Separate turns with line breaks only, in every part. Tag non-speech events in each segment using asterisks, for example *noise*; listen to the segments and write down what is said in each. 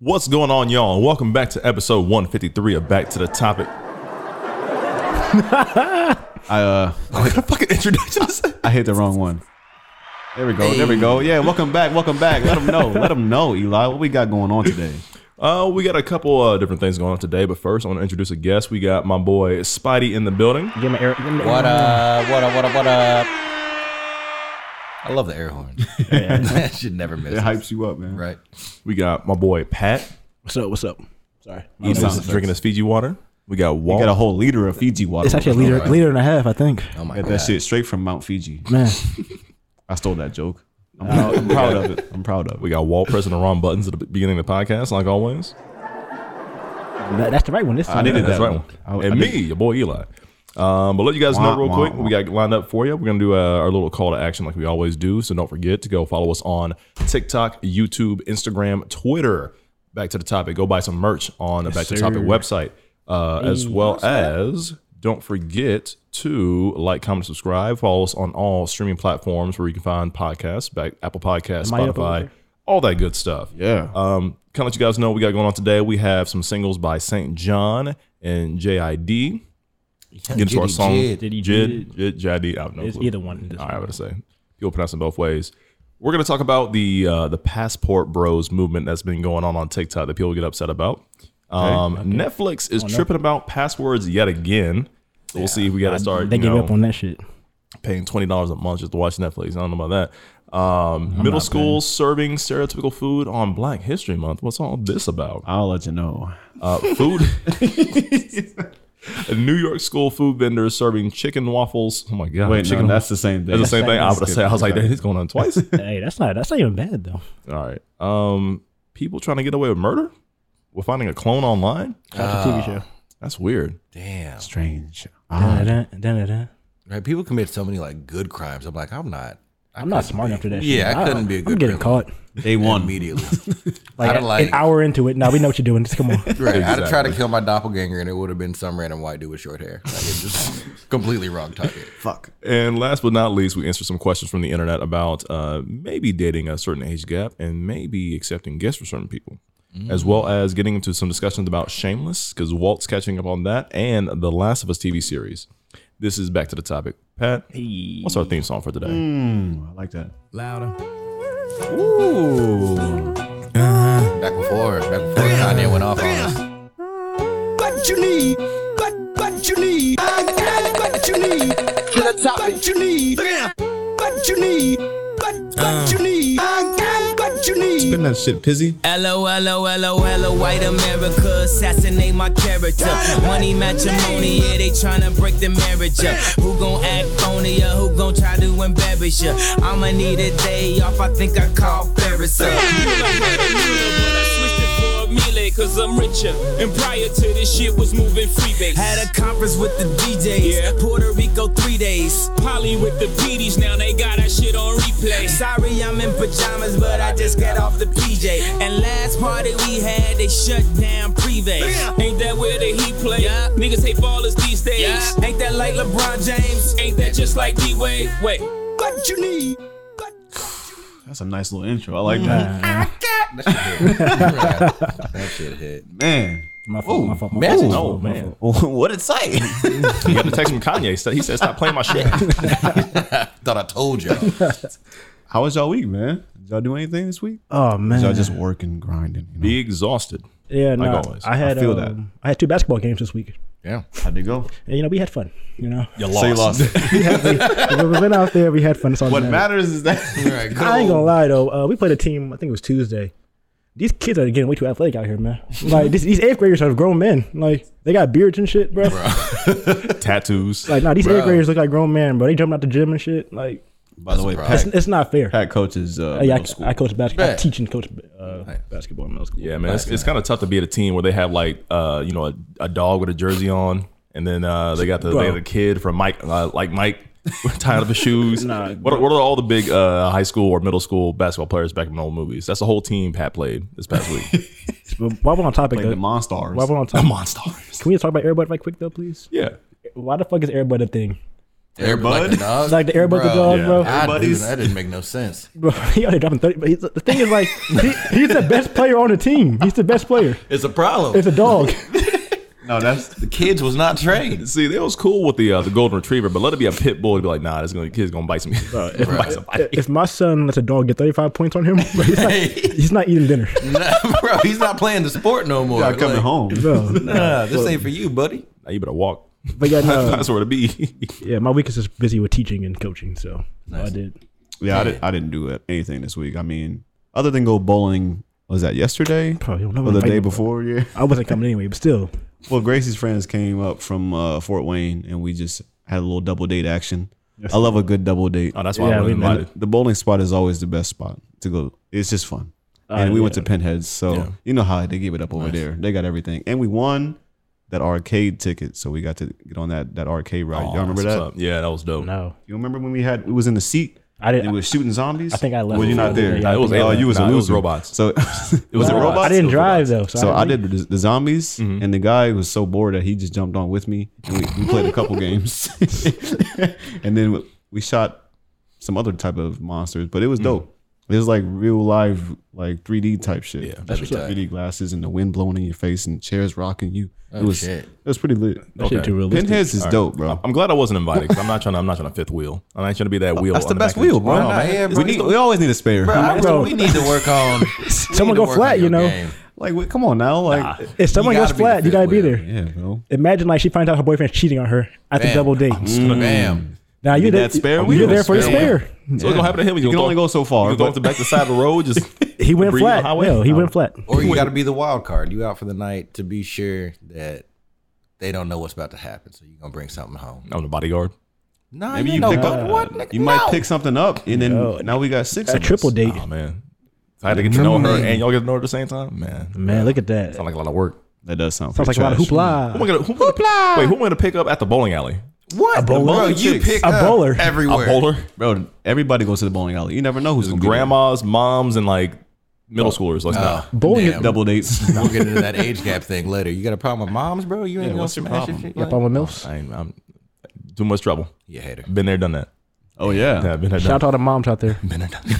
What's going on, y'all? And welcome back to episode 153 of Back to the Topic.
*laughs* I uh,
*laughs* What a fucking introduction is that?
I hit the wrong one. There we go. There we go. Yeah, welcome back. Welcome back. Let them know. Let
*laughs*
them know, Eli. What we got going on today?
*laughs* Uh, we got a couple uh, different things going on today, but first, I want to introduce a guest. We got my boy Spidey in the building.
Give me air. Give me
What up? What up? What up? What up? I love the air horn. *laughs*
*laughs*
I should never miss
It
it.
hypes you up, man.
Right?
We got my boy Pat.
What's up? What's up? Sorry.
Ethan's drinking his Fiji water. We got
You
Walt.
got a whole liter of Fiji water.
It's actually a liter,
Alright.
liter and a half, I think.
Oh my
Got
god.
that shit straight from Mount Fiji. *laughs*
Man,
I stole that joke. I'm *laughs* proud, I'm proud of it. I'm proud of it.
we got Walt pressing the wrong buttons at the beginning of the podcast, like always.
that, that's the right one this time.
I needed
That's
that
right.
one. I-
and
I
me,
did-
your boy Eli. Um, but let you guys know
Wah,
real
wah,
quick,
wah.
we got lined up for you. We're gonna do uh, our little call to action like we always do. So don't forget to go follow us on TikTok, YouTube, Instagram, Twitter. Back to the topic. Go buy some merch on the Back to the Topic website, uh, as well as don't forget to like, comment, subscribe. Follow us on all streaming platforms where you can find podcasts, back Apple Podcasts,
Am I up over
Spotify,
there?
all that good stuff.
Yeah.
Um, kind of let you guys know what we got going on today. We have some singles by St. John and JID. Get into our
Jitty
song.
jit.
Jid,
Jitty
Jid, JID. I have no
It's
clue.
either one.
All right, I would say people pronounce them both ways. We're gonna talk about the uh, the passport bros movement that's been going on on TikTok that people get upset about. Um, Netflix is tripping about passwords yet again. So we'll see if we gotta start.
They
you
gave
know,
up on that shit.
paying twenty dollars a month just to watch Netflix. I don't know about that. Um, middle school serving stereotypical food on Black History Month. What's all this about?
I'll let you know.
Uh, food. *laughs* A New York school food vendor serving chicken waffles. Oh my god!
Wait, no,
chicken
that's the same thing.
that's the same thing. I
That's
would have said. I was like,
different.
"It's going on twice."
*laughs* hey, that's not that's not even bad though.
All right. Um, people trying to get away with murder. We're finding a clone online. Ah,
That's a TV show.
That's weird.
Damn.
strange.
Dun-dun-dun, dun-dun-dun.
Right? People commit so many like good crimes. I'm like, I'm not. I
I'm not
couldn't
smart
be.
enough to that.
Yeah,
shit.
I couldn't be a
I'm
good
getting
criminal.
caught.
Day
*laughs*
one.
immediately.
Like,
I'd like-
an hour into it. Now we know what you're doing. Just come on.
*laughs* Right? I'd have tried
Exactly.
to kill my doppelganger, and it would have been some random white dude with short hair. Like,
*laughs*
it's just completely wrong target.
Fuck.
And last but not least, we answered some questions from the internet about uh, maybe dating a certain age gap and maybe accepting guests for certain people, as well
Mm.
as getting into some discussions about Shameless because Walt's catching up on that and the Last of Us TV series. This is back to the topic. Pat, what's our theme song for today?
Mm, I like that.
Louder.
Uh-huh.
Ooh.
Back before, back before Kanye went off on us.
What you need, what what you need, I got what you need, what you need, what you need, what
Ah.
what you need, I got what you need.
that shit, Pizzy.
LOLOLOLO, white America, assassinate my character. Money matrimony, yeah, they tryna break the marriage up. Who gon' act phony or who gon' try to embarrass ya? I'ma need a day off, I think I call Ferris up.
Cause I'm richer, and prior to this shit was moving freebase.
Had a conference with the DJs,
Yeah.
Puerto Rico three days.
poly with the PDs, now they got that shit on replay.
Sorry, I'm in pajamas, but I just got off the PJ. And last party we had, they shut down Privé.
Ain't that where the heat play?
Yeah.
Niggas hate ballers these days.
Yeah. Ain't that like LeBron James?
Ain't that just like D Wade? Wait,
What you need,
That's a nice little intro. I like that.
That shit hit.
*laughs*
Right. that shit hit.
Man.
My fault. my fault. My
man.
fault.
Oh man,
*laughs* what it's like.
you got the text from Kanye. Said- He said, "Stop playing
*laughs*
my shit."
Thought I told y'all.
How was y'all week, man? Did y'all do anything this week?
Oh man.
y'all just working, grinding. You know?
Be exhausted.
yeah, no.
always.
I had
I feel that.
um, I had two basketball games this week.
Yeah.
How'd it go?
And, you know, we had fun. You know,
You
So you lost.
*laughs* we
*laughs*
went out there. We had fun. That's all
what
that matters.
matters is *laughs* that
*laughs*
Right, good
I ain't gonna
old-
lie though. Uh, we played a team. I think it was Tuesday. These kids are getting way too athletic out here, man. Like these, these eighth graders are grown men. Like they got beards and shit, bro.
*laughs* Tattoos.
*laughs* Like nah, these eighth graders look like grown men, bro. They jumping out the gym and shit. Like
By the way,
That's
it's,
Pat,
it's not fair.
Pat coaches uh, middle
yeah, I,
school.
I coach basketball. I
Right.
teach and coach uh, basketball in middle school.
Yeah, man, it's, it's kind of tough to be at a team where they have like uh, you know a, a dog with a jersey on, and then uh, they got the they
Bro.
got the kid from Mike uh, like Mike *laughs* tying up his shoes.
Nah,
what, are, what are all the big uh, high school or middle school basketball players back in the old movies? That's the whole team Pat played this past week.
But while we're on topic,
Like
though,
the
while
Monstars.
we're on topic,
Monstars.
can we talk about Air Bud right quick though, please?
Yeah,
Why the fuck is Air Bud a thing?
Airbud? Like, a dog?
Like the Air Bud the dog, bro.
I do-
Everybody's-
that didn't make
*laughs*
no sense. *laughs*
Bro, he already dropping 30. But he's, the thing is, like, he, he's the best player on the team. He's the best player.
It's a problem.
It's a dog.
No, that's
The kids was not
*laughs*
trained.
See, they was cool with the uh, the golden retriever, but let it be a pit bull. They'd be like, nah, this gonna, kid's gonna bite some. *laughs* bite somebody.
if my son lets a dog get 35 points on him, *laughs* bro, he's not, he's not eating dinner.
bro, he's not playing the sport no more.
not coming
Like, *laughs*
home.
Bro.
*laughs*
Nah, this ain't for you, buddy.
Nah, you better walk. *laughs*
But yeah, no,
That's where to be.
*laughs* yeah, my week is just busy with teaching and coaching, so I did.
Yeah, I, did, I didn't do anything this week. I mean, other than go bowling, was that yesterday?
Probably don't know
Or
what
the
if I
day
did.
before, yeah.
I wasn't coming anyway, but still,
*laughs* Well, Gracie's friends came up from uh, Fort Wayne, and we just had a little double date action. I love a good double date.
oh, that's why
Yeah,
I was
we-
And
invited.
the bowling spot is always the best spot to go. It's just fun.
Ah,
and we went to Pinheads, so you know how they give it up over there. They got everything, and we won that arcade ticket, so we got to get on that that arcade ride. Y'all remember
That's
that?
what's up. Yeah, that was dope.
no.
You remember when we had we was in the seat?
I didn't-
And we was shooting zombies.
I think I left.
Were you not there?
Yeah, I
Nah, it was
think I
alien.
you was
Nah,
a
it was
loser.
robots.
So *laughs* it was
Nah,
a robot.
I didn't drive, though. So,
So I
didn't-
did the, the zombies, and the guy was so bored that he just jumped on with me, and we, we played a couple games, *laughs* and then we- we shot some other type of monsters. But it was dope. It was like real live, like 3D type shit. Yeah,
that'd be tight.
3D glasses and the wind blowing in your face and chairs rocking you.
Oh,
it was
shit.
it was pretty lit.
That shit too realistic.
Oh, Pinheads is dope, bro.
I'm glad I wasn't invited. 'cause I'm not trying. To, I'm not trying to fifth wheel. I'm not trying to be that wheel.
That's
on
the best
back of
wheel, bro.
Why not? Yeah, bro.
we need, we
*laughs*
always need a spare.
Bro,
Bro.
we need to work
*laughs*
on.
Someone go flat, you know.
Like, wait, come on now, like,
If someone
You
goes
gotta be the
flat, you
fifth
gotta be
wheel.
there.
yeah, bro.
Imagine like she finds out her boyfriend's cheating on her at the
Bam.
double date.
Mm.
Mm-hmm. Bam.
Now you're there,
that spare
you're
wheel.
there for the
Spare
spare.
So what's gonna happen to him?
You can only go so far.
You go off the
but-
back the side of the road. Just
*laughs* He went
Breathe on
flat.
the highway? Oh.
No, he went flat.
Or you got to be the wild card. You out for the night to be sure that they don't know what's about to happen. So you're gonna bring something home.
I'm the bodyguard.
Nah,
Maybe
you,
you
know
pick
about
up-
what? nigga,
You might
no.
pick something up, and then
No.
now we got six.
A
of us.
triple date.
Oh man, So I had to get to know
Mm.
her and y'all get to know her at the same time. Man, sound
Man, look at that. Sounds
like a lot of work.
That does sound
like a lot of
Who am I
hoopla.
gonna, who, am I gonna- wait, who am I gonna pick up at the bowling alley?
Mm-hmm. What? Bro,
bowler
you
chicks.
pick
A
up
bowler. A
everywhere.
A bowler,
bro. Everybody goes to the bowling alley. You never know who's gonna
grandmas, moms, and like middle schoolers. Let's not.
Bowling
be
is
there. double dates.
*laughs*
We'll get into that age
*laughs*
gap thing later. You got a problem with moms, bro? You ain't gonna
what's your
smash your
problem?
shit.
up
Like,
on my milfs.
I ain't, I'm too much trouble.
you hater.
Been there, done that.
oh yeah.
Yeah, been there, done
Shout out to all the moms out there.
*laughs*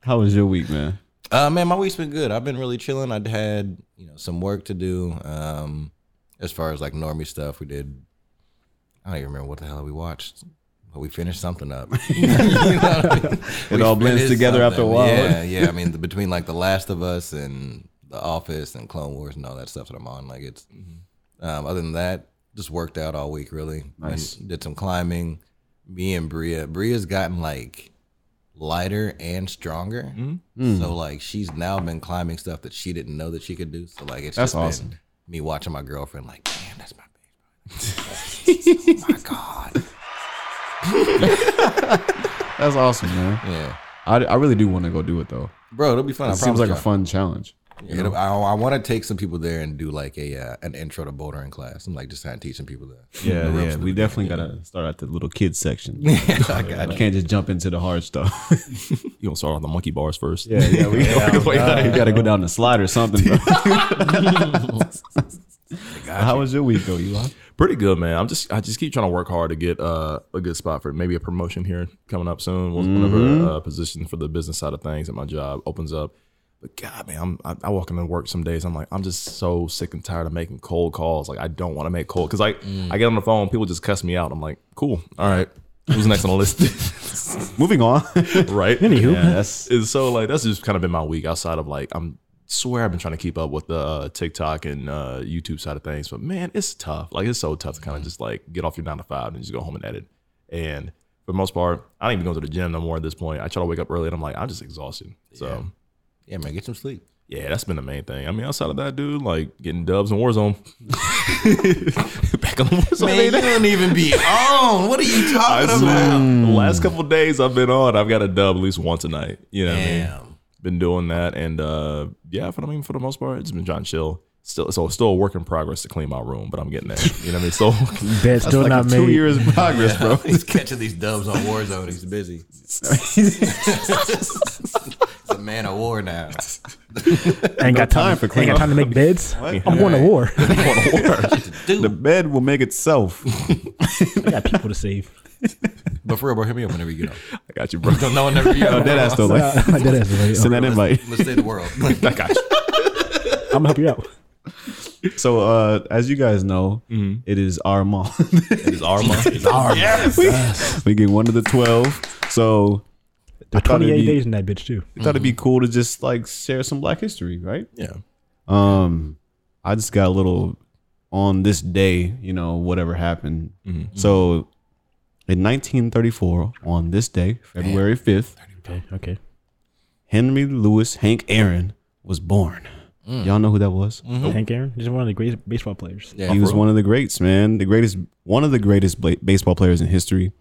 How was your week, man?
Uh, man, my week's been good. I've been really chilling. I'd had you know some work to do. Um, as far as like normie stuff, we did. I don't even remember what the hell we watched, but we finished something up. *laughs* You know what
*laughs*
I mean? We
all blends
finished
together after a while.
Yeah, yeah. I mean, the, between like The Last of Us and The Office and Clone Wars and all that stuff that I'm on, like it's.
Mm-hmm.
Um, other than that, just worked out all week really. Nice. did some climbing. Me and Bria. Bria's gotten like lighter and stronger.
Mm-hmm. Hmm.
So like she's now been climbing stuff that she didn't know that she could do. So like it's
That's
just been
awesome.
me watching my girlfriend like, damn, that's my baby. oh *laughs* my god.
That's awesome, man.
Yeah.
I, I really do want to go do it though.
Bro, it'll be fun. I
It seems like
promise
a fun challenge.
you. It'll- I, want to take some people there and do like a uh, an intro to bouldering class. I'm like just kind of teaching people that.
Yeah, yeah. *laughs* We definitely gotta start at the little kids
*laughs*
section.
I
*laughs*
got
I
you.
can't just jump into the hard
*laughs*
stuff.
that. You gonna start on the monkey bars first?
Yeah, yeah. We you gotta go down the slide or something. bro. *laughs* How was your week though, Eli?
pretty good, man. I'm just I just keep trying to work hard to get uh, a good spot for maybe a promotion here coming up soon.
Mm-hmm.
Whenever uh, position for the business side of things at my job opens up. But God, man, I'm, I, I walk into work some days. I'm like, I'm just so sick and tired of making cold calls. Like, I don't want to make cold because like
Mm.
I get on the phone, people just cuss me out. I'm like, cool, all right, who's next on the
*laughs*
list,
Moving on.
right?
Anywho,
Yes.
And so like that's just kind of been my week outside of like I'm swear I've been trying to keep up with the uh, TikTok and uh, YouTube side of things, but man, it's tough. Like it's so tough to kind of just like get off your nine to five and just go home and edit. And for the most part, I don't even go to the gym no more at this point. I try to wake up early and I'm like I'm just exhausted. So
Yeah, man, get some sleep.
yeah, that's been the main thing. I mean, outside of that, dude, like getting dubs in Warzone. *laughs* Back on Warzone.
Man, you don't even
*laughs*
be on. What are you
I
talking
swear,
about?
the last couple of days I've been on, I've got a dub at least once a night. You know what I mean?
Damn.
been doing that and uh yeah for, i mean for the most part it's been john chill still so it's still a work in progress to clean my room but i'm getting there you know what i mean so *laughs*
bed's still not
Two
made.
*laughs*
years in progress, bro.
He's catching these dubs on Warzone.
*laughs*
He's busy. *laughs* He's a man of
*laughs*
war now.
*laughs* Ain't got
time
time
for
for Ain't
cleanup.
got time to make *laughs* beds. I'm going to war. I *laughs*
Dude,
The bed will make itself.
got people to save.
But for real, bro, hit me up whenever you get on.
I got you, bro.
No, no one ever you
*laughs*
get on.
Dead ass though.
*laughs*
Like,
Like that is, like,
send that invite.
Let's say
*laughs*
the world. I got you.
I'm gonna help you out.
So, uh, as you guys know,
Mm-hmm.
it is our *laughs* month.
It is our month. It's our
we get one of the twelve. So, I thought it'd
28
be,
days in that bitch too.
I thought it'd be cool to just like share some Black history, right?
Yeah.
Um, I just got a little on this day, you know, whatever happened. So, in 1934, on this day, February 5th,
Okay, okay.
Henry Lewis Hank Aaron was born. Y'all know who that was?
Hank Aaron, he's one of the greatest baseball players.
Mm-hmm. Yeah,
he
for
was
real.
one of the greats, man. The greatest, one of the greatest bla- baseball players in history.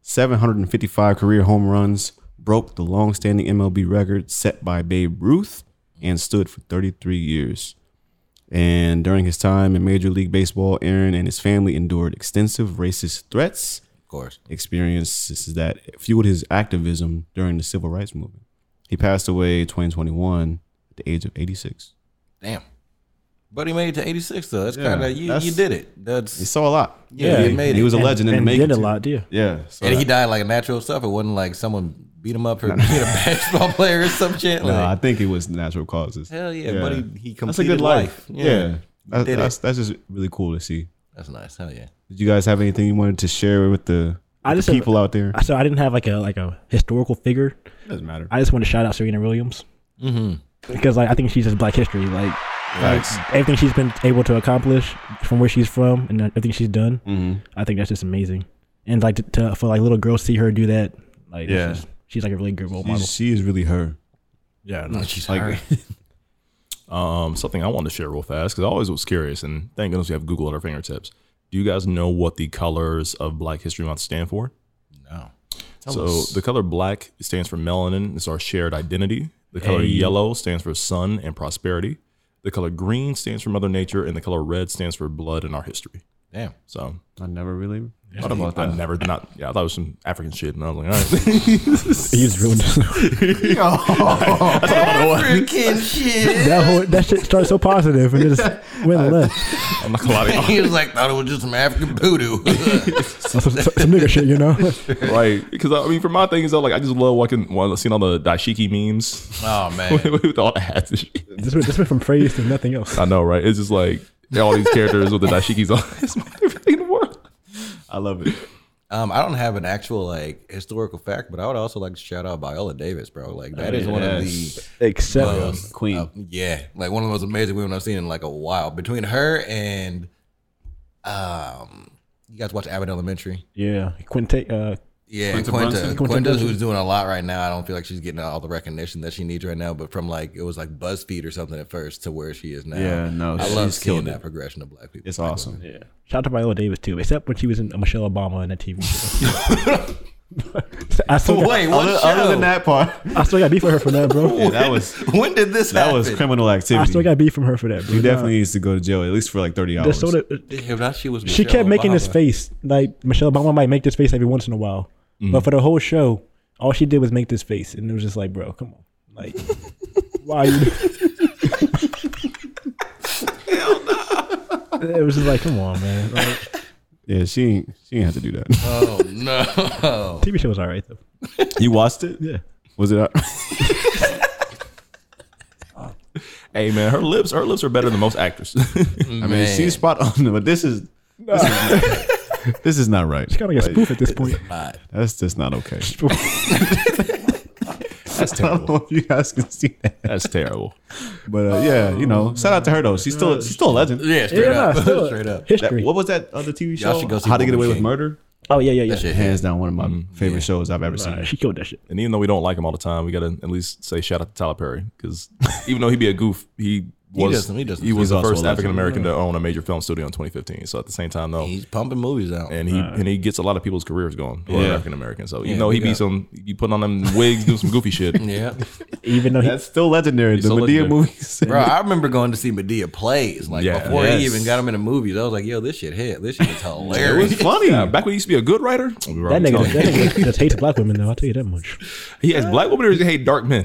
755 career home runs, broke the long-standing MLB record set by Babe Ruth, and stood for 33 years. And during his time in Major League Baseball, Aaron and his family endured extensive racist threats.
Of course.
Experiences that fueled his activism during the civil rights movement. He passed away 2021 at the age of 86.
Damn. But he made it to 86, though. That's
Yeah,
kind of, you, you
that's-
did it. That's
He saw a lot.
Yeah, he made
He
it.
was a legend in
and
the making.
did a
too.
lot, yeah.
Yeah. So
And
that-
he died like a natural stuff. It wasn't like someone beat him up for being
*laughs*
a *laughs* basketball player or some shit.
No, I
Like,
think it was natural causes.
hell yeah, but he, he completed
that's a good life. Yeah, That-
did it.
that's that's just really cool to see.
That's nice. Hell yeah.
Did you guys have anything you wanted to share with the,
I
with the
just have-
people out there?
So I didn't have like a like a historical figure.
Doesn't matter.
I just want to shout out Serena Williams because like I think she's just Black history. Like
Facts.
everything she's been able to accomplish from where she's from and everything she's done,
Mm-hmm.
I think that's just amazing. And like to, to, for like little girls to see her do that, like
Yeah.
yeah. she's, she's like a really good role model.
She's- she is really her.
yeah,
she's
Like,
*laughs* Um, something I wanted to share real fast because I always was curious, and thank goodness we have Google at our fingertips. Do you guys know what the colors of Black History Month stand for?
No.
so the color black stands for melanin. It's our shared identity. The color yellow stands for sun and prosperity. The color green stands for Mother Nature, and the color red stands for blood and our history.
Damn.
So
I never really.
I don't know. I never not. Yeah, I thought it was some African shit, and I was like, all
*laughs*
right.
he's ruined.
*laughs*
Freaking
*laughs*
shit.
that whole, that shit started so positive and it just
*laughs*
went left.
I'm not gonna
*laughs*
lie to
he was like, thought it was just some African voodoo.
*laughs*
Some, some, some nigga shit, you know. *laughs*
you. *laughs* like because I mean, for my thing is like I just love watching, well, seeing all the dashiki memes
oh, man.
*laughs* with all the hats. And shit.
this went this went from praise to nothing else.
I know, right? It's just like all these characters
*laughs*
with the dashikis on. *laughs* It's my favorite thing in the world.
I love it.
Um, I don't have an actual like historical fact, but I would also like to shout out Viola Davis, bro. Like that is one of the uh,
Except
Queen.
Yeah, like one of the most amazing women I've seen in like a while. Between her and um, you guys watch Abbott Elementary?
yeah, Quinte. Uh,
Yeah,
Quinta
Quinta.
Brunson?
Quinta,
Quinta Brunson.
who's doing a lot right now. I don't feel like she's getting all the recognition that she needs right now. But from like it was like BuzzFeed or something at first to where she is now.
Yeah, no,
I
she's
love seeing
killed it.
that progression of black people.
It's awesome. Yeah.
shout out to Viola Davis too. Except when she was in Michelle Obama in that TV.
*laughs*
show. I still got,
Wait, what
Other,
show?
other than that part,
I still got beef with her for that, bro.
*laughs* yeah, that
*laughs*
was
*laughs* when did this
that
happen?
was criminal
I
activity.
still got beef from her for that. Bro.
you definitely needs to go to jail at least for like thirty
The
hours.
soda,
If not, she was.
she
Michelle
kept making this
Obama.
face. Like Michelle Obama might make this face every once in a while,
Mm-hmm.
but for the whole show, all she did was make this face, and it was just like, bro, come on, like, why? Are you It was just like, come on, man. Like,
yeah, she ain't she ain't have to do that.
Oh no!
TV show was all right though.
*laughs* you watched it?
Yeah.
Was it? uh,
Hey man, her lips, her lips are better than most *laughs* actresses.
I mean, she's spot on, *laughs* but this is this is, this is not right.
It's kind of like a spoof at this point.
That's just not okay. *laughs*
That's
I don't know
terrible.
if you guys can see that,
That's terrible.
but uh, yeah, you know, shout out to her though. She's still she's still a legend.
Yeah, straight
Yeah,
up,
nah,
*laughs*
still
straight up.
That-
History.
what was that other TV show?
Y'all should go see
How to Get
Woman
Away with
King.
Murder?
oh yeah, yeah, yeah.
That shit hit.
Hands down, one of my favorite shows I've ever seen.
She killed that shit.
Mm-hmm. And even though we don't like him all the time, we gotta at least say shout out to Tyler Perry because *laughs* even though he be a goof, he was he,
doesn't- he doesn't.
was
He's
the
also a
first
legend.
African American to own a major film studio in 2015. So at the same time though,
He's pumping movies out.
and he and he gets a lot of people's careers going. who are
Yeah.
African American. So even
Yeah,
though he
we
be
got-
some, you put on them wigs, do some goofy
*laughs*
shit.
yeah,
Even though he,
That's still legendary. The
still
Medea
legendary. *laughs*
movies.
bro, I remember going to see Medea plays like
Yeah.
before
Yes.
he even got him in the movies. I was like, yo, this shit hit.
*laughs*
This shit is
It was
hilarious.
funny.
Yeah, back when he used to be a good writer,
that nigga, that nigga just hates black women though. I'll tell you that much.
he has black women or does he hate dark men?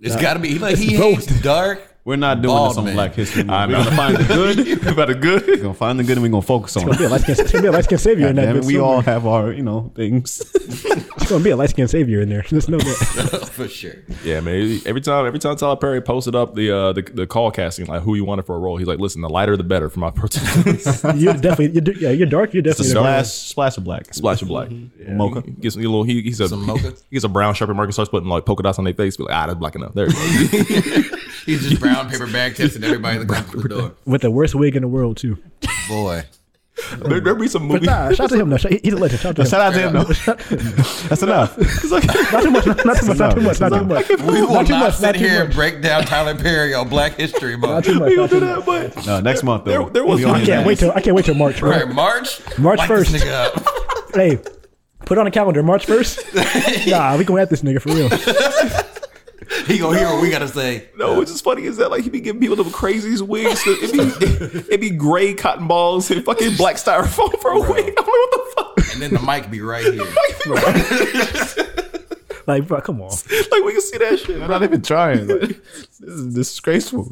it's got to be he, like he
It's both.
hates dark
We're not doing
Bald
this on
man.
Black History Month.
I
We're
know.
gonna find the
*laughs*
good.
about the
We're
good.
gonna find the good, and we're gonna focus on
It's gonna
*laughs* it.
be a light skinned, it's gonna be a light skinned savior in that.
Damn it,
bitch
we
somewhere.
all have our, you know, things.
It's gonna be a light skinned savior in there. *laughs* Just know that.
*laughs* for sure.
Yeah, man. Every time, every time Tyler Perry posted up the uh, the, the call casting, like who you wanted for a role, he's like, listen, the lighter the better for my *laughs* protagonist.
you're definitely, you're, d- yeah, you're dark. You're definitely the
splash, splash of black.
Splash of black, yeah.
Mocha.
He gets a little. He, he's a
Some mocha?
*laughs* He gets a brown sharpie marker, starts putting like polka dots on their face. Be like, ah, that's black enough. There. you go.
*laughs* He's just brown paper bag testing everybody that comes through the door.
with the worst wig in the world too.
Boy,
*laughs* there, there be some movies.
Nah, shout out to him though. Shout- he- He's a legend. *laughs* Shout out to
Shout
him.
out to him. though. That's enough.
Not too much. Not too much. Not too much. Not too much.
we will
Not
not,
too much. Not
sit
too
here and
much.
break down Tyler Perry on Black History
Not
Month.
too much. Not too much.
but
No, next month though.
there- there was-
We
I
on
I
his
can't
ass.
wait till I can't wait till March.
All
Bro.
*laughs* right, March.
March
Light this
1st.
nigga up.
Hey, put on the calendar March first. Nah, we going at this nigga for real.
*laughs* He gonna hear what we gotta say.
no, what's just funny is that like he be giving people the craziest wigs. It'd be it'd be gray cotton balls and fucking black styrofoam for a wig. *laughs* I'm like, what the
And then the mic be
*laughs*
right here.
Like, bro, come on.
fuck? Like we can see that shit.
I'm not even trying.
*laughs*
Like, this is disgraceful.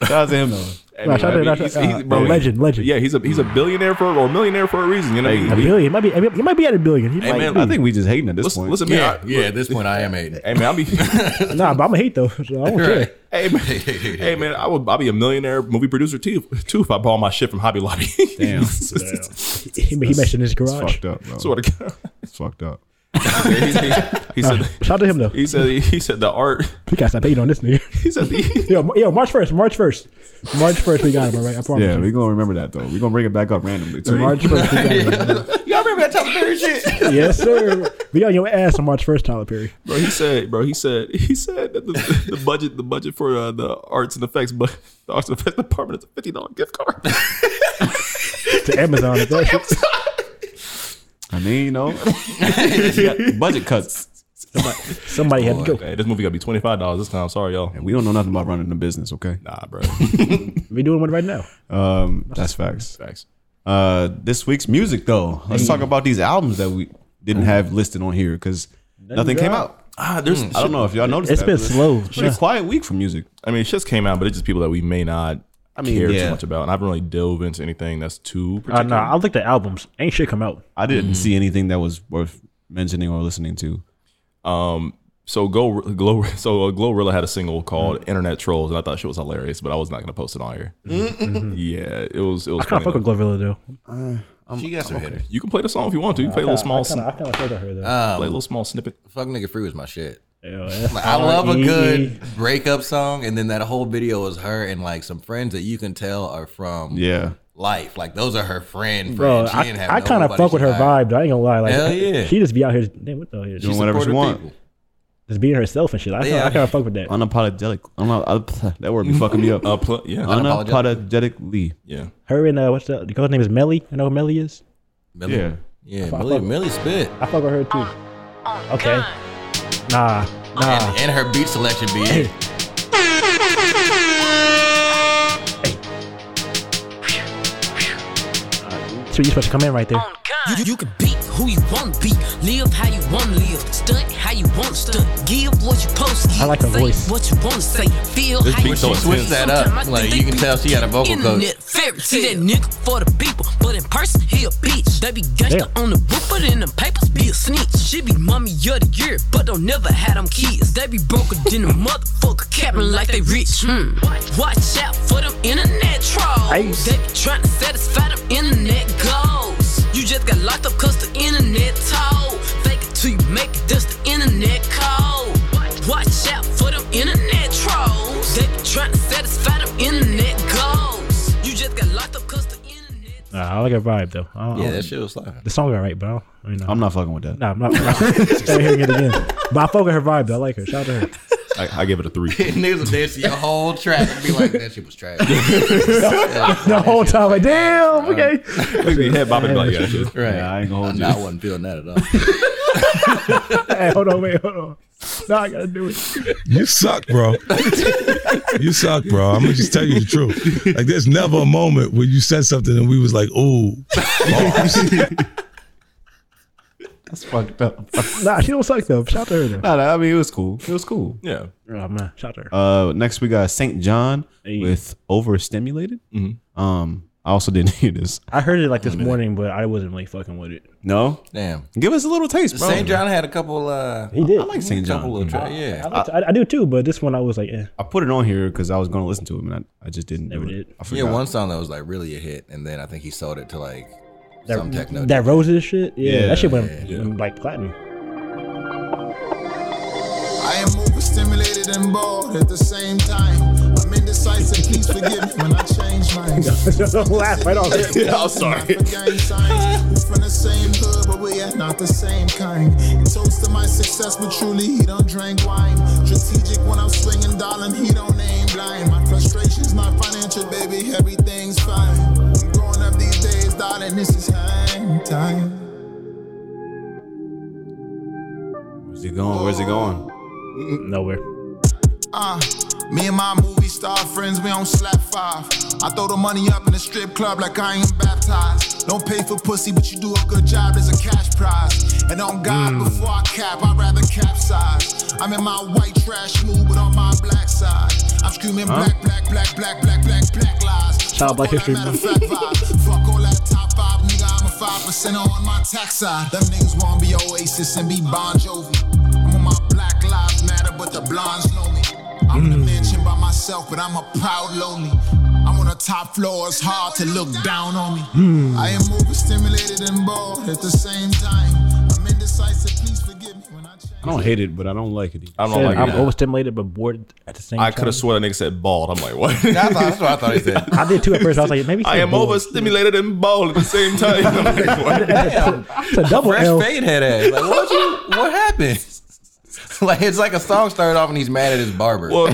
Shout out to him though.
Nah, shout out to-
he's-
shout out-
he's-
uh,
bro,
legend, legend.
Yeah, he's a he's a billionaire for or a millionaire for a reason. You know,
Hey,
he,
A
he-
billion. He might be. He might be at a billion. He
Hey,
might
man,
be.
I think we just hating at this
listen,
point.
listen, man.
Yeah,
I-
yeah. At this point, I am Aiden.
Hey man,
*laughs*
I'll be. hey
nah, but I'm gonna hate though. So I don't care.
Right.
man, hey man, I would. I'll be a millionaire movie producer too. Too if I bought my shit from Hobby Lobby. *laughs*
Damn.
He, he mentioned his
It's
garage.
fucked up, bro.
Swear to God.
It's fucked up.
Yeah, he, he, he said.
Shout out to him though.
He said. He said the art.
We gotta stop hating
*laughs*
on this nigga.
He said the.
Yo, Mar- yo, March first, March first, March first, we got him. All right, I promise.
Yeah,
you.
we're gonna remember that though. We're gonna bring it back up randomly. too.
March first, we
*laughs*
got him.
*laughs* Y'all remember that Tyler Perry shit?
yes, sir. We on your ass on March first, Tyler Perry.
Bro, he said. Bro, he said. He said that the, the budget. The budget for uh, the arts and effects, but the arts and effects department is a fifty dollar gift card.
To Amazon, if that shit-
*laughs*
I mean, you know, budget cuts,
somebody had to go.
hey, this movie gotta be twenty five dollars this time. Sorry, y'all.
and we don't know nothing about running a business. Okay,
Nah, bro.
We doing one right now.
*laughs* um, that's facts.
Facts.
Uh, this week's music though. Let's talk about these albums that we didn't have listed on here because nothing came out. Hmm,
Ah, there's.
I don't know if y'all noticed.
Hmm. It's
that,
been
but
slow.
It's been a quiet week for music.
I mean, shit's came out, but it's just people that we may not I
mean,
care
yeah.
too much about, and I haven't really dove into anything that's too
Uh,
particular. Mm.
nah, I like the albums. Ain't shit come out.
I didn't see anything that was worth mentioning or listening to.
Um, So go, glow. *laughs* So uh, Glorilla had a
Mm.
single called "Internet Trolls," and I thought shit was hilarious, but I was not gonna post it on here. yeah, it was. It was.
Mm-hmm. I kind
funny
of fuck with
though.
Glorilla though.
Uh,
She got some hitters.
you can play the song if you want to. You can play a little small. sn-
I kind of fuck with her though.
Um,
play a little small snippet.
Fuck nigga free was my shit.
Yeah, Mm-hmm.
Like, I love a
R.E.E..
good breakup song, and then that whole video is her and like some friends that you can tell are from
Yeah,
life. Like those are her friend.
Bro,
friends. She didn't have
I, I
no
kind of
nobody
fuck with
she
her
liked.
vibe. Though. I ain't gonna lie. Like,
Hell yeah.
she just be out here. Damn, what the hell?
doing
Just,
whatever she
Supportive
wants.
people.
just being herself and shit. I, kinda-
Yeah.
I kind of fuck with that.
Unapologetic. Unap- *laughs* that word be fucking
*laughs*
me up.
Uh, pl- yeah,
Unapologetically.
yeah.
Her and uh, what's the the girl's name is Melly. You know who Melly is?
Millie,
Yeah.
yeah. Millie, Millie spit,
I fuck with her too. Okay. Nah, nah.
and, and her beat selection be it.
So you supposed to come in right there.
You, you, you can be who you want to be, live how you want to live, stunt how you want to stunt, give what you post to give,
I like her
say
voice.
what you want to say, feel
This
how
beat
you
so
want to
intense. Switch that up. Like, you can tell she had a vocal coach.
See that nigga for the people, but in person he a bitch. They be gangsta
Damn.
on the roof, but in the papers be a snitch. She be mommy of the year, but don't never had them kids. They be broker than a motherfucker, capping like they rich. Hmm. Watch out for them internet trolls.
Hey.
They be trying to satisfy them internet goals. You just got locked up cause the internet told. Fake it till you make it, that's the internet code. Watch out for them internet trolls. They be trying to satisfy them internet goals. You just got locked up cause the internet.
Nah, I like her vibe though. I don't, I
Yeah,
don't-
that shit was slapping.
the song alright, but I, don't, I mean,
I'm not fucking with that.
Nah, I'm
*laughs*
not. I'm not start hearing it again. But I fuck with her vibe though. I like her. Shout out to her.
I, I give it a three. *laughs*
*laughs* Niggas would dance to your whole track and be like, that shit was trash.
*laughs* The whole time, like, damn, okay.
Big head bopping like yeah, shit.
Right.
Yeah, I ain't gonna hold you.
Nah, I wasn't feeling that at all.
*laughs* Hey, hold on, wait, hold
"Oh,
on. Nah, I gotta do it.
You suck, bro. *laughs* you suck, bro. I'm gonna just tell you the truth. Like, there's never a moment where you said something and we was like, "Ooh." bars."
*laughs* That's fucked up.
*laughs* Nah, she don't suck though. Shout to her though.
Nah, nah, I mean, it was cool. It was cool.
Yeah.
Oh man, shout to her.
Uh, next we got Saint John
Hey.
with overstimulated.
Mm-hmm.
Um, I also didn't *laughs* hear this.
I heard it like this morning, but I wasn't really fucking with it.
No,
Damn.
give us a little taste, bro.
St. John had a couple. Uh,
He did.
I like Saint John.
couple little tra- yeah.
I, liked- I, I do too, but this one I was like, eh.
I put it on here because I was going to listen to him, and I, I just didn't.
Never
do it.
did.
I
Yeah,
forgot.
one song that was like really a hit, and then I think he sold it to like some techno.
That roses shit, yeah,
Yeah,
that shit went went, like
*laughs*
platinum.
I am overstimulated and bored at the same time. I'm indecisive. Please forgive me when I change
*laughs*
minds.
Don't *laughs* laugh right off.
*laughs*
it.
Yeah, I'm sorry.
Not for gang signs. We from the same hood, but we are not the same kind. Toast to my success, but truly he don't drink wine. Strategic when I'm swinging, darling, he don't aim blind. My frustration's not financial, baby, everything's fine. I'm growing up these days, darling, this is hang time.
Where's it going? Where's it going?
Nowhere.
Uh, me and my movie star friends, we on slap five. I throw the money up in the strip club like I ain't baptized. Don't pay for pussy, but you do a good job, there's a cash prize. And on God, before I cap, I'd rather capsize. I'm in my white trash mood, but on my black side. I'm screaming black, black, black, black, black, black, black lies.
Shout out Black
Fuck all
History
that
Month.
matter of fact vibe. Fuck all that top five, nigga, I'm a 5% on my tax side. Them niggas wanna be Oasis and be Bon Jovi. I'm on my Black Lives Matter, but the blondes know me. I'm in a mansion by myself, but I'm a proud lonely. I'm on the top floor, it's hard to look down on me. I am overstimulated and bored at the same time. I'm indecisive, please forgive me when I change.
I don't hate it, but I don't like it. Either.
I don't
Said
like
I'm
it.
overstimulated but bored at the same
I
time.
could have sworn that nigga said bald. I'm like, what? *laughs*
I thought, that's what I thought he said.
I did too at first. I was like,
*laughs*
maybe
I
she's
am
bored.
overstimulated and bald at the same time. *laughs* I'm like, what?
It's a double
Fresh
L.
fade head ass. Like what you? What happened? *laughs* like it's like a song started off and he's mad at his barber. *laughs*
Well,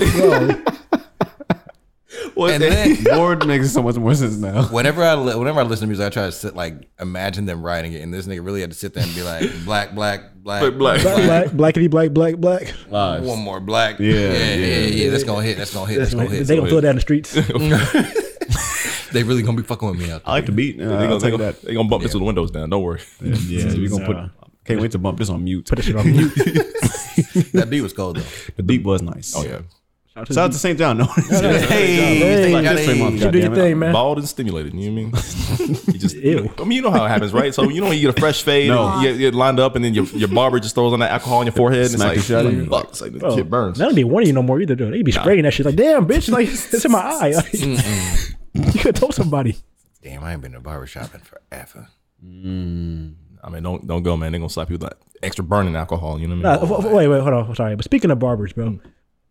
well,
and then
Bored makes so much more sense now.
whenever I li- whenever I listen to music, I try to sit like imagine them writing it, and this nigga really had to sit there and be like black, black, black,
Black, black.
Black, blackity, black, black, black.
one more black.
Yeah,
yeah, yeah,
yeah.
yeah, yeah. That's gonna hit. That's gonna hit. That's gonna hit.
they gonna throw it down the
*laughs*
streets.
*laughs*
*laughs*
They really gonna be fucking with me out.
I like the beat. Uh,
They're
I'll
gonna, they
take
gonna,
that.
they gonna bump this with the windows down. Don't worry. *laughs*
Yeah, we gonna put.
Nah.
Can't wait to bump this on mute.
Put that shit on
*laughs*
mute.
there. That beat was cold though.
The beat was nice.
*laughs* Oh yeah,
Shout out to St. John. *laughs* No,
Hey,
Hey,
got
This way,
it.
mom,
you do your
goddammit.
thing, man.
bald and stimulated. You know what I *laughs* mean? You
*laughs*
just,
Ew.
I mean, you know how it happens, right? So you know when you get a fresh fade,
No.
and you, get, you get lined up, and then your, your barber just throws on that alcohol on your forehead, and
Smack the
it's
shit out
like,
of
like,
you.
fuck, it's like the
Bro,
shit burns.
That don't be warning you no more either, though. They be spraying that shit like, damn, bitch, like *laughs* it's in
*laughs*
my eye. Like, *laughs* you could told somebody.
Damn, I ain't been to a barber shop in forever.
Mm, I mean, don't don't go, man. They are gonna slap you with that extra burning alcohol. You know what I
Nah,
mean?
w- w- wait, wait, hold on. Sorry, but speaking of barbers, bro,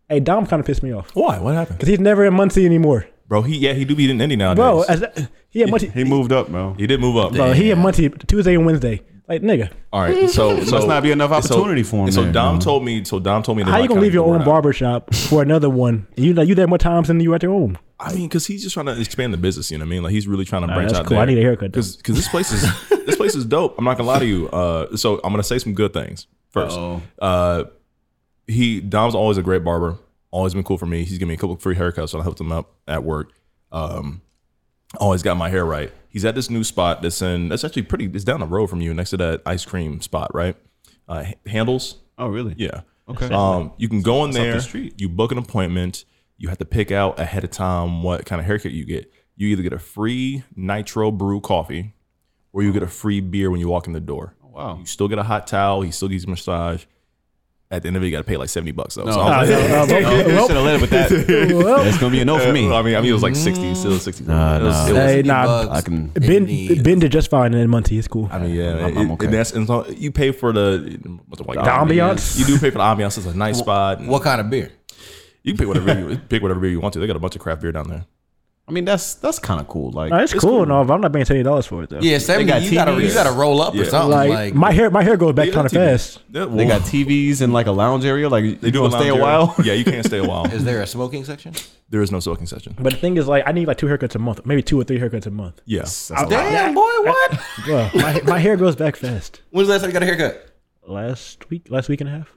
hey Dom kind of pissed me off
Mm. Why? What happened,
because he's never in Muncie anymore,
bro? He yeah, he do be in Indy nowadays.
bro. As that, he had Muncie,
He moved up, bro.
he did move up.
bro. He had Muncie Tuesday and Wednesday. Like nigga,
All
*laughs*
right, so so
not be enough opportunity for him
So
there,
Dom
man.
told me. So Dom told me. that
how
I
you gonna
kinda
leave your
threw it
own
out.
barber shop for another one? And you like you there more times than you at your own.
I mean, because he's just trying to expand the business. You know what I mean? Like he's really trying to branch
that's
out.
cool. I need a haircut, though.
because this place *laughs* is this place is dope. I'm not gonna lie to you. Uh, so I'm gonna say some good things 1st
Uh-oh.
Uh, he Dom's always a great barber. Always been cool for me. He's given me a couple free haircuts when I helped him out at work. Um, always got my hair right. He's at this new spot that's in that's actually pretty. It's down the road from you, next to that ice cream spot, right? Uh, H- handles.
Oh, really?
Yeah.
Okay.
Um, you can go in
up the
there.
street.
You book an appointment. You have to pick out ahead of time what kind of haircut you get. You either get a free nitro brew coffee, or you get a free beer when you walk in the door.
Oh, Wow.
You still get a hot towel. He still gives you a massage. At the end of it, you got to pay like seventy bucks though. So I
*laughs*
was
Uh,
like, *laughs*
uh,
No, you
well,
should have led with that.
well,
It's gonna be a no for me.
Uh, I mean, I mean, it was like
Mm-hmm.
sixty, still sixty.
Nah,
It was-
nah.
it was-
Hey,
It
nah,
bugs.
I can.
Ben
Indeed.
Ben did just fine in Muncie. It's cool.
I mean, yeah,
I'm- I'm
it-
okay.
and that's and so you pay for the what's the,
The ambiance.
You do pay for the ambiance. It's a nice spot. and
What kind of beer?
You can pick whatever
*laughs*
you, pick whatever beer you want to. They got a bunch of craft beer down there.
I mean, that's that's kind of cool. Like,
Nah, it's, cool and all, but I'm not paying seventy dollars for it though.
Yeah, seventy.
got
you gotta
TVs.
you gotta roll up or
Yeah.
something.
like,
Like,
my hair, my hair goes back
Yeah,
kind of
TV.
fast.
Yeah, well,
they got TVs and like a lounge area. Like, they
They
do
do
want to stay a while.
Yeah, you can't stay a while.
is there a smoking section?
there is no soaking session.
But the thing is, like, I need like two haircuts a month, maybe two or three haircuts a month.
*laughs*
Yeah.
Damn boy,
*laughs*
what?
Bro, my, my hair grows back fast.
When's the last time you got a haircut?
Last week, last week and a half.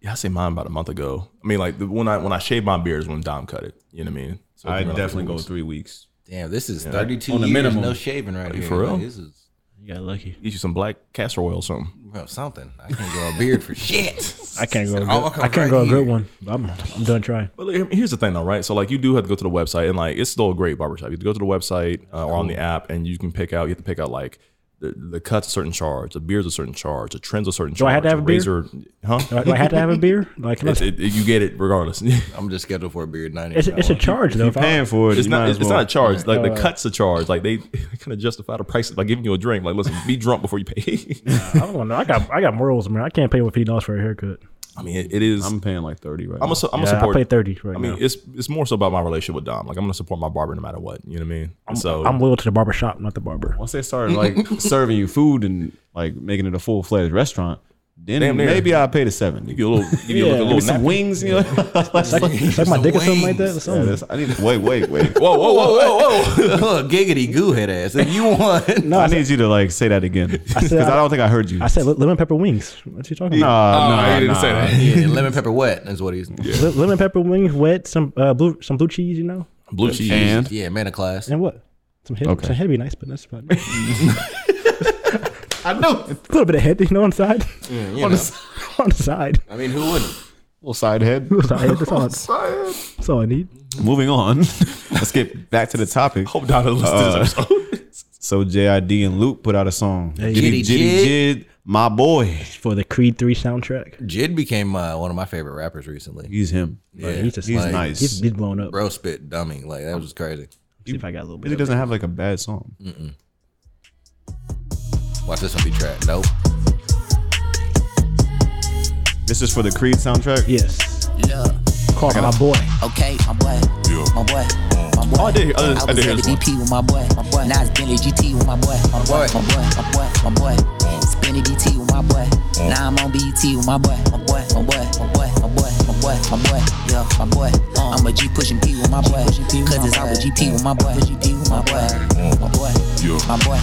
Yeah, I say mine about a month ago. I mean, like the, when I when I shaved my beard is when Dom cut it. You know what I mean? So it's been around a couple weeks.
three weeks.
Damn, this is thirty two
On the
years
minimum.
no shaving right here.
for real?
Like, this is
You got lucky.
Get you some black castor oil or something.
Bro, something. I can't grow a beard for shit.
I can't go. a
It
good-
all comes
I can't
right
go a
here.
good one. but I'm, I'm done trying.
But like, here's the thing though, right? So like you do have to go to the website and like it's still a great barbershop. You have to go to the website uh, or on the app and you can pick out. You have to pick out like the, the cuts a certain charge, the beards a certain charge, the trends a certain
I
charge.
have to have a beard?
razor, huh?
Do I, do I have to have
*laughs*
a beer? Like, can I-
It- it- it- you get it regardless. *laughs* it's
I'm just scheduled for a beard ninety.
it's, it's a charge though. If I,
Paying for it. you might
not.
as
It's
well.
not a charge. Like the
Uh,
cuts a charge. Like they *laughs* kind of justify the price by giving you a drink. Like listen, be drunk before you pay. *laughs*
I don't know. I got I got morals, man. I can't pay what he dollars for a haircut.
I mean, it, it is.
I'm
I'm
paying like thirty right
I'm
now.
a, su- I'm a
Yeah, I
support.
pay thirty right
I mean,
now.
it's it's more so about my relationship with Dom. Like I'm gonna support my barber no matter what. You know what I mean? I'm, so
I'm loyal to the barber shop, not the barber.
Once they started
*laughs*
like serving you food and like making it a full fledged restaurant, then
Damn near.
maybe I'll pay the seventy.
give you a little, give you a
Yeah.
Give
little,
me
little
some
napkin.
wings, you know.
Suck, suck my dick or something like that. Or
Yeah,
something.
that's- I need. To, wait, wait,
*laughs*
wait.
Whoa, whoa, whoa, whoa, whoa!
Look, giggity goo head ass. If you want,
no,
I
I said,
need you to like say that again *laughs* because
said- uh,
I, don't think I heard you.
I said lemon pepper wings. What you talking about?
*laughs*
Um,
Nah,
Oh,
nah,
you didn't
nah.
say that.
yeah, lemon pepper wet is what he's. Yeah,
Le- lemon pepper wings, wet, some uh, blue, some blue cheese, you know,
Blue cheese.
And
man of class.
and what? Some head,
Okay.
some head would be nice, but that's about
*laughs*
it.
I know.
a little bit of head, you know, *laughs* on the side,
You know.
on the side.
I mean, who wouldn't?
Little side
*laughs*
head.
That's all,
*laughs*
that's all- that's all I need.
Moving on. *laughs* Let's get back to the topic. Uh,
Hope Donna listens to this episode.
*laughs* So JID and Luke put out a song.
Hey.
Jitty
Jitty
Jitty Jid, my boy.
For the Creed Three soundtrack,
Jid became uh, one of my favorite rappers recently.
He's him.
Yeah,
he's just
He's
like,
nice.
He's, he's blown up.
bro spit dummy. Like that was just crazy.
See if I got a little bit.
He
of-
doesn't have like a bad song.
Watch this one be trash. Nope.
This is for the Creed soundtrack.
Yes,
Look,
call my boy.
okay, my boy, my boy, my boy.
Oh, I did hear- I did- I did
was
hear
at the
this one.
DP with my boy, my boy. Now it's Bentley GT with my boy, my boy, my boy, my boy, my boy. Spinning DT with my boy. Now I'm on BET with my boy, my boy, my boy, my boy, my boy, my boy, my boy. Yeah, my boy. I'm a Uh. G pushing P with my boy, cause it's all a GP with my boy, GP with my boy, my boy, my boy,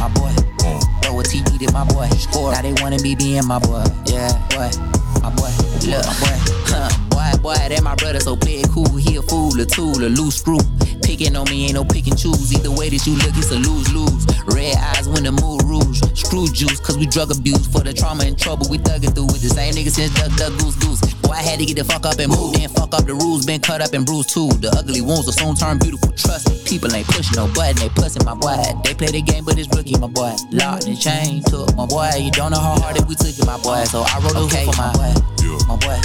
my boy. Bro, what T needed, my boy. Now they wanted me being my boy. Yeah, boy, my boy. Look, my boy. Huh. Boy, boy, that my brother, so play it cool. He a fool, a tool, a loose screw. Picking on me ain't no pick and choose. Either way that you look, it's a lose lose. Red eyes when the mood rouge. Screw juice, cause we drug abuse. For the trauma and trouble we thuggin' through with the same niggas since Duck Duck Goose Goose. Boy, I had to get the fuck up and move. Then fuck up the rules, been cut up and bruised too. The ugly wounds will soon turn beautiful. Trust me, people ain't pushing no button, they pussing my boy. They play the game, but it's rookie, my boy. Locked and chained, took my boy. You don't know how hard it we took it, my boy. So I wrote okay, for my boy, my boy,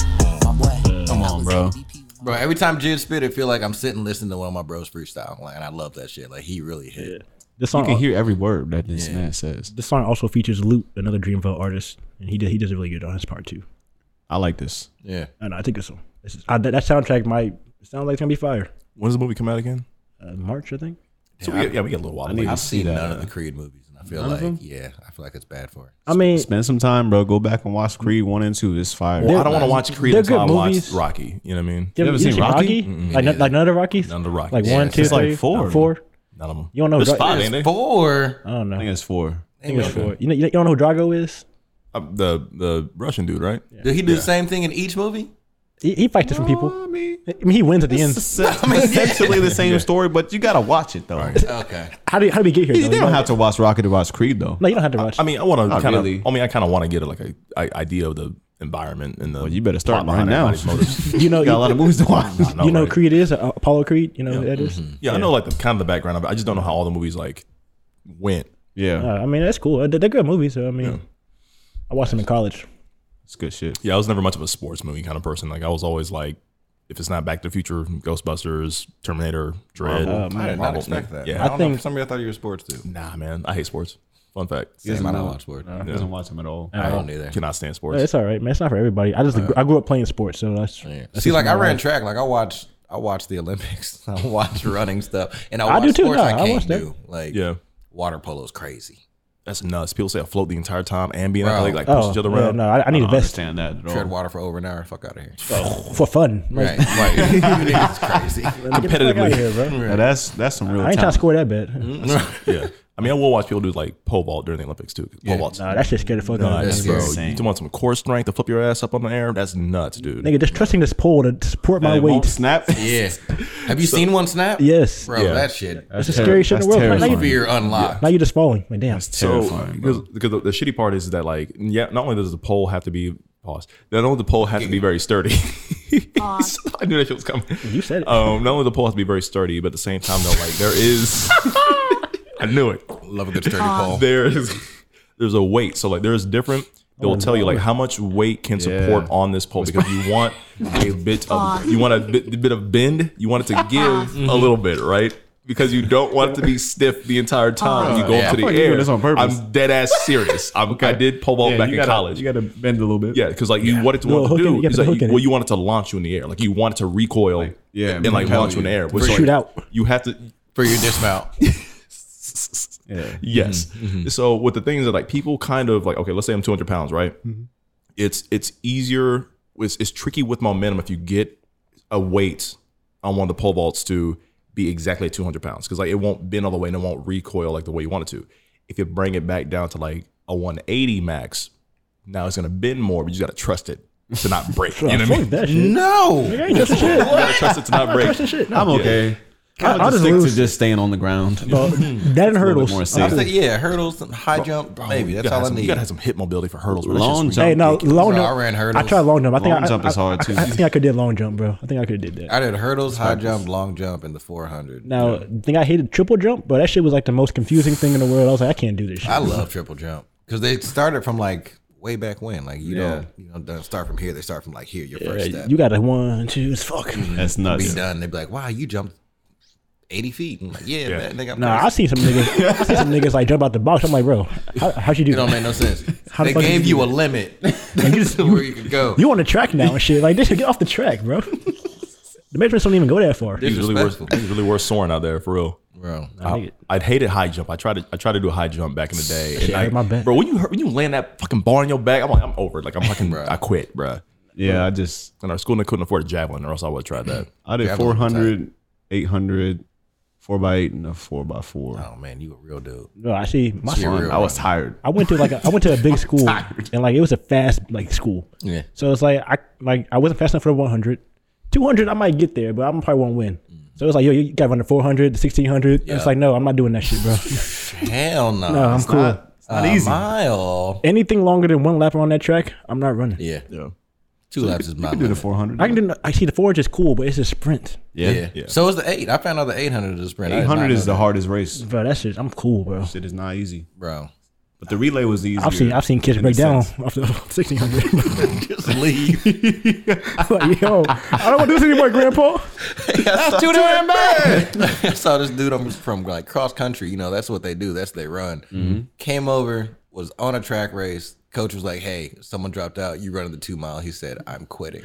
my boy.
Uh,
Come on, bro.
Bro, every time Jid spit, it feel like I'm sitting listening to one of my bros freestyle. Like, and I love that shit. Like he really hit.
You
This song,
can hear every word that this man says.
this song also features Luke, another Dreamville artist, and he did, he does really good on his part too.
I like this.
Yeah.
I know, I think it's one. This is, I, that, that soundtrack might sound like it's gonna be fire.
When does the movie come out again?
Uh, March, I think.
So we, yeah, we get a little while. to wait.
I've seen none of the Creed movies, and I feel like, yeah, I feel like it's bad for it.
I mean,
Spend some time, bro. Go back and watch Creed one and two. It's fire.
Well, I don't want to watch Creed
they're
until I
good
watch
movies.
Rocky. You know what I mean?
you ever seen Rocky? Like, no- like none of the Rockies?
None of the Rockies.
Like
Yeah,
one,
it's
two,
just like
three,
four.
uh, four.
None of them.
You don't know
There's
Dra-
five, ain't there?
Four.
I don't know.
I think it's four.
I think it's four. You know, you don't know who Drago is?
Uh, the the Russian dude, right?
Did he do the same thing in each movie?
He, he fights different people.
I mean,
I mean, he wins at *laughs*
*laughs*
the end.
it's essentially the same story, but you gotta watch it though.
Okay.
How do you, how do we get here?
You
though? You
don't
know-
have to watch Rocket to watch Creed though.
No, you don't have to watch.
I mean, I want to
Not
kind of.
really.
I mean, I kind of want to get like a, a idea of the environment and the.
Well, you better start
plot behind
right now.
everybody's
*laughs*
motives. *laughs*
you know,
You got a lot
you,
of movies to watch.
*laughs*
I know,
you know,
right?
who Creed is uh, Apollo Creed. You know who that is?
Yeah, Mm-hmm. I know like the kind of the background of it. I just don't know how all the movies like went.
Yeah,
Uh, I mean, that's cool. Uh, They're they're good movies. So, I mean, I watched them in college.
it's good shit.
Yeah, I was never much of a sports movie kind of person. Like I was always like, if it's not Back to the Future, Ghostbusters, Terminator, Dread.
Oh,
I did not
Marvel
expect
thing.
that.
Yeah.
I,
Oh, I
don't know.
think-
For some reason, I thought you were sports too.
Nah, man, I hate sports. Fun fact,
Same amount I watch sports.
He doesn't watch him at all.
I don't either.
cannot stand
Uh,
sports.
It's all right, man. It's not for everybody. I just I grew up playing sports, so that's. that's
See,
just
like
my
I ran
life.
track. Like I watched, I watched the Olympics. *laughs* I watched running stuff, and I,
I
watch
do too,
Sports
nah,
I
I
can't
watch that.
do like
Yeah.
water polo's crazy.
That's nuts. People say I float the entire time and being
Bro.
athletic, like push
Oh,
each other
yeah,
around.
no, I, I need a vest
Understand that at
Tread
all.
water for over an hour. Fuck out of here.
*laughs* for fun.
*laughs*
Like,
Right, right. *laughs* You niggas crazy.
Get the fuck outta
Competitively.
here, bro.
Now, that's that's some real
I ain't trying
talent.
to score that bad.
Mm-hmm. *laughs* yeah. I mean, I will watch people do like pole vault during the Olympics too. 'cause Pole
Yeah.
vault's
Nah, that shit scared the fuck out of me.
nuts,
That's
bro.
insane.
You want some core strength to flip your ass up on the air? That's nuts, dude.
Nigga, just trusting this pole to support my
And it
weight.
won't snap?
*laughs* Yeah. Have you seen one snap?
Yes.
Bro, that shit.
That's, the scariest shit in the world. Now you-
Fear unlocked.
Now you're just falling. Like, damn.
So because, because the, the shitty part is that like yeah, not only does the pole have to be pause, not only the pole has to be very sturdy. *laughs* I knew that shit was coming.
You said it.
Um, not only the pole has to be very sturdy, but at the same time though, like there
*laughs*
is, I knew it. Um,
Love a good sturdy pole.
There is, there's a weight. So like there's different. It will tell you like how much weight can support
Oh, Yeah.
on this pole because you want
*laughs*
a bit of you want a bit, bit of bend. You want it to give
Mm-hmm.
a little bit, right? Because you don't want it to be stiff the entire time when you go
Yeah,
up to
I thought
the
you were
air.
doing this on purpose.
I'm dead ass serious. I'm, I did pole vault
Yeah,
back
you
in
gotta-
college.
You got to
*laughs*
bend a little bit.
Yeah, because like you what it to
Little
want
hook
to
in it,
do
you gotta
is
put
like
the
you,
hook in
well, you want it to launch you in the air, like you want it to recoil,
yeah,
and like
propel
launch you in the
you.
air.
For
like,
shoot out.
You have to
for your dismount.
*laughs*
Yeah.
Yes.
Mm-hmm.
So with the things that like people kind of like, okay, let's say I'm 200 pounds, right?
Mm-hmm.
Mhm.
It's it's easier. It's, it's tricky with momentum if you get a weight on one of the pole vaults to be exactly at 200 pounds because like it won't bend all the way and it won't recoil like the way you want it to. If you bring it back down to like a 180 max, now it's gonna bend more, but you gotta trust it to
*laughs*
not break. you know what I mean?
Fuck that shit.
No.
Nigga, I ain't
*laughs*
trusting shit.
You gotta trust it to not break.
Trusting shit. No.
I'm okay.
I-
I, will just
I'll just
stick
lose.
to just staying on the ground. *laughs*
But that and hurdles.
more
I
safe.
was like, yeah, hurdles, and high jump, maybe. That's
gotta
all
have
I
some-
need.
You gotta have some hip mobility for hurdles. bro. That's
Long
just
jump.
Hey, no, long
Bro, I
jump.
ran hurdles.
I tried long jump. I think
Long
I,
jump
I,
is hard,
I-
too.
I, I think I could did long jump, bro. I think I could have did that.
I did hurdles, high jump, long jump, and the 400.
Now, I think I hated triple jump, but that shit was like the most confusing thing in the world. I was like, I can't do this shit.
I love triple jump because they started from like way back when. Like you
Yeah.
don't you don't, don't start from here. They start from like here. Your first step.
You got a one, two, it's fuck.
Mm, That's
be
nuts.
done. They'd be like, wow, you jumped 80 feet. I'm like, yeah, man, nigga, I'm
Nah,
thirsty."
I seen some niggas. I seen some niggas like jump out the box. I'm like, bro, how, how'd you do
it don't
that?
make no sense.
*laughs* How the
they
fuck did
gave
you
you
do
a limit
Like, *laughs* you, just,
*laughs* to where you could go.
you on the track now and shit. Like, this get off the track, bro. The measurements don't even go that far.
He's really worth.
Disrespectful.
He's really worth soaring out there for real.
Bro,
I, I'd hated high jump. I tried to I tried to do a high jump back in the day. And
Shit,
I,
hurt my back.
Bro, when you hurt, when you land that fucking bar on your back, I'm like I'm over. it. Like I'm fucking
Bruh.
I quit, bro.
Yeah, I just
And our school they couldn't afford a javelin, or else I would have tried that.
*clears throat* I did
Javelin
400, 800, 4x8, and a 4x4.
oh man, you a real dude.
No, I see. My
You're a real
I was
runner.
tired.
I went to like a, I went to a
*laughs*
big school and like it was a fast like school.
Yeah.
So it's like I like I wasn't fast enough for the 100. 200 I might get there, but I'm probably won't win. So it's like yo, you got to run the 400, 1600. And it's like no, I'm not doing that shit,
*laughs*
bro.
Hell no.
No, I'm cool.
it's not easy. Mile.
Anything longer
*laughs*
than one lap around that track, I'm not running.
Yeah.
Yeah.
Two laps is
I
my
can do the
limit.
400.
I can do. I see the 400 is cool, but it's a sprint,
Yeah.
Yeah. So is the eight. I found out the 800 is the sprint. I did not
800 is
know
the hardest race.
bro. That's just I'm cool, bro.
Shit is not easy.
that, bro.
But the relay was easier.
I've seen I've seen kids
It
break
makes
down
sense.
off the 1600.
*laughs*
Just leave.
*laughs* like yo, I don't want to do this anymore,
*laughs*
Grandpa.
*laughs* that's too damn bad. *laughs* I saw this dude I'm from like cross country. You know, that's what they do. That's they run.
Mm-hmm.
Came over, was on a track race. Coach was like, "Hey, someone dropped out. You running the two mile." He said,
*laughs*
"I'm quitting."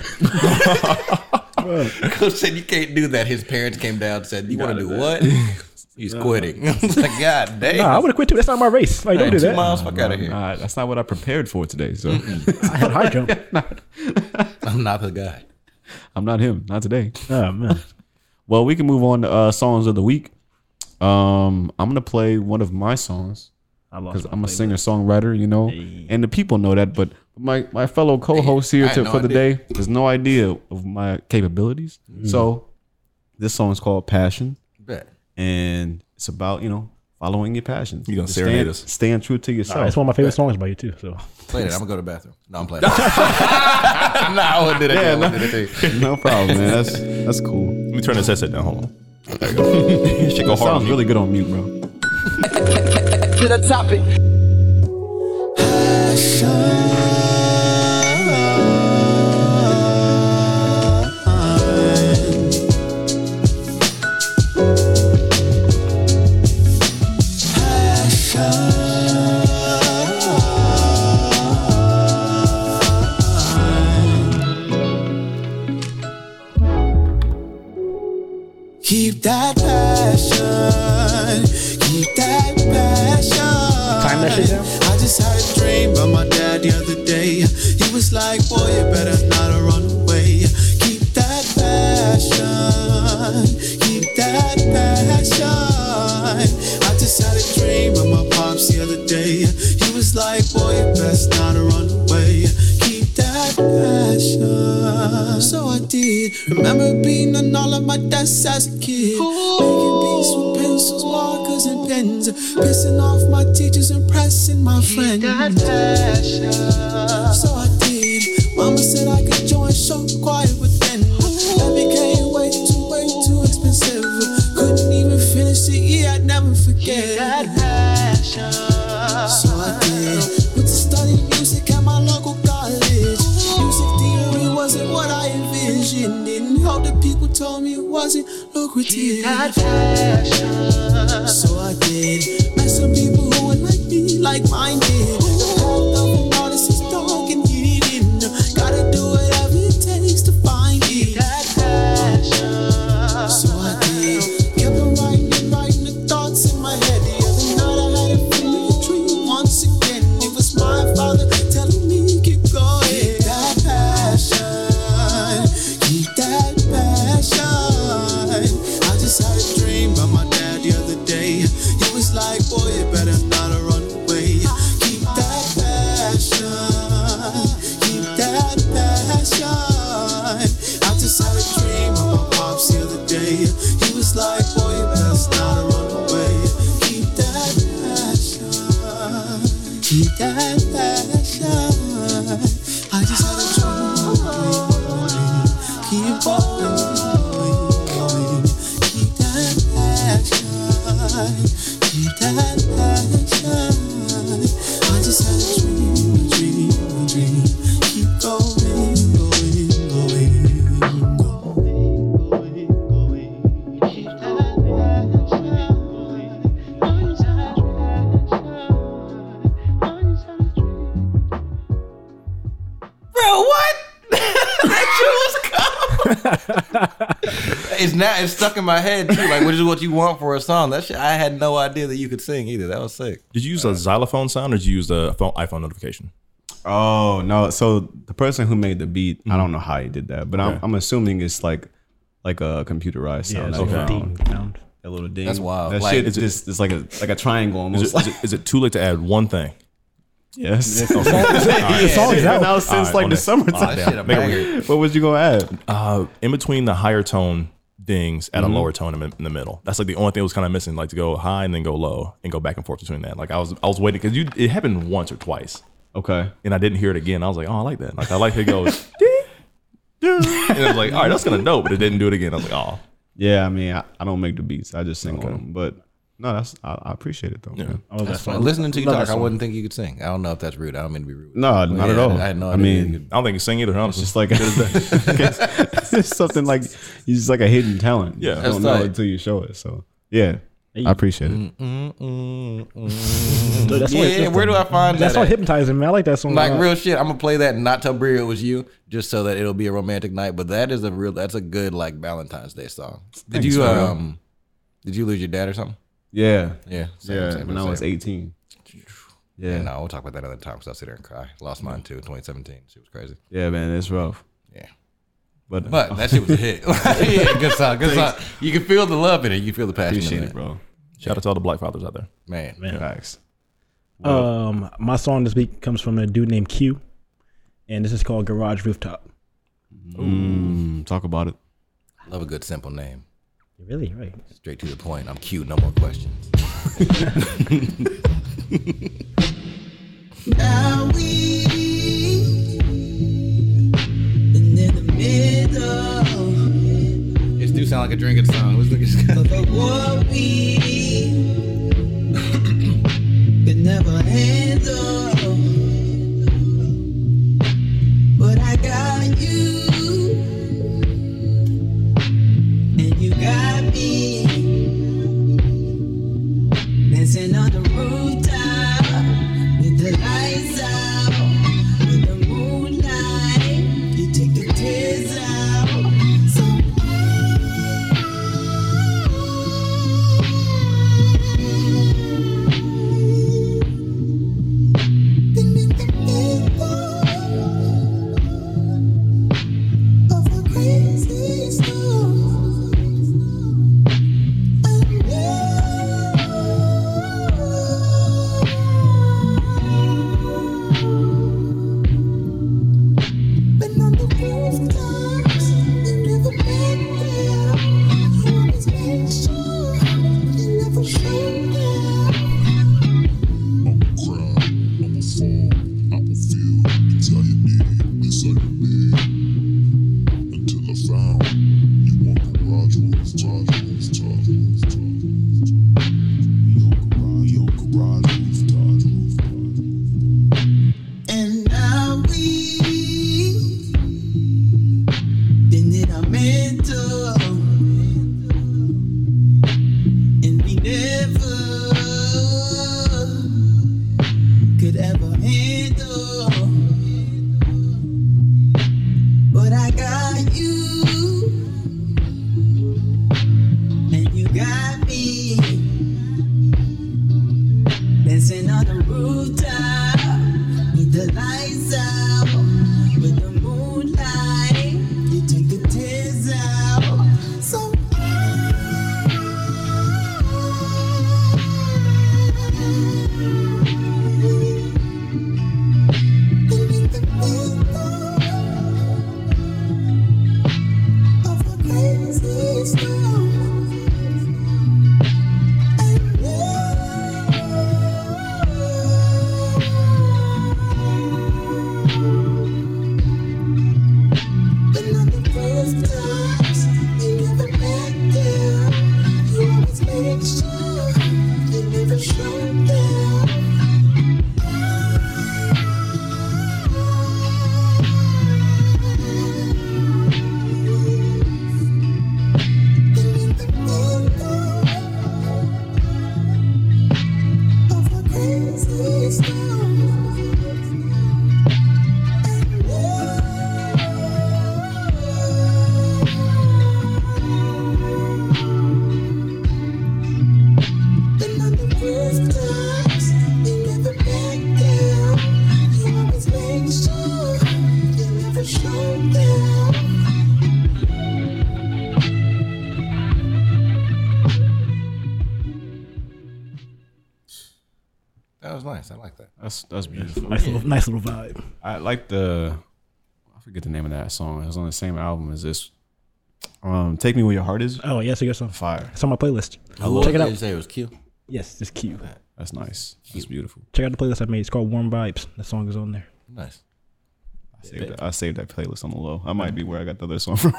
Coach said, "You can't do that." His parents came down and said, "You, want to do what?"
*laughs*
He's quitting. *laughs* I was like, "God damn!"
Nah, I would have quit too. That's not my race. Like
Hey,
don't do
two
that.
miles, fuck out of here.
Nah, that's not what I prepared for today. So
I had high
*laughs*
jump.
*laughs* I'm not the guy.
I'm not him. Not today.
*laughs* Oh man.
Well, we can move on to uh, songs of the week. Um, I'm gonna play one of my songs
I lost
because
my
I'm a
place.
singer songwriter, you know, and the people know that. But my my fellow co-host
I
here
had
to,
no
for the
idea.
day has no idea of my capabilities.
Mm.
So this song is called Passion,
Bet.
and it's about you know following your passion.
You gonna
Just
serenade
staying-
us.
Staying true to yourself.
It's one of my favorite songs by you too. So
Play that. I'm gonna go to the bathroom. No, I'm playing. no, I wouldn't do that. I wouldn't do that thing.
no problem, man. That's that's cool.
Let me turn this headset down. Hold on. There you go. Shit go hard.
Sounds
on you.
really good on mute, bro.
to the topic. Keep that passion. Keep that passion.
Time that shit down?
I just had a dream about my dad the other day. He was like, boy, you better not run away. Keep that passion. Keep that passion. I just had a dream about my
my desk as a kid. Making beats with pencils, markers, and pens. Pissing off my teachers and pressing my friends. So I did. Mama said I could join show choir, but then that became way too, way too expensive. Couldn't even finish the year, I'd never forget. So I did. Went to study music at my local college. Music theory wasn't what I envisioned. Didn't help the people told me it wasn't lucrative. So I did. Met some people who were like me, like mine did. The path of an artist is dark and hidden. Gotta do whatever it takes to find it. So I did. Kept on writing and writing the thoughts in my head. The other night I had a feeling dream once again. It was my father telling me, keep going. Keep that passion. Keep that passion. I just had a dream about my dad the other day. He was like, boy, you better not run away. Keep that passion. Keep that passion. I just had a dream about my pops the other day. He was like, boy, you best not run away. Keep that passion. Keep that passion. I just had a dream. Keep on. Keep that passion. Keep that passion. I just had a dream, a dream, a dream. Keep going, going, going.
Bro, what? *laughs* that shit was cold. it's now it's stuck in my head too. Like, which is what you want for a song? That shit, I had no idea that you could sing either. That was sick. Uh,
Did you use a xylophone sound or did you use the phone, iPhone notification?
Oh no! So the person who made the beat, I don't know how he did that, but I'm,
Okay.
I'm assuming it's like like a computerized sound.
Yeah, it's
that
like a
you
ding
found. A little ding.
That's wild.
That
Like-
shit is just it's like a like a triangle almost.
Is it, is, it, is it too late to add one thing? *laughs*
Yes.
Okay.
*laughs* The song is-
All right.
the song is out. Now since,
All right,
like,
on
the
that.
summertime.
All right,
That shit a
make it
banger.
weird.
What was you gonna add?
Uh, in between the higher tone dings at
Mhm.
a lower tone in, the- in the middle. That's like the only thing that was kind of missing. Like to go high and then go low and go back and forth between that. Like I was I was waiting because you it happened once or twice.
Okay.
And I didn't hear it again. I was like, oh, I like that. Like I like it goes. *laughs* ding, ding. and it was like, all right, that's kind of dope. But it didn't do it again. I was like, oh.
Yeah, I mean, I, I don't make the beats. I just sing on them. But no, that's I, I appreciate it though. man.
Oh, That's fine. Listening to you talk, I wouldn't think you could sing. I don't know if that's rude. I don't mean to be rude.
No,
But
not
yeah,
at all.
I had no
I
idea.
mean-
you could-
I don't think you sing either. Honestly,
just like *laughs* it's just something like you just like a hidden talent.
Yeah.
you
That's
don't know
tight.
until you show it. So yeah, I appreciate
Mm.
Mm,
it.
*laughs* Dude, that's what-
yeah, where do I find
That's
that?
all
at?
hypnotizing, man. I like that song. a
Like
lot.
real shit. I'm gonna play that and not tell Bria it was you, just so that it'll be a romantic night. But that is a real. That's a good like Valentine's Day song. Did
Thanks,
you
bro.
um? Did you lose your dad or something?
Yeah,
Yeah.
yeah. when I was eighteen.
Yeah.
Yeah.
No, we'll talk about that another time because I'll sit there and cry. Lost mine too in 2017. She was crazy.
Yeah, man, it's rough.
Yeah.
But
But Uh, that shit was a hit. *laughs* yeah, good song. Good song.
Thanks.
You can feel the love in it. You can feel the passion.
Appreciate
in
it, bro.
Shout out to all the black fathers out there.
Man.
Man.
Facts.
Um, my song this week comes from a dude named Q, and this is called Garage Rooftop.
Mm, talk about it.
Love a good simple name.
Really, right?
Straight to the point. I'm cute. No more *laughs* questions.
Are we in the middle
It do sound like a drinking song. Let's look at this guy.
of what we could never handle? But I got you, and you got me dancing on the rooftop with the lights out, with the moonlight. You take the tears out. So
was nice. I like that.
That's that's beautiful.
Nice little- nice little vibe.
I like the I forget the name of that song. It was on the same album as this. Um, Take Me Where Your Heart Is.
Oh yes, I guess so.
Fire.
It's on my playlist.
I love
Check it
that
out.
you say it
was Q?
Yes, it's Q.
That's nice. That's beautiful.
Check out the playlist I made. It's called Warm Vibes. That song is on there.
Nice.
I saved, that, I saved that playlist on the low. I might be where I got the other song from.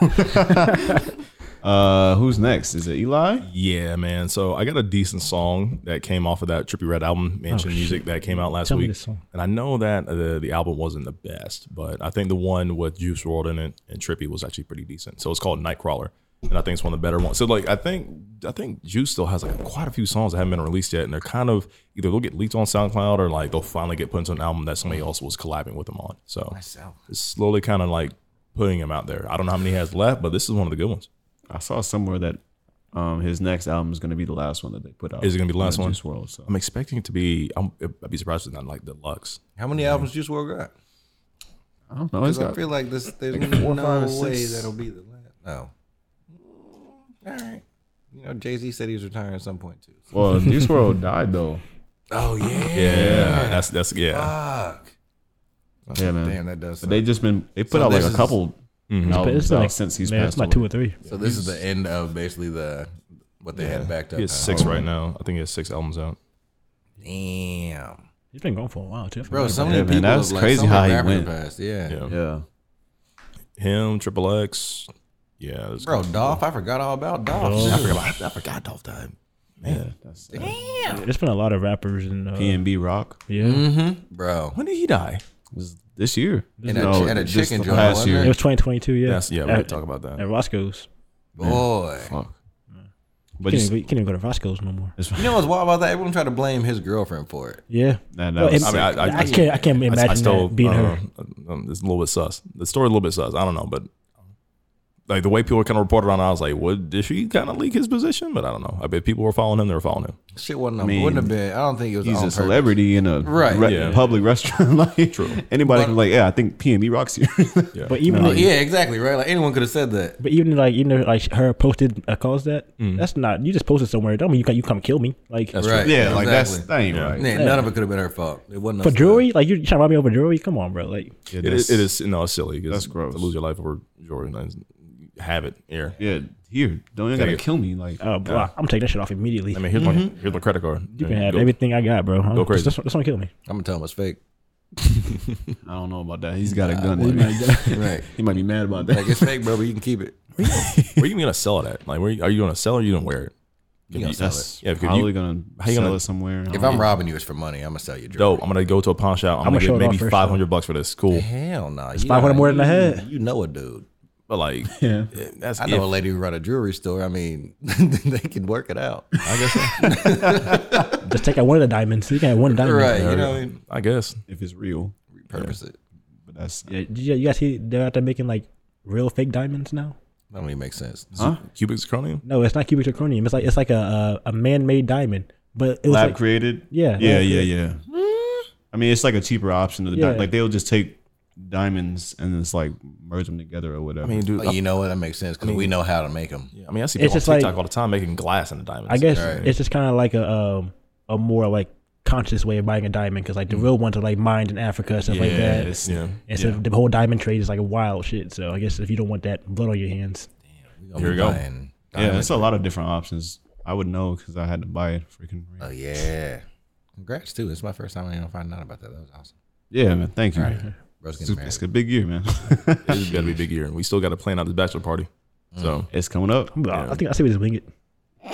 uh, who's next? Is it Eli?
Yeah, man. So I got a decent song that came off of that Trippy Red album, Mansion
shit.
Music, that came out last
Oh, Tell me
week.
this song.
And I know that the, the album wasn't the best, but I think the one with Juice World in it and Trippy was actually pretty decent. So it's called Nightcrawler, and I think it's one of the better ones. So like I think I think Juice still has like quite a few songs that haven't been released yet, and they're kind of either they'll get leaked on SoundCloud or like they'll finally get put into an album that somebody else was collabing with them on. So it's slowly kind of like putting him out there. I don't know how many he has left, but this is one of the good ones.
*laughs* I saw somewhere that um, his next album is going to be the last one that they put out.
Is it gonna be the last one?
Juice World. So.
I'm expecting it to be. I'm, I'd be surprised if it's not like deluxe.
How many albums Juice World got?
I don't
Because I feel like this. There's no way that'll be the last. No. All right. Oh. Mm, You know, Jay Z said he was retiring at some point too. so- *laughs*
Well, Juice World died though.
Oh yeah.
Yeah, that's that's yeah.
*laughs* Fuck.
Yeah, man.
Damn, that does.
But they
suck.
just been they put
So
out like
this
a
is-
couple
Mhm.
albums
It's not-
like, since he's
man, it's
passed
not
away.
two or three.
So this is the end of basically the what they had backed up.
He has
huh?
six right now. I think he has six albums out.
Damn.
He's been gone for a while too.
Bro, so
some
many
Yeah, man,
people.
that's
have, like,
crazy
so many
how he
rappers
went.
Passed. Yeah.
Yeah,
Yeah.
him, Triple X. Yeah, there's-
Bro, Dolph, I forgot all about Dolph.
Dolph.
I forgot. About, I forgot Dolph died.
Yeah, that's
There's been a lot of rappers and uh,
PNB Rock
yeah.
Mm-hmm. Bro,
When did he die?
was this year.
And a- and a
just
chicken
the
joint,
last
wasn't
year.
it?
It was 2022. Yeah.
That's- yeah, we
At-
didn't talk about that.
At Roscoe's.
boy.
Fuck.
You
But
can't,
just,
even, go- you can't even go to Roscoe's *laughs* no more.
You know what's wild about that? Everyone tried to blame his girlfriend for it.
Yeah.
nah, that
Well,
was
it-
uh, I mean, I- I-
I can't. I can't imagine that being
I
her.
don't know. Um, it's a little bit sus. The story's a little bit sus. I don't know, but like the way people kind of reported on it, I was like, "What did she kind of leak his position?" But I don't know. I bet people were following him. They were following him.
Shit wasn't.
mean,
wouldn't have been. I don't think it was.
he's
on
a
purpose.
celebrity in a
Right.
re-
Yeah.
public *laughs* restaurant. like
True.
anybody
But-
can be like, yeah, I think PNB Rock's here.
Yeah.
But even
No,
like,
Yeah, exactly. Right. Like anyone could have said that.
but even like you know like her posted uh, caused that.
Mm.
That's not you just posted somewhere. Don't mean you come you come kill me like
That's
right.
yeah, like that's
exactly.
that ain't
Yeah.
right.
Yeah, None of it could have been her fault. It wasn't
for
us.
jewelry. Like you trying to rob me over jewelry? Come on, bro. Like
Yeah,
It is. It is. No, it's silly. 'cause
That's gross.
To lose your life over Jordan, that's- have it here.
Yeah, here, don't you gotta
it.
kill me. Like,
oh, bro, I'm taking that shit off immediately. Mm-hmm.
I mean, here's my here's my credit card.
you can have
Go-
everything I got, bro. Huh?
Go crazy.
That's, that's gonna kill me.
I'm gonna tell him it's fake.
*laughs* I don't know about that. He's got a gun. *laughs*
Right.
he might be mad about that.
Like it's fake, bro. But you can keep it.
*laughs* Where you gonna sell it at? Like, where you- are you gonna sell it or you gonna wear it?
You gonna sell it.
That's
Yeah, because you-
probably gonna
how
sell
you gonna-
it somewhere. I
If
don't
I'm
know.
robbing you, it's for money. I'm gonna sell you jewelry.
Dope. I'm gonna go to a pawn shop. I'm,
I'ma
gonna
show
get
it
maybe
off first,
500 bucks for this. Cool.
Hell no. It's
500 more than I had.
You know a dude.
But like,
*laughs* Yeah.
that's
I know a
if-
lady who run a jewelry store. I mean, *laughs* they can work it out.
I guess. So.
*laughs*
Just take out one of the diamonds. You can have one diamond.
right. You know what I mean?
I guess.
if it's real,
Repurpose it.
but that's
Yeah, did you, you guys see they're out there making like real fake diamonds now?
That don't even make sense.
huh?
Cubic zirconium.
No, it's not cubic zirconium. It's like it's like a a, a man made diamond, but it was
lab
like
created.
Yeah,
yeah,
lab
yeah, yeah. I mean, it's like a cheaper option. To the di-
Yeah.
like they'll just take diamonds and it's like merge them together or whatever.
I mean, dude.
But you know what? That makes sense because we know how to make them.
I, I mean, I see people
It's
on
just like-
TikTok all the time making glass into diamonds.
I guess
Right.
it's just kind of like a um, a more like conscious way of buying a diamond because like
Mm.
the real ones are like mined in Africa and stuff like that.
it's-
Yeah.
And so the whole diamond trade is like wild shit. So I guess if you don't want that blood on your hands,
We gonna
Here
be
we go.
buying
yeah,
diamonds.
it's a lot of different options. I would know because I had to buy it. Freaking
Oh yeah. Congrats too. It's my first time I even finding out about that. That was awesome.
yeah, man. Thank you.
Bro's
It's,
getting
it's a
married.
big year, man.
It's got to be big year, and we still got to plan out this bachelor party.
Mm.
So
it's coming up.
I'm- I think I say we just wing it,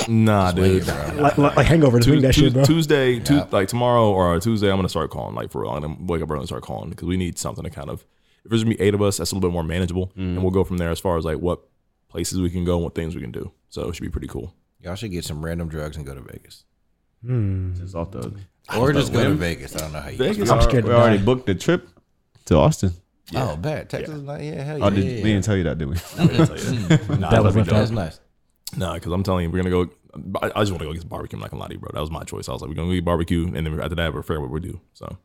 nah, dude. *laughs*
like, like, like hangover, just wing
Tues-
that
Tues-
shit, bro.
Tuesday, Tu- like tomorrow or Tuesday, I'm gonna start calling. Like for real, I'm gonna wake up early and start calling because we need something to kind of. If there's gonna be eight of us, that's a little bit more manageable,
Mm-hmm.
and we'll go from there as far as like what places we can go and what things we can do. So it should be pretty cool.
Y'all should get some random drugs and go to Vegas,
It's off the.
or just go to Vegas. I don't know how you.
Vegas,
Hmm. I'm scared.
We
to die.
already booked the trip to Austin.
Oh, bad. Texas is not. Yeah, hell yeah.
Oh, did,
yeah,
We
yeah.
didn't tell you that, did we? *laughs*
nah,
That was
that'd be
my
dope.
That's nice.
Nah, because I'm telling you, we're gonna go. I, I just want to go get some barbecue. I'm not gonna lie to you, bro. That was my choice. I was like, we're gonna go get barbecue, and then after that, we're fair what we do. So,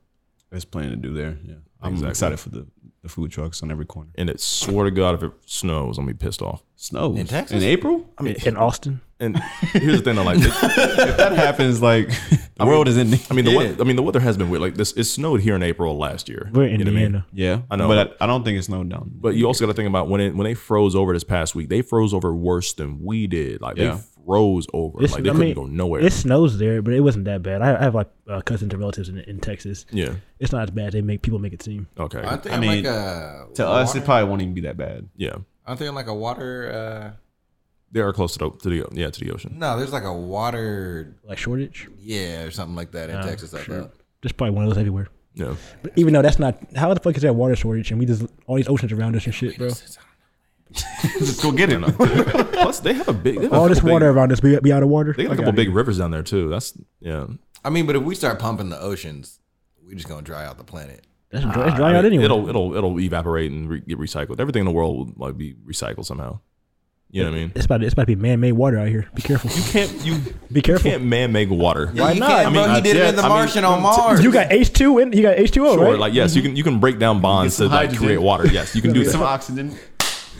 There's plenty to do there. Yeah, I'm
Exactly.
excited for the, the food trucks on every corner.
and it swear to God, if it snows, I'm gonna be pissed off.
Snow
In Texas?
in April.
I mean,
in Austin.
*laughs*
and here's the thing, though, like,
If that happens, like
I
world is ending.
I mean, the
Yeah.
weather, I mean, the weather has been weird. Like this, it snowed here in April last year.
We're in
You know what I mean?
Indiana. Yeah,
I know,
but I, I don't think it snowed down.
But you also got to think about when it when they froze over this past week, they froze over worse than we did. Like
Yeah.
they froze over,
It's-
like they
I
couldn't
mean,
go nowhere.
It snows there, but it wasn't that bad. I, I have like uh, cousins and relatives in, in Texas.
Yeah.
it's not as bad. They make people make it seem.
Okay,
I think like a
to us,
water-
it probably won't even be that bad.
Yeah,
Aren't they in like a water? Uh,
they are close to the, to the yeah to the ocean.
no, there's like a water
like shortage.
Yeah, or something like that in
Uh,
Texas. I
sure.
thought.
There's probably one of those everywhere.
Yeah.
But even though that's not how the fuck is that water shortage and we just all these oceans around us and shit, bro.
Just go get it.
*laughs*
Plus, they have a big they have a
All this
couple big-
water around us be, be out of water.
They got a
Fuck
couple
outta
big
here.
rivers down there too. That's yeah.
I mean, but if we start pumping the oceans, we're just gonna dry out the planet.
That's
Nah,
dry, it's
I
dry out
mean,
anyway.
Ah, It'll it'll it'll evaporate and re- get recycled. Everything in the world will like be recycled somehow. You know what I mean?
It's about it's about to be man made water out here. Be careful. You
can't you
be careful.
Can't man make water?
Why
you
not?
can't,
I
bro.
mean,
he
not
did it
yet.
in the
I mean,
Martian on Mars.
You got H two in you got H two O
Sure,
right?
like yes, you can you can break down bonds to
some
like,
hydrogen.
create water.
*laughs*
Yes, you can do
Get
that.
some oxygen.
*laughs*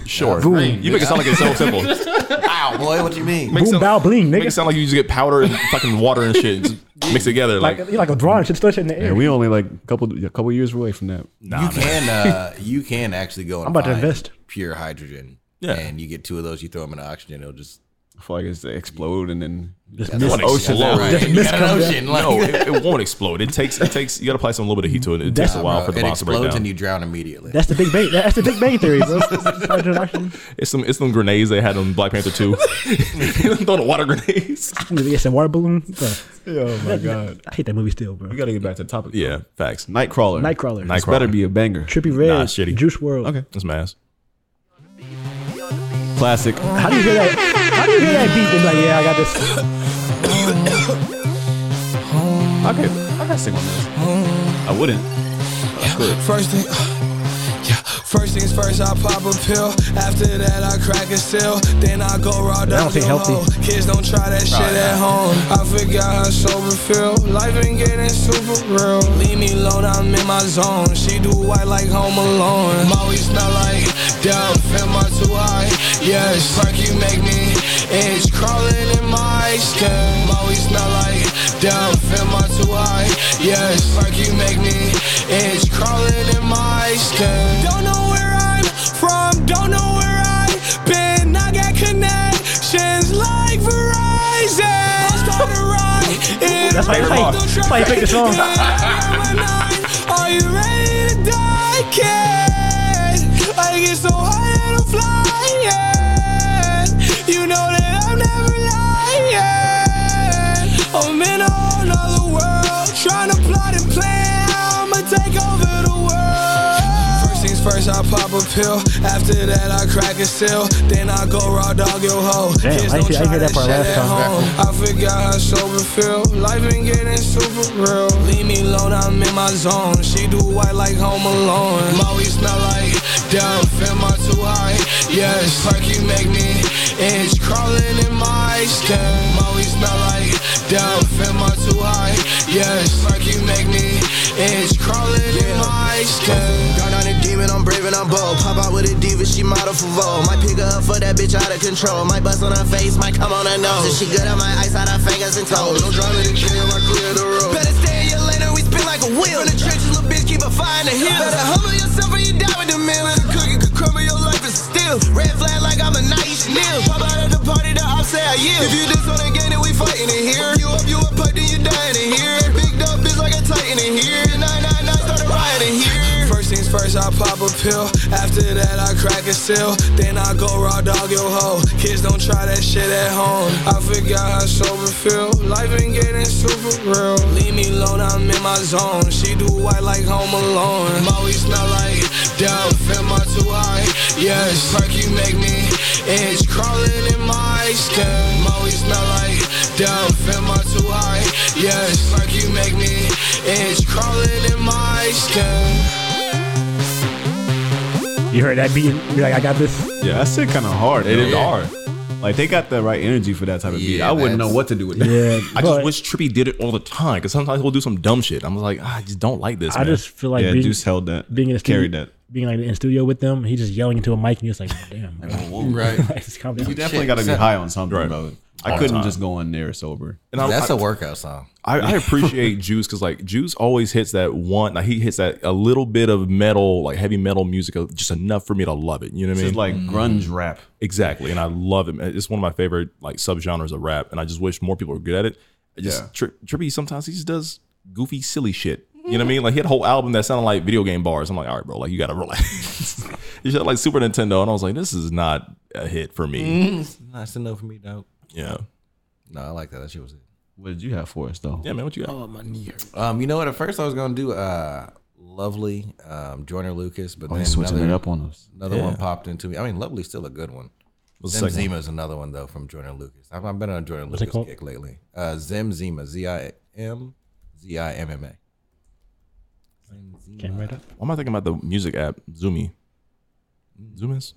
Sure,
Boom.
you make it sound
*laughs*
like it's so simple.
Ow, boy, what you mean?
Make sound-
bow bling,
Make it sound like you just get powder and fucking water and shit and just mix it together.
like,
Like,
you're like a drawing shit stuck in the
Yeah,
air.
we only like a couple a couple years away from that.
you can uh, you can
*laughs*
actually go. And
I'm about to
find
invest.
pure hydrogen.
Yeah.
and you get two of those. You throw them in oxygen, it'll just
I feel like it's they explode and then
Just
That's miss- what
ocean
explode.
explode. *laughs*
Just
You
miss
got an
comes
ocean,
out.
like- no, it, it won't explode. It takes it takes. You got to apply some little bit of heat to it. It takes a while for the
it
box to break
explodes
down.
and you drown immediately.
That's the big bang. That's the big bang theory, bro. *laughs* Hydrogen, oxygen.
It's some it's some grenades they had on Black Panther
*laughs*
two. Throwing water
*laughs*
grenades.
You get some water balloon. Bro.
Oh my god.
I hate that movie still, bro.
We gotta get back to the topic.
*laughs* Yeah, facts.
Nightcrawler.
Nightcrawler.
This better
Nightcrawler.
be a banger.
Trippy Red.
Nah, shitty.
Juice World.
Okay.
It's mass.
Classic.
How do you hear that? How do you hear that beat? It's like, yeah, I got this.
I could I could sing on this. I wouldn't.
First thing, *sighs* yeah. First things first, I pop a pill. After that, I crack a seal. Then I go raw
That don't
down
seem
the
healthy.
hole. Kids don't try that shit
Probably
at home. I forgot how sober feel. Life ain't getting super real. Leave me alone, I'm in my zone. She do white like Home Alone. Molly smell like dope. Am I too high? Yes, like you make me itch. Crawling in my skin. Molly smell like dope. Am I too high? Yes, like you make me itch. Crawling in my skin. Don't know where I'm from. Don't know where I been. I got connections like Verizon. I start to ride. in
That's why- that's why-
random
that's why you picked the song.
traffic. Are you ready to die, kid? I get so high that I'm flying. You know that I'm never lying. I'm in a whole nother world, trying to plot and plan. how I'ma take over the world. First things first, I pop a pill. After that, I crack a seal. Then I go raw dog your hoe.
Damn,
Kids
I
don't
hear- I
try
hear that part
shit
last
at
time.
home. I forgot how sober feel. Life ain't getting super real. Leave me alone, I'm in my zone. She do white like Home Alone. Molly smell like death. Am I too high? Yes, like you make me itch. Crawling in my skin. Molly smell like death. Am I too high? Yes, like you make me itch. Crawling in my skin.
Guard on a demon, I'm brave and I'm bold. Pop out with a diva, she model for Vogue. Might pick her up for that bitch out of control. Might bust on her face, might come on her nose. If she good on my ice, out her fingers and toes. Don't drive in the gym, I clear the road. Better stay in your lane or we spin like a wheel. In the trenches, little bitch, keep a fire in the hill. Better humble yourself or you die with the meal. And the cookie could crumble your life is still. Red flag like I'm a night, you should kneel. Pop out at the party, the ops say I yield. If you just on the game, then we fighting in here. You up, you up, pipe, then you dying in here. Big dog bitch like a titan in here. 999 started rioting here.
First things first, I pop a pill. After that, I crack a seal. Then I go raw dog your hoe. Kids don't try that shit at home. I forgot how sober feel. Life ain't getting super real. Leave me alone, I'm in my zone. She do white like Home Alone. Molly smell like death. Am I too high? Yes, like you make me itch. Crawling in my skin. Molly smell like death. Am I too high? Yes, like you make me itch. Crawling in my skin.
You heard that beat? You're like, I got this.
Yeah,
that shit kind of hard.
It
though.
is hard.
Like they got the right energy for that type of beat.
Yeah,
I wouldn't know
that's-
what to do with that.
Yeah,
I just wish Trippy did it all the time because sometimes he'll do some dumb shit. I'm like, "Ah, I just don't like this.
I
man."
just feel like
Yeah, Juice held that.
Being in the
Carried
studio,
that.
Being like in the studio with
*laughs*
them, he just yelling into a mic, and you're just like, damn. bro.
Right.
*laughs* Like, just calm down.
You definitely got to be high on something, bro. I
all the
couldn't
time.
just go in there sober.
That's
a
a workout song.
I, I appreciate *laughs* Juice because like Juice always hits that one. Like he hits that a little bit of metal, like heavy metal music, uh, just enough for me to love it. You know what I
This
mean?
is like grunge rap,
Mm. exactly. And I love it. man. It's one of my favorite like subgenres of rap, and I just wish more people were good at it. I just
Yeah.
Tri- Trippy sometimes he just does goofy, silly shit. You
Mm-hmm.
know what I mean? Like he had a whole album that sounded like video game bars. I'm like, all right, bro, like you gotta relax. *laughs* he had like Super Nintendo, and I was like, this is not a hit for me.
It's *laughs* nice to know for me, though.
Yeah.
No, I like that. That shit was it.
What did you have for us though?
Yeah, man, what you got?
Oh, my knee hurt. Um, you know what? At first, I was gonna do uh, Lovely, um, Joyner Lucas, but
Oh,
then
he's switching
another,
it up on us.
Another
Yeah.
one popped into me. I mean, Lovely's still a good one.
What's the
Zim
second
Zima is another one though from Joyner Lucas. I've, I've been on a Joyner
What's it
Lucas
called?
kick lately. Uh, Zim Zima, Z I M Z I M M A.
Came right up.
Why am I thinking about the music app Zoomy? Zoomies?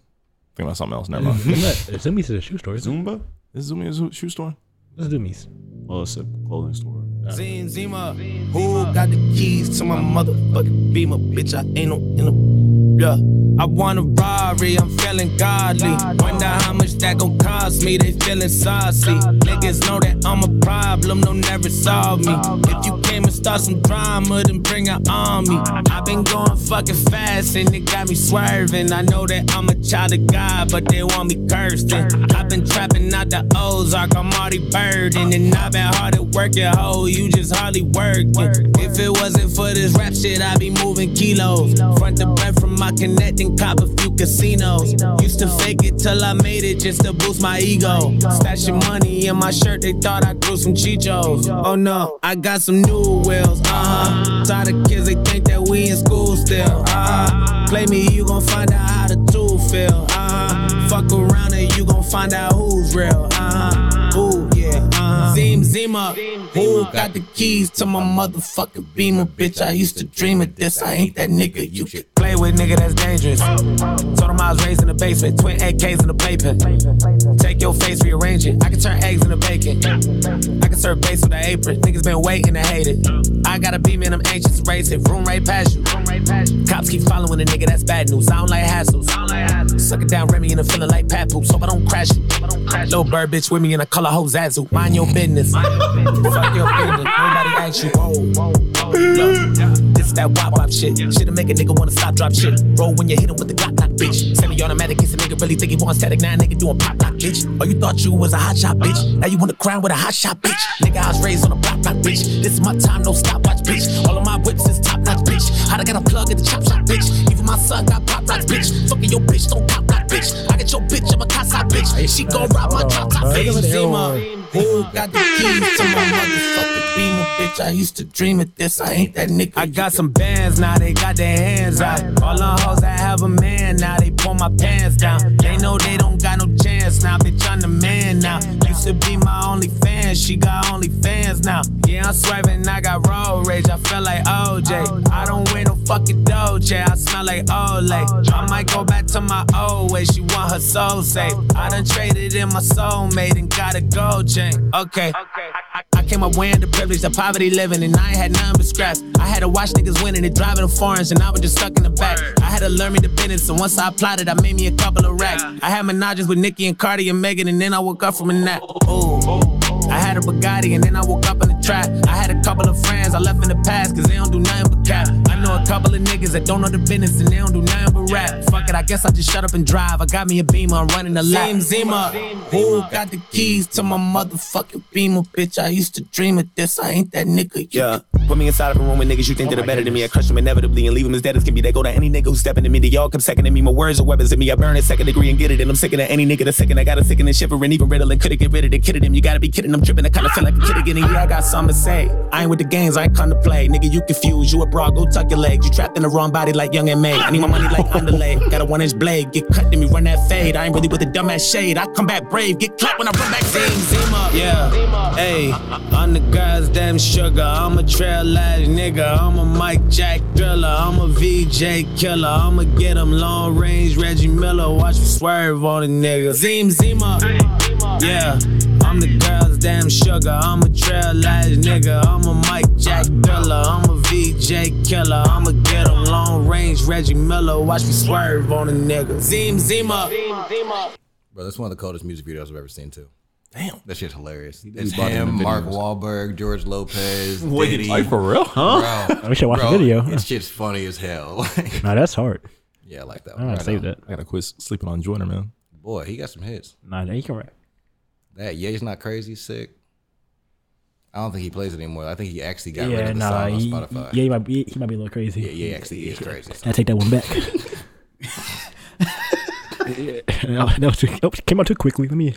Thinking about something else. *laughs*
*laughs*
Never mind. *laughs*
Zoomies is a shoe store.
Zumba?
Is Zoomies a shoe store?
It's Zoomies.
Well, Oh, it's a clothing store.
Zin Zima, who got the keys to my motherfucking beamer? Bitch, I ain't no in a yeah. I want a Rari, I'm feeling godly. Wonder how much that gon' cost me. They feeling saucy. Niggas know that I'm a problem, they'll never solve me. If you came and start some drama, then bring an army. I've been going fucking fast and it got me swerving. I know that I'm a child of God, but they want me cursed. And I've been trapping out the Ozark, I'm already burdened. And I've been hard at work, your hoe, you just hardly working. If it wasn't for this rap shit, I'd be moving kilos. Front to rent from my connecting, cop a few casinos. Used to fake it till I made it just to boost my ego. Stashing money in my shirt, they thought I grew some Chichos. Oh no, I got some new wheels, uh huh. Tired of kids, they think that we in school still, uh huh. Play me, you gon' find out how the two feel, uh huh. Fuck around and you gon' find out who's real, uh huh. Ooh, yeah, uh huh. Zim Zima, who got the keys to my motherfucking beamer, bitch? I used to dream of this, I ain't that nigga you should play with, nigga, that's dangerous. Told him I was raised in the basement, twin AKs in the playpen. Take your face, rearrange it. I can turn eggs into bacon. I can serve base with an apron. Niggas been waiting to hate it. I got a beam and I'm anxious to race it. Room right past you. Cops keep following a nigga, that's bad news. I don't like hassles. Suck it down, Remy, and I'm feeling like Papoose. Hope I don't crash you. Little bird bitch with me and I call her hoe Zazu. Mind your business. Fuck your business. Nobody ask you. Whoa, whoa, whoa. Look, This that wop wop shit. Shit'll make a nigga wanna stop drop shit. Roll when you hit him with the Glock Glock bitch. Semi automatic case a nigga really think he want static. Now a nigga doing pop pop bitch. Oh, you thought you was a hot shot bitch. Now you wanna grind with a hot shot bitch. Nigga, I was raised on a block block bitch. This is my time, no stopwatch bitch. All of my whips is top notch bitch. How to get a plug at the chop shop bitch. Even my son got pop rocks bitch. Fucking your bitch, don't cop rock bitch. I get your bitch, I'm a casa bitch. She gon' rob my drop top bitch. Zima, who got the keys to my motherfucking beamer, bitch? I used to dream of this. I ain't that nigga. I got some bands now, they got their hands out. All the hoes that have a man now, they pull my pants down. They know they don't got no chance now, bitch. I'm the man now. Used to be my only fan, she got only fans now. Yeah, I'm swerving, I got road rage. I feel like OJ. I don't wear no fucking Doja, I smell like Olay. I might go back to my old way. She want her soul safe. I done traded in my soulmate and got a gold chain. Okay. I came up wearing the privilege of poverty living, and I ain't had none but scraps. I had to watch niggas winning and driving the foreigns, and I was just stuck in the back. I had to learn me dependence, and once I plotted, I made me a couple of racks. I had menages with Nicki and Cardi and Megan, and then I woke up from a nap. Ooh. I had a Bugatti, and then I woke up in the trap. I had a couple of friends I left in the past, cause they don't do nothing but cap. I know a couple of niggas that don't know the business, and they don't do nothing but rap. Fuck it, I guess I just shut up and drive. I got me a beamer, I'm running a lap. Zim Zima, who got the keys to my motherfucking beamer, bitch? I used to dream of this, I ain't that nigga.
Yeah. Put me inside of a room with niggas you think that are better than me. I crush them inevitably and leave them as dead as can be. They go to any nigga who's stepping to me. They all come second to me. My words are weapons at me. I burn it second degree and get it. And I'm sick of any nigga that's sick. And I got a sick and shivering. Even riddling. Could've get rid of the kid of them. You gotta be kidding. I'm tripping. I kinda feel like a kid again. And yeah, I got something to say. I ain't with the games. I ain't come to play. Nigga, you confused. You a broad. Go tuck your legs. You trapped in the wrong body like Young and May. I need my money like underlay. Got a one inch blade. Get cut to me. Run that fade. I ain't really with the dumbass shade. I come back brave. Get clapped when I run back. Zing, Zima.
Yeah, hey, I'm the goddamn sugar. I'm a trail ass nigga. I'm a Mike Jack thriller. I'm a VJ killer. I'ma get him long range Reggie Miller. Watch me swerve on a nigga. Zim Zima. Yeah, I'm the girl's damn sugar. I'm a trail ass nigga. I'm a Mike Jack thriller. I'm a VJ killer. I'ma get him long range Reggie Miller. Watch me swerve on a nigga. Zim Zima.
Bro, that's one of the coldest music videos I've ever seen too.
Damn,
that shit's hilarious.
did
It's
body in
him,
the
Mark
videos.
Wahlberg, George
*laughs*
Lopez.
Wait,
Diddy.
like, for real? Huh?
Bro,
I wish I watched
bro,
the video.
It's shit's funny as hell. *laughs* Like,
Nah, that's hard.
Yeah, I like that
I
one.
gotta
Right
save
on.
that.
I gotta quit sleeping on Joyner, man.
Boy, he got some hits.
Nah, you can rap.
That yeah, he's not crazy sick. I don't think he plays it anymore. I think he actually got rid
Yeah,
of the
nah.
song on
He,
Spotify.
yeah, he might be. He might be a little crazy. Yeah,
yeah, actually, he is crazy.
I take that one
*laughs*
back. Yeah, that was too, oops, came out too quickly. Let me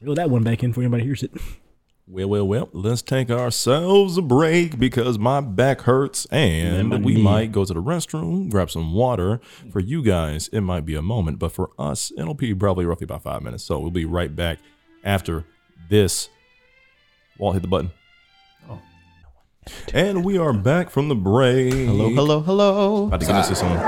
reel that one back in before anybody hears it.
Well, well, well, let's take ourselves a break because my back hurts and
And my
we
knee.
might go to the restroom, grab some water. For you guys, it might be a moment, but for us, it'll be probably roughly about five minutes. So we'll be right back after this. Walt, hit the button.
Oh.
And we are back from the break. Hello,
hello, hello.
About to get into some. they're,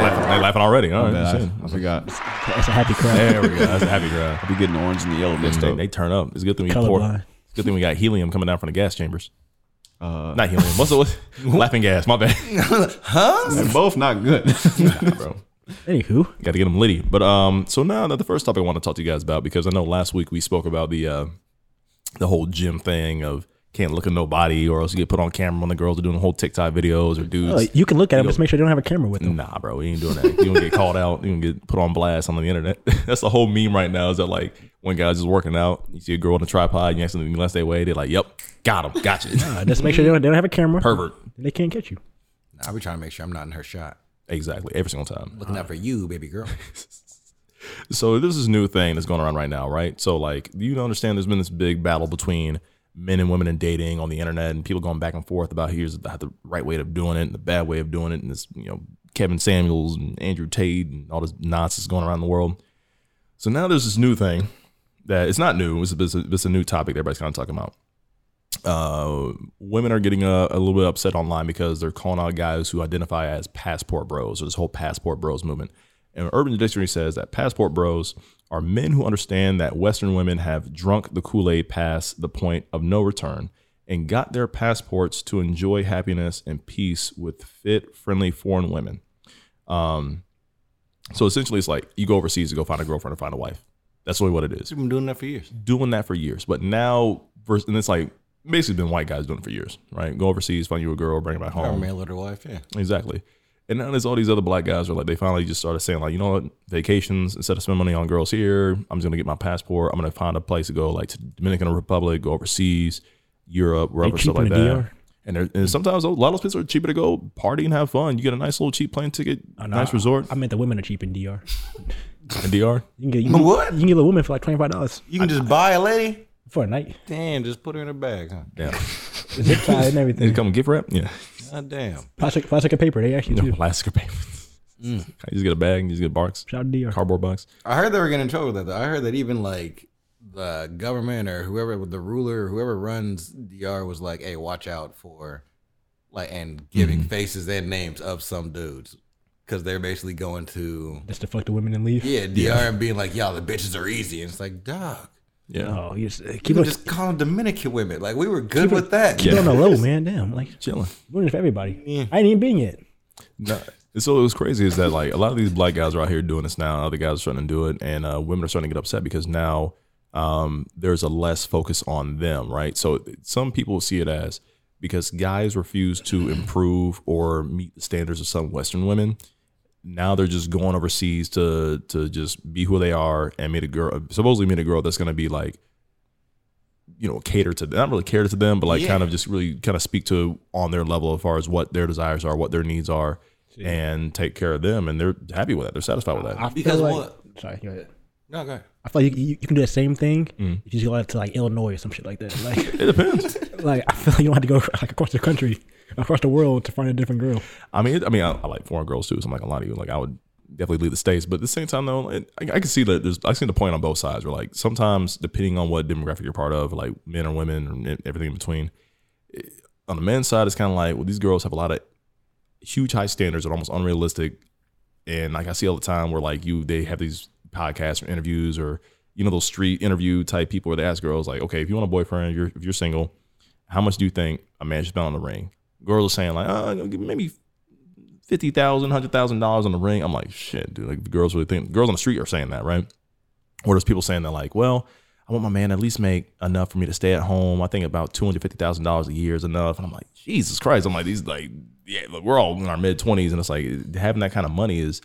laughing, they're laughing already.
My
All right,
bad.
shit.
I forgot.
That's a happy crowd.
There we go. That's a happy crowd.
I'll be getting the orange and the yellow mixed
they,
up.
they turn up. It's a good thing we
Colorblind.
pour. It's a good thing we got helium coming down from the gas chambers.
Uh,
not helium. What's the
*laughs*
what's, laughing gas? My bad.
huh? They're both not
*laughs*
good.
bro.
Anywho,
got to get them litty. But um, so now that the first topic I want to talk to you guys about because I know last week we spoke about the uh, the whole gym thing of can't look at nobody or else you get put on camera when the girls are doing the whole TikTok videos or dudes.
Oh, you can look at
You
them.
go-
Just make sure they don't have a camera with them.
Nah, bro, we ain't doing that. You don't get called out. You don't get put on blast on the internet. *laughs* That's the whole meme right now. Is that like one guy's just working out, you see a girl on a tripod, you accidentally glance their way, they're like, "Yep, got him, got you."
Nah, just make sure they
*laughs*
don't, they don't have a camera.
Pervert.
They can't catch you.
I be trying to make sure I'm not in her shot.
Exactly, every single time.
Looking out for you,
*laughs*
baby girl.
So this is a new thing that's going around right now, right? So like you don't understand there's been this big battle between men and women in dating on the internet and people going back and forth about here's the, the right way of doing it and the bad way of doing it and this, you know, Kevin Samuels and Andrew Tate and all this nonsense going around the world. So now there's this new thing that it's not new, it's a, it's a, it's a new topic that everybody's kind of talking about. Uh, women are getting a, a little bit upset online because they're calling out guys who identify as passport bros or this whole passport bros movement. And Urban Dictionary says that passport bros are men who understand that Western women have drunk the Kool Aid past the point of no return and got their passports to enjoy happiness and peace with fit, friendly foreign women. Um, so essentially, it's like you go overseas to go find a girlfriend or find a wife. That's really what it is
We've been doing that for years.
doing that for years. But now, vers- and it's like basically been white guys doing it for years, right? Go overseas, find you a girl, bring her back
Or
home.
male or wife, yeah.
Exactly. And now there's all these other black guys who are like, they finally just started saying, like, you know what, vacations, instead of spending money on girls here, I'm just going to get my passport. I'm going to find a place to go, like to Dominican Republic, go overseas, Europe, wherever,
cheap
stuff like
in the
that.
DR.
And, there, and sometimes a lot of those places are cheaper to go party and have fun. You get a nice little cheap plane ticket,
no,
nice resort
Oh, I meant the women are cheap in DR.
in DR.
You can get you can,
What?
You can get a woman for like twenty five dollars
You can just buy a lady?
for a night,
Damn, just put her in a bag, huh?
Yeah.
zip tie
*laughs*
and
They
everything.
come gift wrap? Yeah.
*laughs* God damn.
Plastic, plastic and paper. They actually
No,
do.
plastic or paper. *laughs* You just get a bag and you just get a box.
Mm. Shout out to DR.
Cardboard box.
I heard they were getting in trouble with that. Though. I heard that even like the government or whoever, the ruler, whoever runs DR was like, "Hey, watch out for like and giving
Mm-hmm.
faces and names of some dudes because they're basically going to
Just to fuck the women and leave.
yeah DR and being like, y'all the bitches are easy." And it's like, dog,
Yeah.
Oh, you just uh,
you
keep
can
on
just call them Dominican women. Like we were good
keep it-
with that.
Keep it on the low, man. Damn, like
Chilling.
women for everybody. I ain't even been yet.
No. And So what's crazy is that like a lot of these black guys are out here doing this now, and other guys are starting to do it, and uh, women are starting to get upset because now um, there's a less focus on them, right? So some people see it as because guys refuse to improve or meet the standards of some Western women. Now they're just going overseas to to just be who they are and meet a girl, supposedly meet a girl that's going to be like you know cater to them not really cater to them but like
Yeah.
kind of just really kind of speak to on their level as far as what their desires are what their needs are and take care of them and they're happy with that they're satisfied with that
I feel
Because
like,
what?
Sorry. go ahead.
No, go ahead.
I feel like you, you, you can do that same thing.
Mm.
If you just go out to like Illinois or some shit like that.
*laughs*
Like,
it depends
*laughs* like I feel like you don't have to go like across the country, across the world to find a different girl.
i mean it, i mean I, I like foreign girls too so i'm not gonna lie to you like i would definitely leave the states but at the same time though like, i, I can see that there's i see the point on both sides where like sometimes depending on what demographic you're part of like men or women and e-, everything in between it- on the men's side it's kind of like well these girls have a lot of huge high standards that are almost unrealistic and like I see all the time where like you they have these podcasts or interviews or you know those street interview type people where they ask girls like, okay, if you want a boyfriend, you're if you're single, how much do you think a man should spend on the ring? Girls are saying like, uh, maybe fifty thousand, hundred thousand dollars on the ring. I'm like, shit, dude. Like the girls really think girls on the street are saying that, right? Or there's people saying that like, well, I want my man to at least make enough for me to stay at home. I think about two hundred fifty thousand dollars a year is enough. And I'm like, Jesus Christ! I'm like, these like, yeah, look, we're all in our mid twenties, and it's like having that kind of money is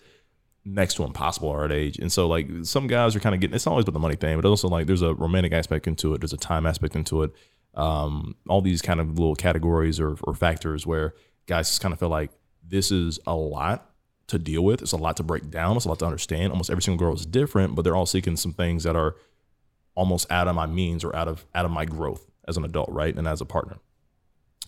next to impossible at our age. And so like some guys are kind of getting it's not always about the money thing, but also like there's a romantic aspect into it, there's a time aspect into it. Um, all these kind of little categories or, or factors where guys just kind of feel like this is a lot to deal with. It's a lot to break down. It's a lot to understand. Almost every single girl is different, but they're all seeking some things that are almost out of my means or out of out of my growth as an adult, right? And as a partner.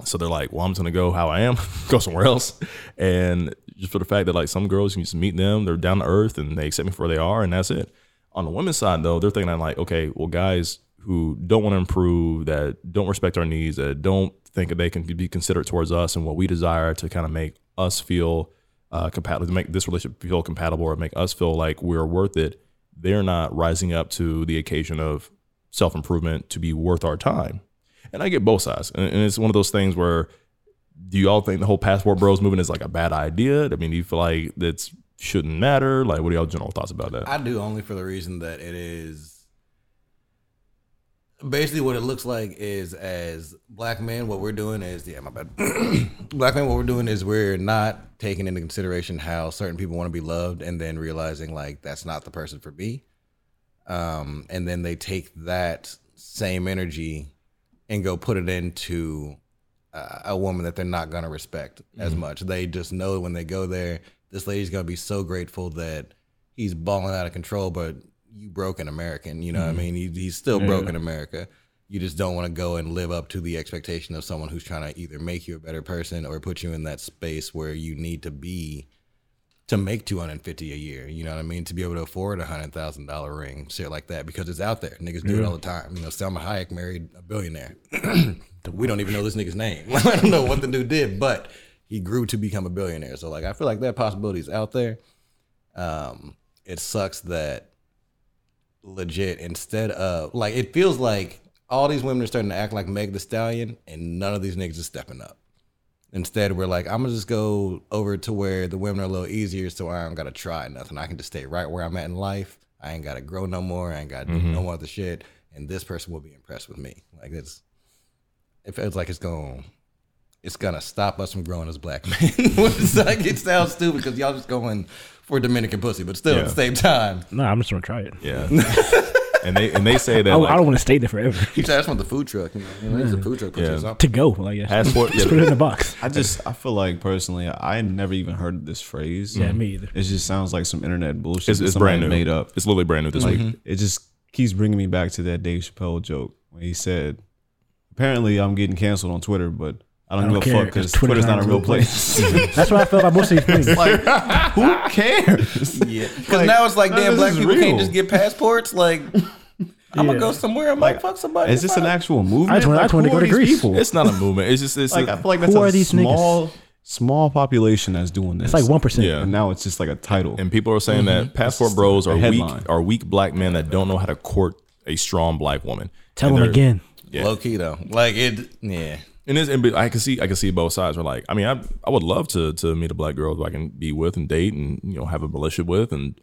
So they're like, well, I'm just gonna go how I am, *laughs* go somewhere else. And just for the fact that like some girls, you just meet them, they're down to earth and they accept me for where they are, and that's it. On the women's side, though, they're thinking like, okay, well, guys who don't want to improve, that don't respect our needs, that don't think that they can be considerate towards us and what we desire to kind of make us feel uh, compatible, to make this relationship feel compatible or make us feel like we're worth it, they're not rising up to the occasion of self improvement to be worth our time and I get both sides. And, and it's one of those things where do you all think the whole passport bros movement is like a bad idea? I mean, do you feel like that's shouldn't matter? Like, what are y'all general thoughts about that?
I do only for the reason that it is basically what it looks like is as black men, what we're doing is yeah, my bad. *clears throat* black men, what we're doing is we're not taking into consideration how certain people want to be loved, and then realizing like that's not the person for me. Um, and then they take that same energy and go put it into uh, a woman that they're not going to respect
Mhm.
as
Mm-hmm.
much. They just know when they go there, this lady's going to be so grateful that he's balling out of control, but you broken American. You know
Mhm.
what I mean? He, he's still
Yeah.
broke in America. You just don't want to go and live up to the expectation of someone who's trying to either make you a better person or put you in that space where you need to be to make 250 a year you know what i mean to be able to afford a hundred thousand dollar ring shit like that because it's out there niggas do it
Yeah.
all the time you know selma hayek married a billionaire *clears throat* we don't even know this nigga's name *laughs* i don't know what the dude did but he grew to become a billionaire so like i feel like that possibility is out there um it sucks that legit instead of like it feels like all these women are starting to act like meg the stallion and none of these niggas are stepping up Instead, we're like, I'm gonna just go over to where the women are a little easier, so I don't gotta try nothing. I can just stay right where I'm at in life. I ain't gotta grow no more. I ain't gotta do
Mm-hmm.
Mhm.
no more other shit, and this person will be impressed with me. Like it's, it feels like it's going, it's gonna stop us from growing as black *laughs* men. it's like it sounds stupid because y'all just going for Dominican pussy, but still at the
Yeah.
same time,
No, I'm just gonna try it. *laughs*
Yeah. and they and they say that
I,
like,
Oh, I don't want to stay there forever.
*laughs* you just want the food truck. You know, it's a food truck. pussy or something.
To go, like yeah.
Passport-
*laughs* just put it in a box.
*laughs* I just I feel like personally I had never even heard this phrase.
Yeah, me either.
It just sounds like some internet bullshit.
It's-
that
it's
somebody
brand new.
Made up.
It's literally brand new this
Like,
week.
It just keeps bringing me back to that Dave Chappelle joke when he said, "Apparently I'm getting canceled on Twitter, but I don't, give a fuck because Twitter's not a real place." *laughs*
*laughs* That's what I felt about most of these things.
*laughs*
Like, who cares? *laughs*
Yeah, because
Like,
now it's like,
none of
damn,
this
black
is
people
real.
can't just get passports. *laughs* Like, I'm gonna go somewhere. I'm like, fuck somebody.
Is this an actual movement?
just wanna- I just wanna
who
go
are
to
these
Greece.
people?
It's not a movement. It's just it's
like I feel like that's
Who
a
are these niggas?
small, small population that's doing this.
It's like 1%.
Yeah. And now it's just like a title.
And people are saying
Mm-hmm.
that passport bros are weak are weak black men that don't know how to court a strong black woman.
Tell
And
them
they're-
again.
Yeah.
Low key though, like it. Yeah.
And, it's, and I can see I can see both sides. We're like, I mean, I I would love to to meet a black girl that I can be with and date and you know have a relationship with. And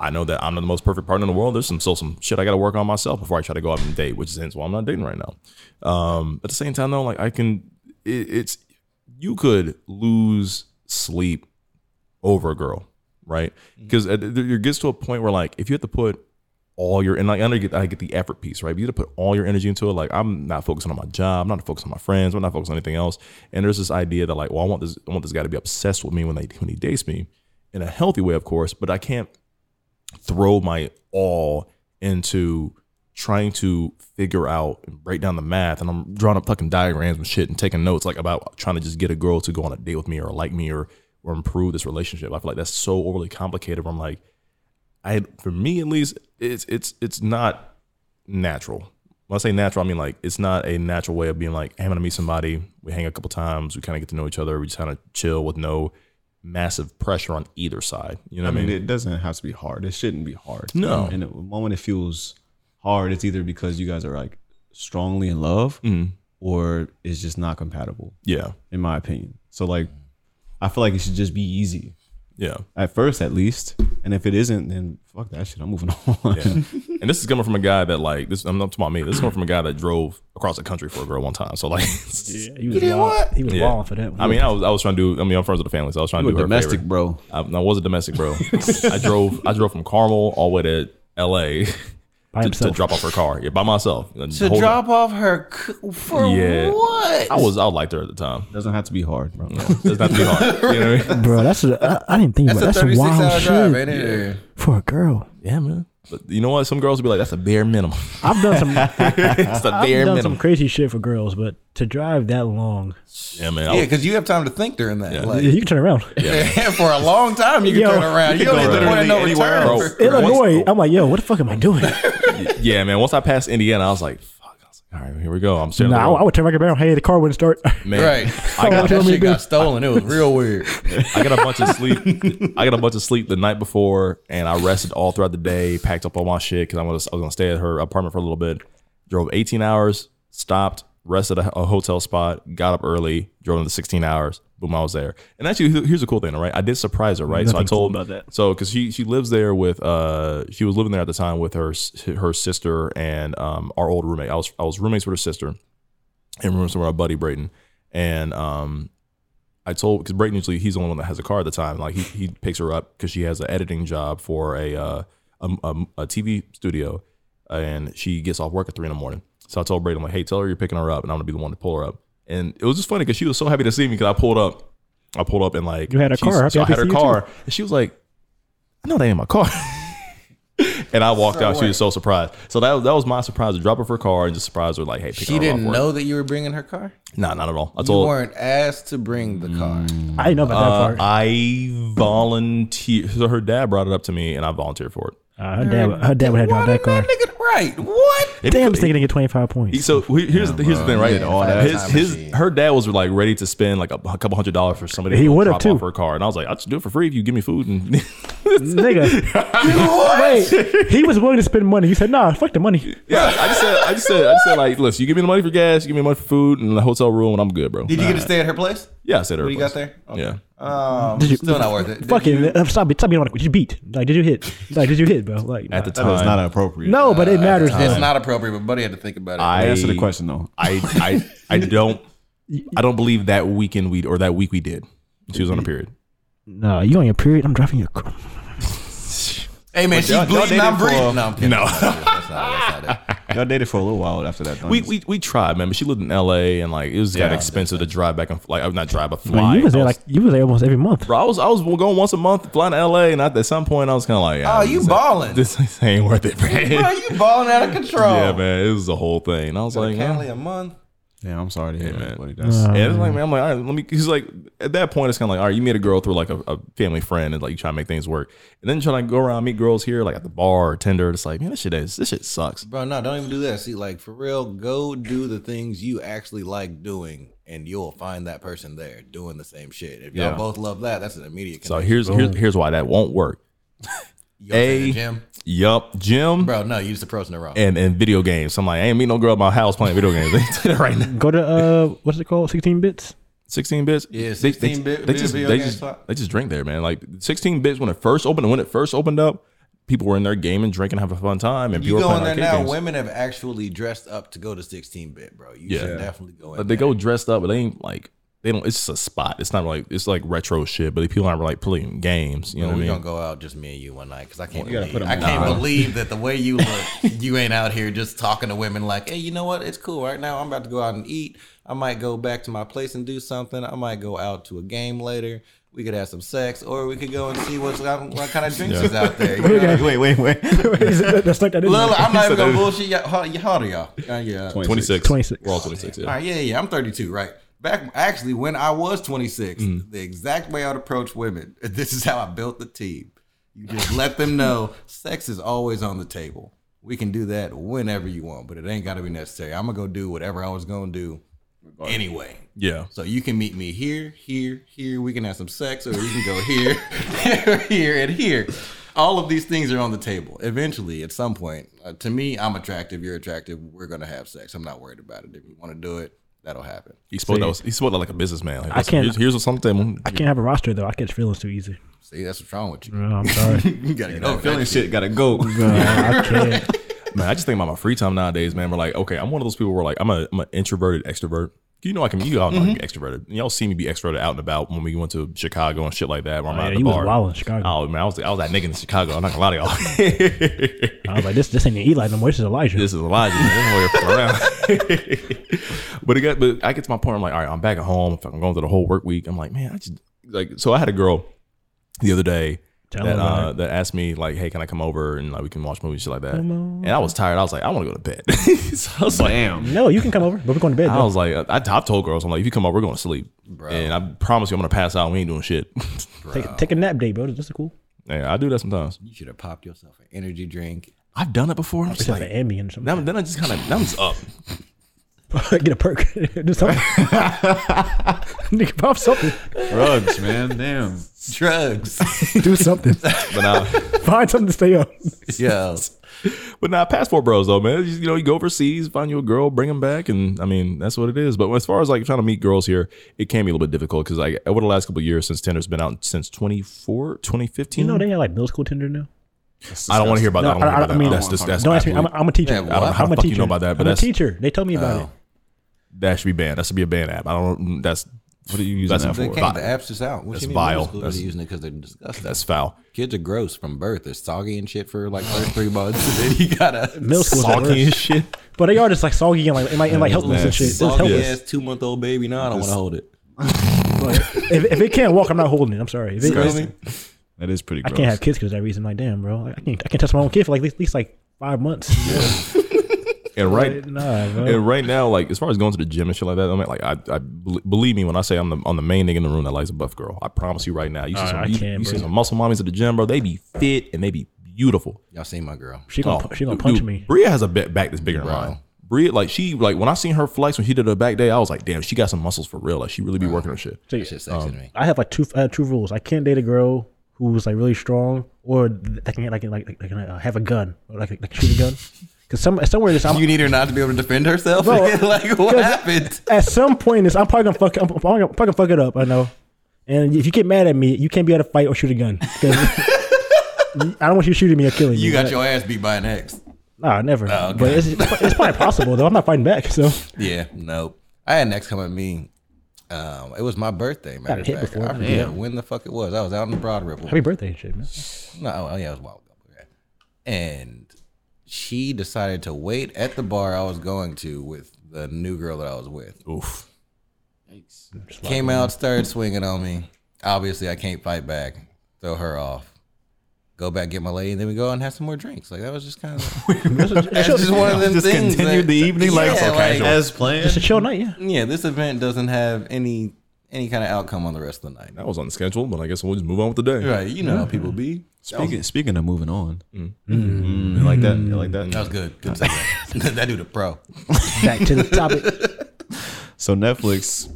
I know that I'm not the most perfect partner in the world. There's some still some shit I got to work on myself before I try to go out and date, which is hence why I'm not dating right now. Um, at the same time though, like I can, it, it's you could lose sleep over a girl, right? Because it gets to a point where like if you have to put all your and like I know you get, I get the effort piece, right? But you have to put all your energy into it. Like I'm not focusing on my job, I'm not focusing on my friends, I'm not focusing on anything else. And there's this idea that like, well, I want this, I want this guy to be obsessed with me when they when he dates me, in a healthy way, of course. But I can't throw my all into trying to figure out and break down the math and I'm drawing up fucking diagrams and shit and taking notes like about trying to just get a girl to go on a date with me or like me or or improve this relationship. I feel like that's so overly complicated where I'm like I for me at least it's it's it's not natural. When I say natural, I mean like it's not a natural way of being like, hey, I'm gonna meet somebody, we hang a couple times, we kinda get to know each other, we just kinda chill with no massive pressure on either side. You know
I
what I
mean,
mean?
it doesn't have to be hard. It shouldn't be hard.
No.
And the moment it feels hard, it's either because you guys are like strongly in love or it's just not compatible.
Mm-hmm. Yeah.
In my opinion. So like I feel like it should just be easy.
Yeah.
At first, at least. And if it isn't, then fuck that shit. I'm moving *laughs* on.
Yeah. and this is coming from a guy that like this. I'm not talking about me. This is coming from a guy that drove across the country for a girl one time. So like,
Yeah, he was *laughs* You did wild- what? *laughs* he was wilding for that one.
I mean, I was I was trying to do. I mean, I'm friends with the family, so I was trying
You
to do
a
her a
domestic,
favor.
bro.
I, I was a domestic bro. I drove I drove from Carmel all the way *laughs* to L.A.
By
to, to
himself.
drop off her car. Yeah, by myself.
To drop off her c- for what?
I was I liked her at the time.
Doesn't have to be hard, bro.
doesn't have to
*laughs*
be hard. You know what I mean?
Bro, that's a, I, I didn't think
That's
about
a
that's a
36
wild
hour
shit
drive, ain't it? Yeah.
for a girl.
Yeah, man. But you know what? Some girls will be like, "That's a bare minimum."
I've done some.
*laughs* it's the
I've
bare
done
minimum.
some crazy shit for girls, but to drive that long,
yeah, man.
Yeah, because you have time to think during that. Like,
you can turn around.
*laughs* for a long time, you can
Yo.
turn around. You don't hit the point of no return.
else.
for-
Illinois. I'm like, yo, what the fuck am I doing?
yeah, man. Once I passed Indiana, I was like, "Fuck!" I was like, "All right, here we go." I'm staring.
nah, I, I would turn back around. Hey, the car wouldn't start.
*laughs* Man,
Right.
I
*laughs*
got
that shit got
stuck.
stolen. It was real weird.
*laughs* I got a bunch of sleep. I got a bunch of sleep the night before, and I rested all throughout the day. Packed up all my shit because I was I was gonna stay at her apartment for a little bit. Drove 18 hours, stopped, rested at a, a hotel spot, got up early, drove into 16 hours. Boom, I was there. And actually, here- here's a cool thing, all right? I did surprise her, right? so I
Nothing cool
told
about that.
So because she she lives there with uh she was living there at the time with her s- her sister and um our old roommate. I was I was roommates with her sister and rooms with our buddy Brayton. And um, I told because Brayton usually he's the only one that has a car at the time. Like he, he picks her up because she has an editing job for a, uh, a, a a TV studio, and she gets off work at three in the morning. So I told Brayton I'm like, hey, tell her you're picking her up, and I'm gonna be the one to pull her up. And it was just funny because she was so happy to see me because I pulled up, I pulled up and like
You had a
she's-
car. I'd be
So I
happy
had
to
her
see you
car,
too.
and she was like, I know that ain't my car. and I walked out. She was so surprised. So that that was my surprise to drop her for a car and just surprise her like, hey, pick her
She
up
didn't
off work.
know that you were bringing her car.
No, not at all. I
you
told Mm.
weren't asked to bring the car.
I didn't know
Uh, I volunteer. So her dad brought it up to me, and I volunteered for it.
Uh, her dad, her dad would have dropped that car.
Right? What?
Damn, he's thinking to get 25
*laughs*
points.
So he- here's the, here's the thing, right?
Yeah, all that
his
time
his her dad was like ready to spend like a, a couple hundred dollars for somebody.
He
to
would've
drop off
too.
her car, and I was like, I'll just do it for free if you give me food. And *laughs*
*laughs* nigga. Wait, he was willing to spend money. You said, nah, fuck the money.
yeah, I just said, I just said, I just said, like, listen, you give me the money for gas, you give me the money for food, and the hotel room, and I'm good, bro.
Did you get to
Alright.
stay at her place?
Yeah, I stayed at her
When you
place.
got there?
Yeah.
Um,
Did you-
still not worth it. Did
Fuck it. uh, Stop it. Stop being on Did you beat? Like, did you hit? Like, did you hit, bro? Like,
At the
That is
time. Uh,
not appropriate.
No, but it matters.
It's
though.
not appropriate, but Buddy had to think about it.
I
Answer the question, though.
*laughs* I I I don't I don't believe that weekend we or that week we did. She was on a period.
No, you on your period? I'm driving your car.
Hey man,
But
she's
y'all- y'all
bleeding.
dated
I'm
for-
breathing. No, I'm kidding.
No.
That's not- that's not- that's not it.
*laughs* Y'all dated for a little while after that.
We, we we tried, man, but she lived in L.A. and like it was kind
Yeah.
of expensive to drive back and like uh, not drive but
Like,
fly.
you was there like you was there almost every month.
Bro, I was I was going once a month flying to L.A. and at at some point I was kind of like,
Oh, you
this ain't-
balling.
This *laughs* ain't worth it,
*laughs* Bro,
man.
you balling out of control.
yeah, man, it was the whole thing. And I was like, yeah,
Only a month.
Yeah, I'm sorry to hear that. buddy.
That's,
That's-
yeah, it's like, man, I'm like, all right, let me. He's like, at that point, it's kind of like, all right, you meet a girl through like a, a family friend, and like you try to make things work, and then trying to go around meet girls here, like at the bar or Tinder. It's like, man, this shit is this shit sucks.
Bro, no, don't even do that. See, like for real, go do the things you actually like doing, and you'll find that person there doing the same shit. If y'all
Yeah.
both love that, that's an immediate.
So
Connection.
here's here's here's why that won't work.
*laughs* You gonna say the gym?
Yup, gym.
Bro, no, you just approaching it wrong.
And and video games. So I'm like, I ain't meet no girl at my house playing video games *laughs* *laughs* right now.
Go to uh, what's it called? 16 bits.
16 bits.
Yeah,
They- they-
16 bit
They just
video
they
game
just
spot.
they just drink there, man. Like 16 bits when it first opened. When it first opened up, people were in there gaming, drinking, having a fun time, and
You
people were
go in
playing
there
arcade
now.
games.
Women have actually dressed up to go to 16 bit, bro. You
yeah,
should definitely go in.
But they go dressed up, but they ain't like they don't. It's just a spot. It's not like it's like retro shit. But people aren't like playing games. You know
Bro,
what I
we
mean?
gonna go out just me and you one night because I can't.
You gotta put
Believe,
'em
I
on.
can't
Nah.
believe that the way you look,
*laughs*
you ain't out here just talking to women like, hey, you know what? It's cool right now. I'm about to go out and eat. I might go back to my place and do something. I might go out to a game later. We could have some sex, or we could go and see what's out, what kind of drinks
Yeah.
is
*laughs*
out there.
Wait, wait, wait, *laughs* wait.
Let's that in.
Look,
there.
I'm not even gonna bullshit. Y'all. How, how old are y'all? Uh, yeah,
26.
26.
We're all 26. Yeah.
all right, yeah, yeah. I'm 32, right? Back actually, when I was 26,
Mm.
the exact way I'd approach women. *laughs* This is how I built the team. You just let them know sex is always on the table. We can do that whenever you want, but it ain't got to be necessary. I'm gonna go do whatever I was gonna do anyway.
Yeah.
So you can meet me here, here, here. We can have some sex, or we can go here, here, *laughs* and here. All of these things are on the table. Eventually, at some point, uh, to me, I'm attractive. You're attractive. We're gonna have sex. I'm not worried about it. If you want to do it, that'll happen.
He spoke. That was, he spoke that like a businessman. Like,
I
listen,
can't-
Here's, here's something.
I can't have a roster though. I catch feelings too easy.
See, that's what's wrong with you.
Yeah, I'm sorry.
*laughs* you gotta get
That
over
feeling
that
shit gotta go.
*laughs* Nah, I can't.
*laughs* Man, I just think about my free time nowadays, man. We're like, okay, I'm one of those people where like I'm a I'm an introverted extrovert. You know, I can you all know I'm
Mm-hmm.
extroverted. Y'all see me be extroverted out and about when we went to Chicago and shit like that. Where I'm
Oh,
out
yeah,
at the
you was
bar.
wild in Chicago.
Oh man, I was I was that nigga in Chicago. I'm not gonna lie to y'all.
*laughs*
I
was like, this this ain't Eli no more. This is Elijah.
This is Elijah. Man. This is where you're from around. *laughs* but it got, but I get to my point. I'm like, all right, I'm back at home. If I'm going through the whole work week, I'm like, man, I just like. So I had a girl the other day
Tell
that
her about
uh,
it.
that asked me like, hey, can I come over and like we can watch movies, shit like that.
Come
And I was tired. I was like, I want to go to bed. *laughs* so I was like, damn.
No, you can come over, but we're going to bed.
I
though.
was like, I, I told girls, I'm like, if you come over, we're going to sleep. And I promise you, I'm going to pass out. We ain't doing shit. *laughs*
take, take a nap day, bro. This is cool.
yeah, I do that sometimes.
You should have popped yourself an energy drink.
I've done it before. I'm just
Except
like,
for Ambien or something.
now- then I just kind of, now I'm just up.
*laughs* Get a perk. *laughs*
*laughs*
Do something. Nigga, pop something.
Drugs, man. Damn.
Drugs.
*laughs*
*laughs*
Do something.
But uh, now,
Find something to stay up.
Yeah.
*laughs* But now, passport bros though, man. You, you know, you go overseas, find you a girl, bring them back, and I mean that's what it is. But as far as like trying to meet girls here, it can be a little bit difficult because like over the last couple of years since Tinder's been out since 24, 2015.
You know they have like middle school Tinder now.
I don't want to hear about
No,
that. I don't want to hear about
mean,
that. That's just that's
don't ask me. I'm,
absolute-
a- I'm a teacher.
I don't know how
I'm
the
a
fuck
teacher.
you know about that, but
I'm a
that's Oh.
teacher. They told me about it.
that should be banned. That should be a ban app. I don't. That's what are you using
That's
that for?
they can't, the app's just out. What
that's
you mean
vile.
middle schoolers
That's,
are using it because they're disgusting.
that's foul.
Kids are gross from birth. They're soggy and shit for like first three *laughs* months. And then you gotta
Middle school
shit.
But they are just like soggy and like and like, and like helpless and shit. It's
Soggy
helpless.
ass two month old baby. No, I don't want to hold it.
But if, if it can't walk, I'm not holding it. I'm sorry. If it-
That is pretty
I
gross.
can't have kids because that reason. Like, damn, bro, I can't. I can't touch my own kid for like at least like five months.
*laughs* And right,
Nah, bro.
and right now, like as far as going to the gym and shit like that, I'm like, I, I bel- believe me when I say I'm the on the main nigga in the room that likes a buff girl. I promise you right now, you see,
Alright,
some,
I
you,
can,
you see
bro.
some muscle mommies at the gym, bro. They be fit and they be beautiful.
Y'all seen my girl?
She
Oh.
gonna pu- she gonna punch me.
Bria has a ba- back that's bigger than mine. Bria, like she, like when I seen her flex when she did her back day, I was like, damn, she got some muscles for real. Like she really be working her shit.
See,
Um,
I have like two. I have two rules. I can't date a girl who's like really strong or that can like like, like, can, uh, have a gun or like like shoot a gun. Because some somewhere in this, I'm,
You need her not to be able to defend herself.
Bro,
*laughs* like what
'cause-
happened?
at some point in this, I'm probably gonna fuck. I'm, probably gonna fucking fuck it up. I know. And if you get mad at me, you can't be able to fight or shoot a gun. 'Cause *laughs* I don't want you shooting me or killing me.
You got
Like,
your ass beat by an ex.
Nah, never.
Oh, okay.
But it's, it's probably possible though. I'm not fighting back. So
Yeah, nope. I had an ex come at me. Um, it was my birthday, matter of
hit
fact.
before.
I forget
Damn.
when the fuck it was. I was out in the Broad Ripple.
happy birthday and shit, man.
No, oh, yeah, it was a while ago. Okay. And she decided to wait at the bar I was going to with the new girl that I was with.
Oof.
Came out, started swinging on me. Obviously, I can't fight back. Throw her off. Go back, get my lady, and then we go out and have some more drinks. Like that
*laughs*
was just kind of that's just one of them
Just
things.
continued
that-
the evening like- So casual. As planned? Just a
chill night, yeah.
Yeah, this event doesn't have any any kind of outcome on the rest of the night.
That was on the schedule, but I guess we'll just move on with the day.
Right, you know how people be.
Speaking, speaking of moving on, Mm, like that, like that.
That was good.
*laughs*
Good segue. *laughs* that dude a pro.
Back to the
*laughs*
topic.
So Netflix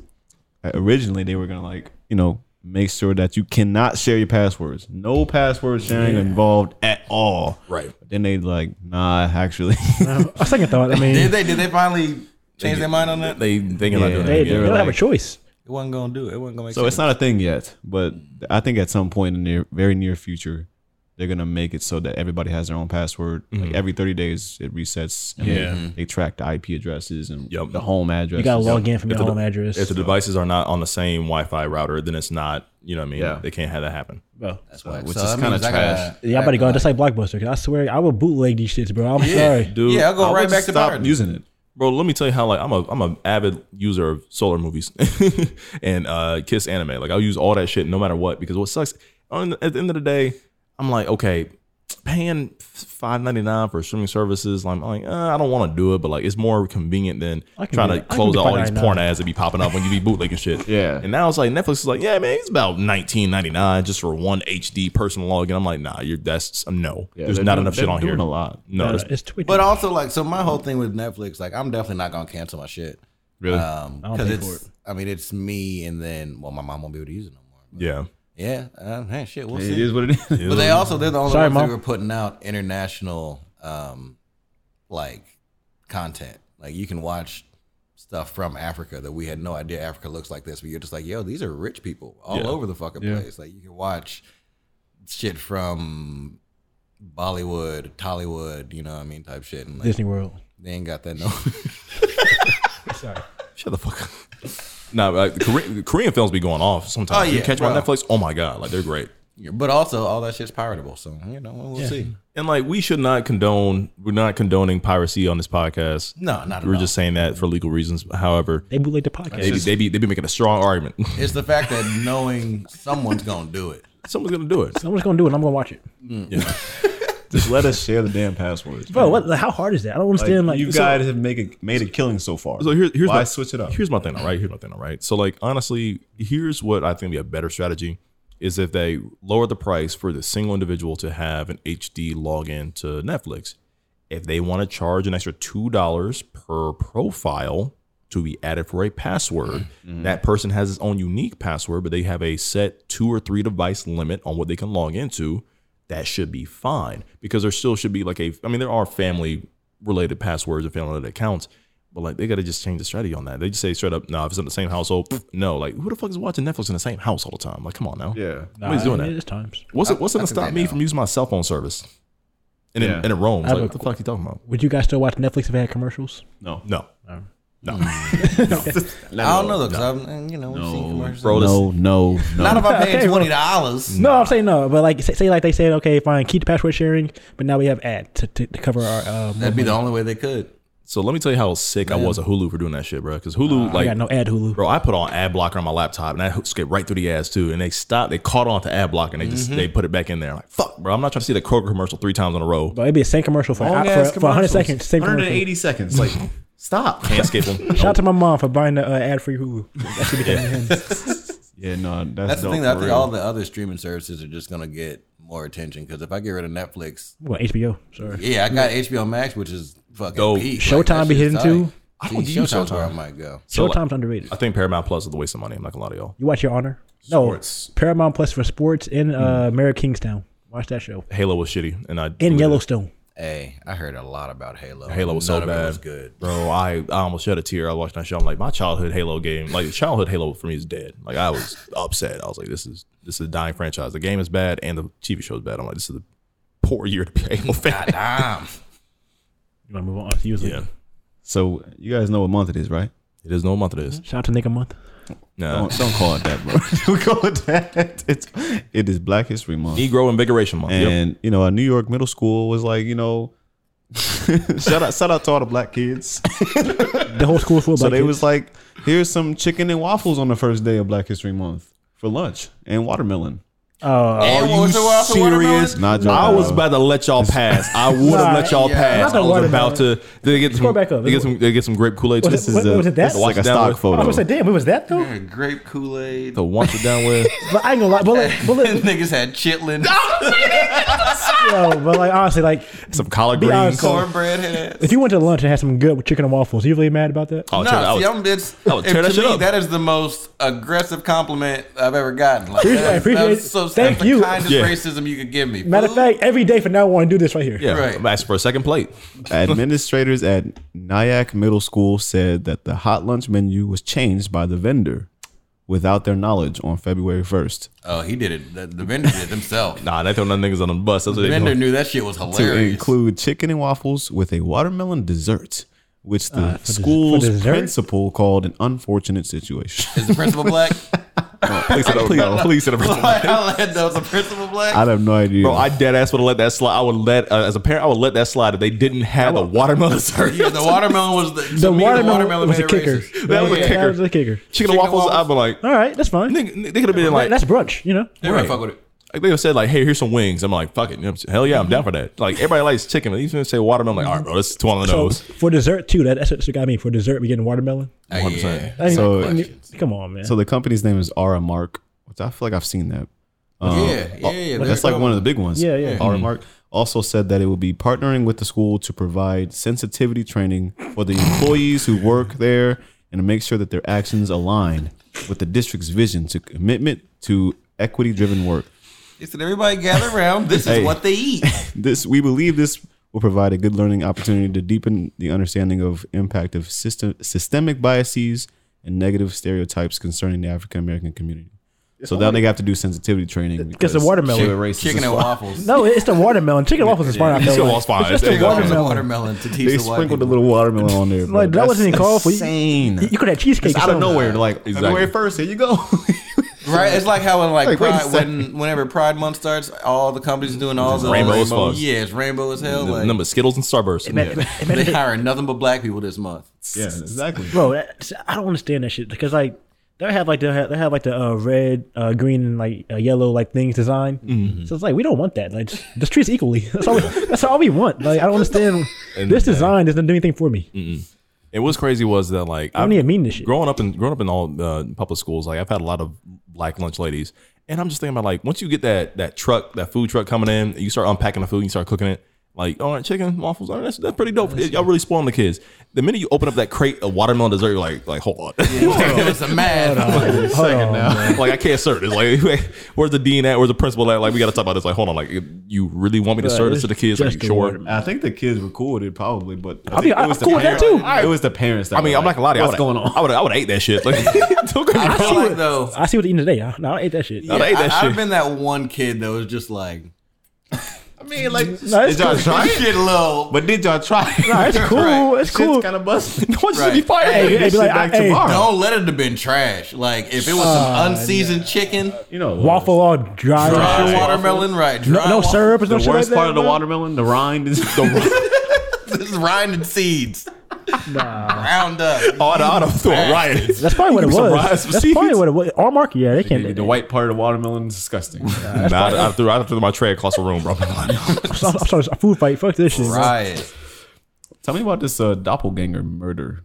uh, originally they were gonna like you know make sure that you cannot share your passwords. No password sharing
Yeah.
involved at all.
Right.
But then they like nah *laughs* actually.
A second
*laughs*
thought. I mean,
Did they? Did they finally change their mind on that?
They thinking
Yeah,
about doing
they-
that.
they
again.
don't have a
choice.
It wasn't gonna do it. It wasn't gonna make
so
sense.
it's not a thing yet, but I think at some point in the very near future. They're gonna make it so that everybody has their own password. Like
Mhm.
every thirty days, it resets. And
Yeah.
they, they track the IP addresses and
Yep.
the home address.
log in from
If
your
the-
home address.
If the devices are not on the same Wi-Fi router, then it's not. You know what I mean?
Yeah.
They can't have that happen.
Bro.
That's why.
which
so
is
that
kinda
means I gotta-
Yeah, I better go. That's like Blockbuster. 'cause I swear, I will bootleg these shits, bro. I'm sorry.
dude.
Yeah, I'll go
I
right
would
back to
stop
Byron.
using it.
Bro, let me tell you how like I'm a I'm an avid user of solar movies *laughs* and uh Kiss anime. Like I'll use all that shit no matter what because what sucks on at the end of the day, I'm like, okay, paying five ninety nine for streaming services, like, I'm like, eh, I don't want to do it, but like it's more convenient than
I can
trying
do
to
it. I can
close
do
out all these
$5.99.
porn ads that be popping up when you be bootlegging shit. *laughs* Yeah. And now it's like Netflix is like, yeah, man, it's about nineteen ninety nine just for one HD personal login. I'm like, nah, you're that's no. there's
they're
not
doing-
enough shit
they're
on here.
doing a lot.
No, there's-
But also, like, so my whole thing with Netflix, like, I'm definitely not gonna cancel my shit.
Really?
Um,
I don't
because
pay
it's,
for
I mean, it's me, and then, well, my mom won't be able to use it no more.
yeah.
Yeah, uh, hey, shit, we'll
It
see.
is what it is.
But they also they're the only
Sorry,
ones
Mom.
who are putting out international, um, like, content. Like, you can watch stuff from Africa that we had no idea Africa looks like this. But you're just like, yo, these are rich people all
Yeah.
over the fucking
Yeah.
place. Like, you can watch shit from Bollywood, Tollywood, you know what I mean, type shit. And like,
Disney World.
They ain't got that no. *laughs*
Sorry.
Shut the fuck up.
No, like, Korean, Korean films be going off sometimes.
Oh,
you
yeah,
catch them on
bro.
Netflix. Oh my god, like they're great.
But also, all that shit's piratable, so you know we'll
Yeah.
see.
And like we should not condone. We're not condoning piracy on this podcast.
No, not at
We're
all.
just saying that for legal reasons. However,
they bootleg the podcast.
They, be- they be they be making a strong argument. *laughs*
It's the fact that knowing someone's gonna do it.
Someone's gonna do it.
Someone's gonna do it. and I'm gonna watch it,
Mm.
*laughs* Just let us share the damn passwords,
bro. What? Like, how hard is that? I don't understand. Like,
you guys have make a, made a killing so far.
So here, here's
Why
my,
switch it up?
Here's my thing, all right. Here's my thing, all right. So like honestly, here's what I think would be a better strategy is if they lower the price for the single individual to have an HD login to Netflix. If they want to charge an extra two dollars per profile to be added for a password,
Mm-hmm.
that person has his own unique password, but they have a set two or three device limit on what they can log into. That should be fine because there still should be like a. I mean, there are family related passwords and family related accounts, but like they got to just change the strategy on that. They just say straight up, no, if it's in the same household, pff, no. Like who the fuck is watching Netflix in the same house all the time? Like come on now.
Yeah,
nobody's doing that.
It's times.
What's it, what's
I- I
gonna
think they
stop me from using my cell phone service? And
Yeah.
it, and it roams.
I have
Like,
a
what the fuck you talking about?
Would you guys still watch Netflix if it had commercials?
No, no,
No.
*laughs*
no.
I don't know though, because I've uh, you know we've seen commercials.
Bro, no, no, no.
Not if
*laughs*
I'm paying
Okay, well-
twenty dollars.
No, I'm saying no. But like, say, say like they said, okay, fine, keep the password sharing, but now we have ad to, to, to cover our. Um,
That'd be the
only way they could.
So let me tell you how sick I
Man.
was at Hulu for doing that shit, bro. Because Hulu,
I
like,
got no ad Hulu.
bro. I put on ad blocker on my laptop, and I ho- skipped right through the ads too. And they stopped. They caught on to ad blocker, and they just
Mhm.
they put it back in there. I'm like, fuck, bro. I'm not trying to see the Kroger commercial three times in a row.
But it'd be the same commercial for, an hour- for, for 100 seconds. Same commercial.
180 seconds. Like,
stop. *laughs* Can't skip them.
*laughs* Shout out to my mom for buying the uh, ad free Hulu. That should be
Yeah.
*laughs*
coming in.
*laughs* yeah, no, that's,
That's the
dope
thing. That I
for
think
real.
all the other streaming services are just gonna get more attention. Because if I get rid of Netflix,
What, HBO? Sorry.
Yeah, I got HBO Max, which is fucking
Dope.
peak. Like, that
Showtime be
shit's
hidden
tight.
too.
I don't
See,
use
Showtime's
Showtime.
where I might go.
Showtime's underrated.
I think Paramount Plus is the waste of money. I'm not gonna lie to y'all.
You watch your honor? No. Paramount Plus for sports and uh,
Mm.
Mary Kingstown. Watch that show.
Halo was shitty, and I
In Yellowstone.
Hey, I heard a lot about Halo.
Halo was
None
so
of
bad,
It was good.
bro. I, I almost shed a tear. I watched that show. I'm like, my childhood Halo game, like childhood Halo for me is dead. Like I
*laughs*
was upset. I was like, this is this is a dying franchise. The game is bad, and the TV show is bad. I'm like, this is a poor year to be a Halo fan.
*laughs* Goddamn.
You want to move on? He was like,
Yeah.
So you guys know what month it is, right?
It is no month it is.
shout out to Nick a month.
Mm-hmm.
No.
Don't, don't call it that,
*laughs*
*laughs*
bro. don't call it that. It's it is Black History Month.
Negro Invigoration Month. yep.
And you know, a New York middle school was like, you know, shout out, shout out to all the black kids.
*laughs* The whole school full
*laughs*
of
so
black
they
kids.
was like, here's some chicken and waffles on the first day of Black History Month for lunch and watermelon.
Oh,
Are you serious?
Not joking,
I was
bro.
about to let y'all pass. I would have
Nah,
let y'all
yeah.
pass.
Not the
I was about
watermelon.
to. They get some.
Scroll back up.
They get some. They get some grape Kool Aid.
Was it- what- was it that? Like a
stock
Oh, I was like, damn, it was that though.
Grape Kool Aid.
The once it down with.
But I *laughs* ain't gonna lie, but
*laughs*
like, but like,
Niggas had
*laughs*
chitlin.
Oh, yo, but like honestly, like
some collard
be
greens.
honest, though.
Cornbread head.
If you went to lunch and had some good chicken and waffles, you really mad about that?
Oh,
no,
tear that- I
see,
was-
I'm, it's,
I would
if-
tear that
to
shit
me,
up.
that is the most aggressive compliment I've ever gotten. Like,
Appreciate-
that, is-
appreciate-
that was so,
thank
that's
you.
The kindest
Yeah.
racism you could give me.
Matter of fact, every day from now on, do this right here.
Yeah,
*laughs* Right.
I'm asking for a second plate.
*laughs* Administrators at Nyack Middle School said that the hot lunch menu was changed by the vendor without their knowledge on February 1st.
Oh, he did it. The, the vendor did it themselves.
Nah, they throw them niggas on the bus. That's what
The
they
vendor
do.
knew that shit was
to
hilarious.
include chicken and waffles with a watermelon dessert, which the
Uh, for des-
school's
for dessert?
principal called an unfortunate situation.
Is the
*laughs*
principal black?
No, please say the- please- please say the principal
Like, I let those the principal
*laughs*
black.
I have no idea.
Bro, I dead ass would have let that slide. I would let uh, as a parent, I would let that slide if they didn't have a watermelon *laughs* dessert.
Yeah, the watermelon was the, to me,
The watermelon, was
made
a
it
kicker.
racist.
That was a kicker.
That was a kicker.
Chicken and waffles, I'd be like,
All right, that's fine.
they could have been like,
that's brunch, you know.
They right. fuck with it. Like they would've said like, hey, here's some wings. I'm like, fuck it. You know what I'm saying? Hell yeah, I'm down for that. Like everybody likes chicken. But even if they say watermelon, I'm like, all right, bro, this is two on the
So
nose.
for dessert too, that, that's what you got me. For dessert, we getting watermelon.
100%.
I mean,
So-
I mean, come on, man.
So the company's name is Ara Mark, which I feel like I've seen that. Um,
Yeah, yeah, yeah,
That's
they're-
like one of the big ones.
Yeah, yeah.
Ara
Mhm.
Mark also said that it will be partnering with the school to provide sensitivity training for the employees who work there and to make sure that their actions align with the district's vision to commitment to equity-driven work.
He said, everybody gather around. This
Hey.
is what they eat.
*laughs* this we believe this will provide a good learning opportunity to deepen the understanding of impact of system systemic biases and negative stereotypes concerning the African American community. So now they have to do sensitivity training
Because the watermelon.
she erases the fly.
No, it's the watermelon. Chicken and waffles is fine. I feel like. It's just the watermelon.
to
teach
They
the white
sprinkled a little watermelon on there. bro.
Like, that
That's
wasn't even called for you.
insane.
You could have cheesecake.
It's out
or
of
something.
nowhere. Like February first, here you go.
*laughs* Right, it's like how in like,
Like, wait a
Pride, when
second.
whenever Pride Month starts, all the companies doing all the
Rainbow as fuck.
Yeah, it's rainbow as hell.
The
Like,
number of Skittles and Starburst.
Yeah.
in there.
they hiring nothing but black people this month.
Yeah, exactly.
Bro, that's, I don't understand that shit because like they have like they have, they have like the uh, red, uh, green, and like uh, yellow like things designed. So it's like we don't want that. Like just, just treat us equally. *laughs* That's all. We, that's all we want. Like I don't understand.
And
this
then-
design doesn't do anything for
*laughs*
me.
*laughs* Mm-mm. And what's crazy was that like
I don't even mean this shit.
Growing up in growing up in all uh, public schools, like I've had a lot of black lunch ladies, and I'm just thinking about like once you get that that truck, that food truck coming in, you start unpacking the food, and you start cooking it. Like all right, chicken waffles, all right, that's, that's pretty dope. Y'all really spoiling the kids. The minute you open up that crate of watermelon dessert, you're like like hold on, *laughs*
it's a mad.
Wait a second now. like I can't serve this. Like, *laughs* where's the dean at? Where's the principal at? Like, we got to talk about this. Like, hold on. Like, you really want me to serve this to the kids? Like, you sure.
I think the kids were cool with it probably, but
I
think
mean,
it was the
I'm cool with that
parents-
too. I-
It was the parents. That
I mean,
were
I'm not gonna lie to you. I
What's
would've-
going on?
I would I would ate that
*laughs*
shit. Like,
I feel like though.
I see what eating today. I, no, I ate that shit.
Yeah, I, have been that one kid that was just like. I
*laughs*
mean, like,
No, it's
did y'all
*laughs*
cool.
try it? Shit low.
But did y'all try?
No,
*laughs*
it's cool. It's cool.
kind of busted.
*laughs*
No
one
Right.
Hey, hey, be like, hey,
Don't let it have been trash. Like if it was
Uh,
some unseasoned chicken,
you know,
waffle all dry. and
Dry
shit.
watermelon, right,
No,
dry
no
waffle.
syrup. or
The
no
worst
shit like that,
part of the
bro.
watermelon, the rind
*laughs*
is the
*laughs* this is rind
*laughs*
and seeds. Nah, round up.
All
*laughs*
the autumn throw
a
riot.
That's probably
*laughs*
what it
Give me some
was.
rice with
That's probably what it was. Our market, yeah, they can't. *laughs*
rind. the white part of the watermelon is disgusting.
Nah, I, I threw I threw my tray across the room, bro.
I'm sorry, I'm sorry, a food fight. Fuck this shit. bro.
*laughs* Tell me about this uh, doppelganger murder.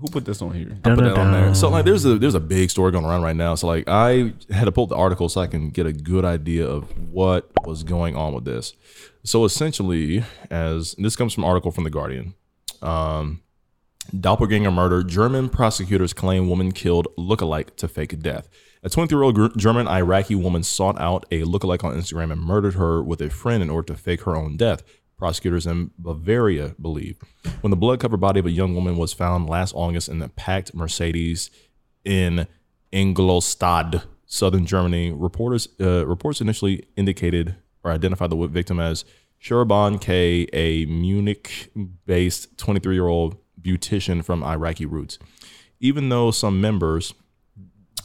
Who put this on here?
I'll put that on there. So like, there's a there's a big story going around right now. So like, I had to pull up the article so I can get a good idea of what was going on with this. So essentially, as and this comes from an article from the Guardian, um, doppelganger murder. German prosecutors claim woman killed lookalike to fake death. A 23-year-old gr- German Iraqi woman sought out a lookalike on Instagram and murdered her with a friend in order to fake her own death. Prosecutors in Bavaria believe. When the blood covered body of a young woman was found last August in a packed Mercedes in Ingolstadt, southern Germany, reporters uh, reports initially indicated or identified the victim as Sheraban K, a Munich based 23 year old beautician from Iraqi roots. Even though some members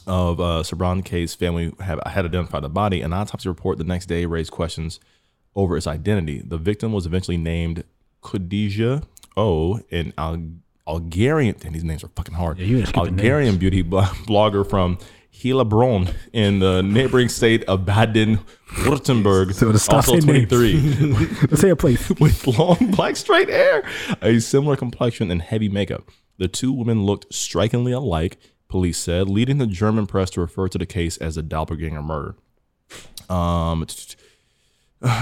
of uh, Sabran K's family have had identified the body. An autopsy report the next day raised questions over its identity. The victim was eventually named Khadija O, an Al- Algarian, and these names are fucking hard.
you just get the
Algarian beauty blo- blogger from Helebron in the neighboring state of Baden-Württemberg,
stop
also
saying names. *laughs*
23
Let's say a place.
with *laughs* long black straight hair, a similar complexion, and heavy makeup. The two women looked strikingly alike, police said, leading the German press to refer to the case as a doppelganger murder. Um, *sighs* t- t-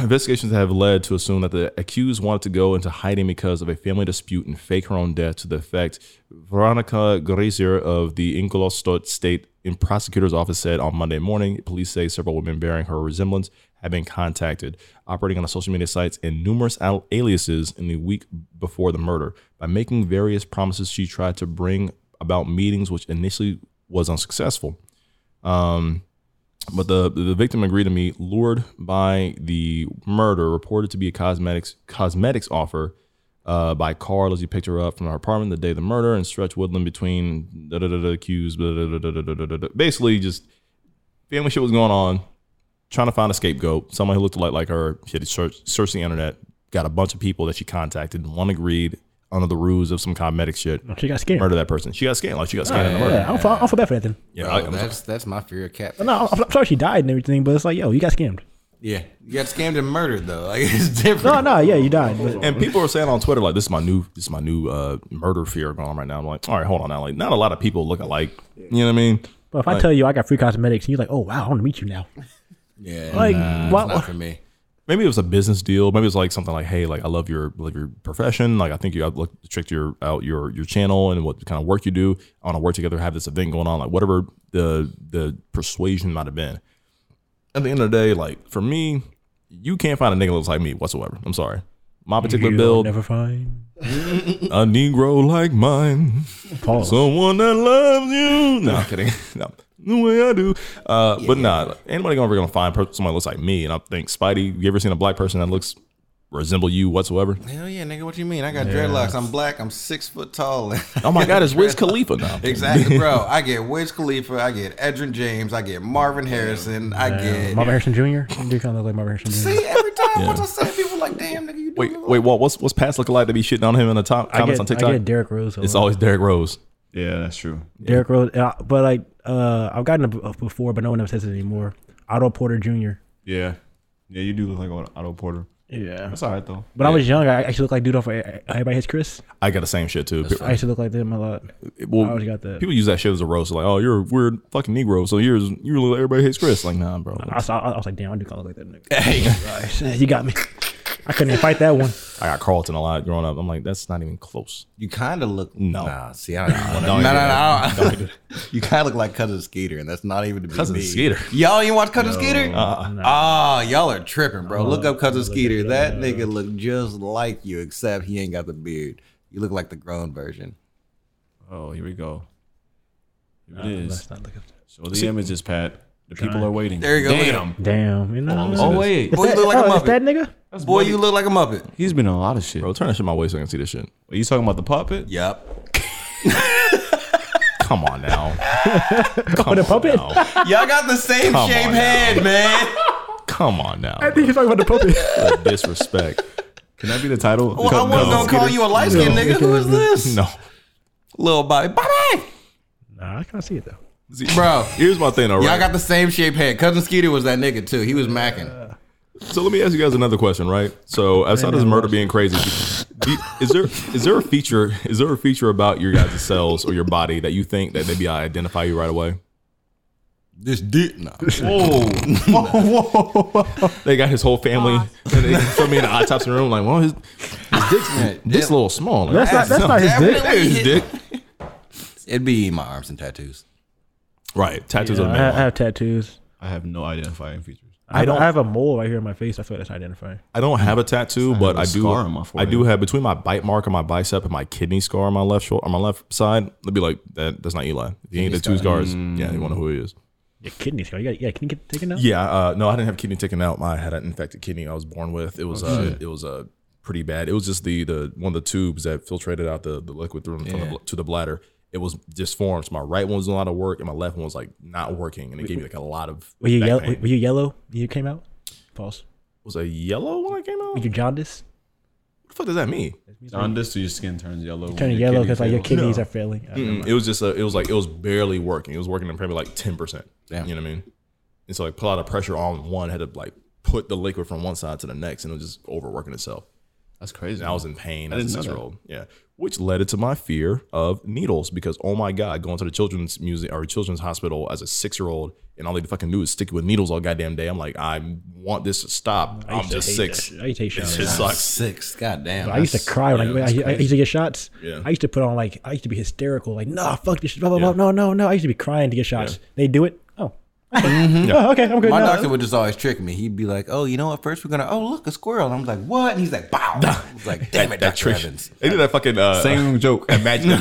investigations have led to assume that the accused wanted to go into hiding because of a family dispute and fake her own death to the effect. Veronica Grazier of the Ingolstadt State in Prosecutor's Office said on Monday morning, police say several women bearing her resemblance have been contacted, operating on the social media sites and numerous al- aliases in the week before the murder. By making various promises, she tried to bring about meetings, which initially was unsuccessful. Um, but the the victim agreed to meet, lured by the murder, reported to be a cosmetics cosmetics offer uh, by Carl as he picked her up from her apartment the day of the murder and stretched woodland between da da da da accused. Da, da, da, da, da, da, da, da, da. Basically, just family shit was going on, trying to find a scapegoat, someone who looked like like her. She had to search, search the internet, got a bunch of people that she contacted. One agreed under the ruse of some cosmetic shit.
Oh, She got scared.
Murder that person. She got scanned. Like she got scanned in the murder.
Yeah, I don't feel, I don't feel bad for that then.
Yeah,
Bro,
I- I'm
that's that's my fear of cat.
No, I'm, I'm sorry she died and everything, but it's like, yo, you got scammed.
Yeah, you got scammed and murdered though. Like it's different.
No, no, yeah, you died. But
And people are saying on Twitter like, "This is my new, this is my new uh, murder fear going on right now." I'm like, "All right, hold on now. Like, not a lot of people look alike. You know what I mean?"
But if I tell you I got free cosmetics and you're like, oh wow, I want to meet you now.
Yeah,
like
nah,
what?
it's not
for me.
Maybe it was a business deal. Maybe it was like something like, "Hey, like I love your love your profession. Like I think you I look tricked your out your your channel and what kind of work you do. I want to work together, have this event going on. Like whatever the the persuasion might have been. At the end of the day, like for me, you can't find a nigga that looks like me whatsoever. I'm sorry. My particular
You'll
build,
Never find.
*laughs* a Negro like mine, someone that loves you. No, I'm
*laughs*
kidding. No, the way I do. Uh, But nah, anybody gonna ever gonna find per- somebody that looks like me? And I think, Spidey, you ever seen a black person that looks resemble you whatsoever?
Hell yeah, nigga. What you mean? I got
Yeah.
dreadlocks. I'm black. I'm six foot tall.
Oh
*laughs*
my God, it's Wiz Khalifa now.
exactly, bro.
*laughs*
I get Wiz Khalifa. I get Edrin James. I get Marvin Harrison. I
Yeah.
get
Marvin Harrison Jr. You do kind of look like Marvin Harrison Jr.
See, every time
Yeah.
once I say it, people like, damn, nigga, you
Wait, wait, Walt, what's what's past looking like to be shitting on him in the top
I
comments
get-
on
I
TikTok?
get Derrick Rose a
It's
lot.
always Derrick Rose.
Yeah, that's true.
Derrick Rose, uh, but like uh, I've gotten it b- before, but no one ever says it anymore. Otto Porter Jr.
Yeah, yeah, you do look like Otto Porter.
Yeah,
that's all right though.
When I was young, I actually looked like dude off of Everybody Hits Chris.
I got the same shit too.
I used to look like them a lot. I always got that.
People use that shit as a roast. Like, oh, you're a weird fucking Negro, so you're you look like everybody hates Chris. Like, nah, bro.
I was, I I was like, damn, I do kind of look like that nigga. Hey, you got me. I couldn't even fight that one.
I got Carlton a lot growing up. I'm like, that's not even close.
You kind of look
no.
Nah, see, I don't
Nah,
even wanna-
don't
*laughs* no,
do
no,
that.
no,
Don't do
You kind of look like Cousin Skeeter, and that's not even to be
Cousin
mean.
Skeeter?
Y'all ain't watch Cousin
No.
Skeeter?
Uh-uh.
Ah, y'all are tripping, bro. look up Cousin
look at
Skeeter.
that.
That nigga look just like you, except he ain't got the beard. You look like the grown version.
Oh, here we go. Here it
Uh,
is.
let's not look
Show the
See-
images, Pat. The people
Trying.
are waiting.
There you go, look at
Damn.
him.
Damn. You
Hold on,
know? Oh,
listen to this.
Boy, you look like a Muppet. Boy, you look like a Muppet.
He's been in a lot of shit.
Bro, turn that shit my way so I can see this shit.
Are you talking about the puppet?
Yep.
*laughs* Come on
*laughs*
now.
Oh, the puppet?
*laughs*
Y'all got the same
Come
shape
on
head, man.
Come on now.
*laughs* I think you're talking about the puppet.
The disrespect.
Can that be the title?
Well, I wasn't gonna call you a light skinned nigga. Who is this?
*laughs* No.
Little Bobby. Bobby!
Nah, I can't see it though.
Bro,
here's my thing, all
Y'all
right?
got the same shape head. Cousin Skeeter was that nigga too. He was macking.
So let me ask you guys another question, right? So outside of this murder being crazy, do- is there is there a feature is there a feature about your guys' cells or your body that you think that maybe I identify you right away?
This
*laughs*
dick now.
Whoa.
*laughs*
whoa, whoa. They got his whole family. and *laughs* they put me in the autopsy room, like, well, his, his
*laughs*
dick's this little small.
That's not- that's not his dick.
That's his dick.
It'd be my arms and tattoos.
Right. Tattoos
Yeah,
of
I,
men.
have, I have tattoos.
I have no identifying features.
I,
I
don't.
don't-
I have a mole right here on my face. I feel that's identifying.
I don't have a tattoo,
I
but
have a
I do.
scar on my
I
forehead.
do have between my bite mark on my bicep and my kidney scar on my left shoulder on my left side. They'd be like that. That's not Eli. If he ain't the two
scar.
scars, yeah, you wonder who he is.
Your kidneys. You got. Yeah, can you get taken out?
Yeah, uh, no, I didn't have kidney taken out. I had an infected kidney I was born with. It was
Oh,
uh,
shit.
it was uh, pretty bad. It was just the the one of the tubes that filtrated out the, the liquid through from the,
Yeah.
bl- to the bladder. It was disformed. So my right one was doing a lot of work, and my left one was like not working, and it gave me like a lot of.
Were you
back
yellow?
pain.
Were you yellow? when You came out. Pause.
Was I yellow when I came out?
Were you jaundice?
What the fuck does that mean?
Jaundice, so your skin turns yellow. when
Turning
your
yellow
kidney
'cause, like, your
fails.
kidneys are failing. I
Mm-mm. It was just a, it was like it was barely working. It was working in probably like ten percent. You know what I mean? And so like put a lot of pressure on one, had to like put the liquid from one side to the next, and it was just overworking itself.
That's crazy.
And I was in pain
I
as a
didn't know
six
that.
year old. Yeah, which led it to my fear of needles because oh my god, going to the children's music or children's hospital as a six year old and all they fucking do is stick you with needles all goddamn day. I'm like, I want this to stop.
I used
I'm
to
just
hate
six.
that shit. I used to hate
It
shots.
just
I'm
sucks.
Six. God damn.
But I used to cry when I, I, I used to get shots.
Yeah.
I used to put on like I used to be hysterical, like nah, fuck this shit, blah blah blah, no no no. I used to be crying to get shots. They do it.
*laughs*
Oh,
Mm-hmm.
Oh, okay, I'm good.
My
now.
doctor would just always trick me. He'd be like, "Oh, you know what? First we're gonna oh look a squirrel." And I'm like, "What?" And he's like, "Bow." *laughs* I was like, "Damn it, Doctor
trick-
Evans."
They did that fucking uh, *laughs*
Same joke.
Magic.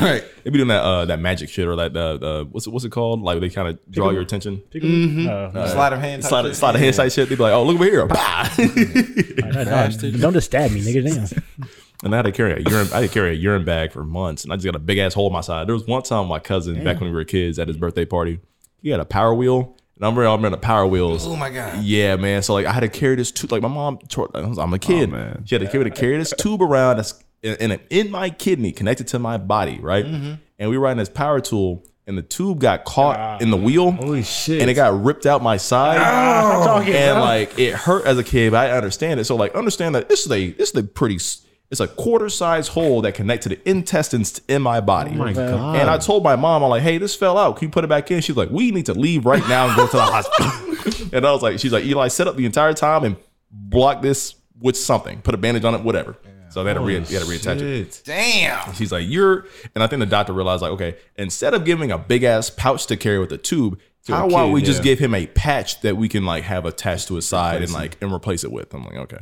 *laughs*
Right.
They be doing that uh, that magic shit or that uh, uh, what's it what's it called? Like they kind of draw
Peekaboo.
your attention.
Oh,
Peekaboo? Mhm. Sleight of hand type
Slide
shit.
of, slide of hand type shit. They be like, oh look over here. Bah!
Nah, nah, don't just stab me, nigga.
*laughs*
Damn.
And I had to carry a urine. I had to carry a urine bag for months, and I just got a big ass hole in my side. There was one time my cousin back
Damn.
when we were kids at his birthday party, he had a power wheel, and I'm real. I'm in the power wheels.
Oh my God.
Yeah, man. So like I had to carry this tube. Like my mom, tore, I was- I'm a kid. man. She had to carry to carry this tube around that's in, in, in my kidney, connected to my body, right?
Mhm.
And we were riding this power tool. And the tube got caught in the wheel. Holy shit. And it got ripped out my side.
Ah, stop talking,
and
bro.
like it hurt as a kid, but I understand it. So like understand that this is a this is a pretty s- it's a quarter size hole that connect to the intestines in my body. Oh
my God.
And I told my mom, I'm like, hey, this fell out. Can you put it back in? She's like, we need to leave right now and go to the *laughs* hospital. and I was like, she's like, Eli, set up the entire time and block this with something. Put a bandage on it, whatever. So they had to, re-
Holy
they had to reattach it.
Damn.
And She's like, you're, and I think the doctor realized, like, okay, instead of giving a big ass pouch to carry with a tube,
To a
how about
kid,
we just
yeah.
give him a patch that we can like have attached to his side and
Replace
like and replace it with? I'm like, okay,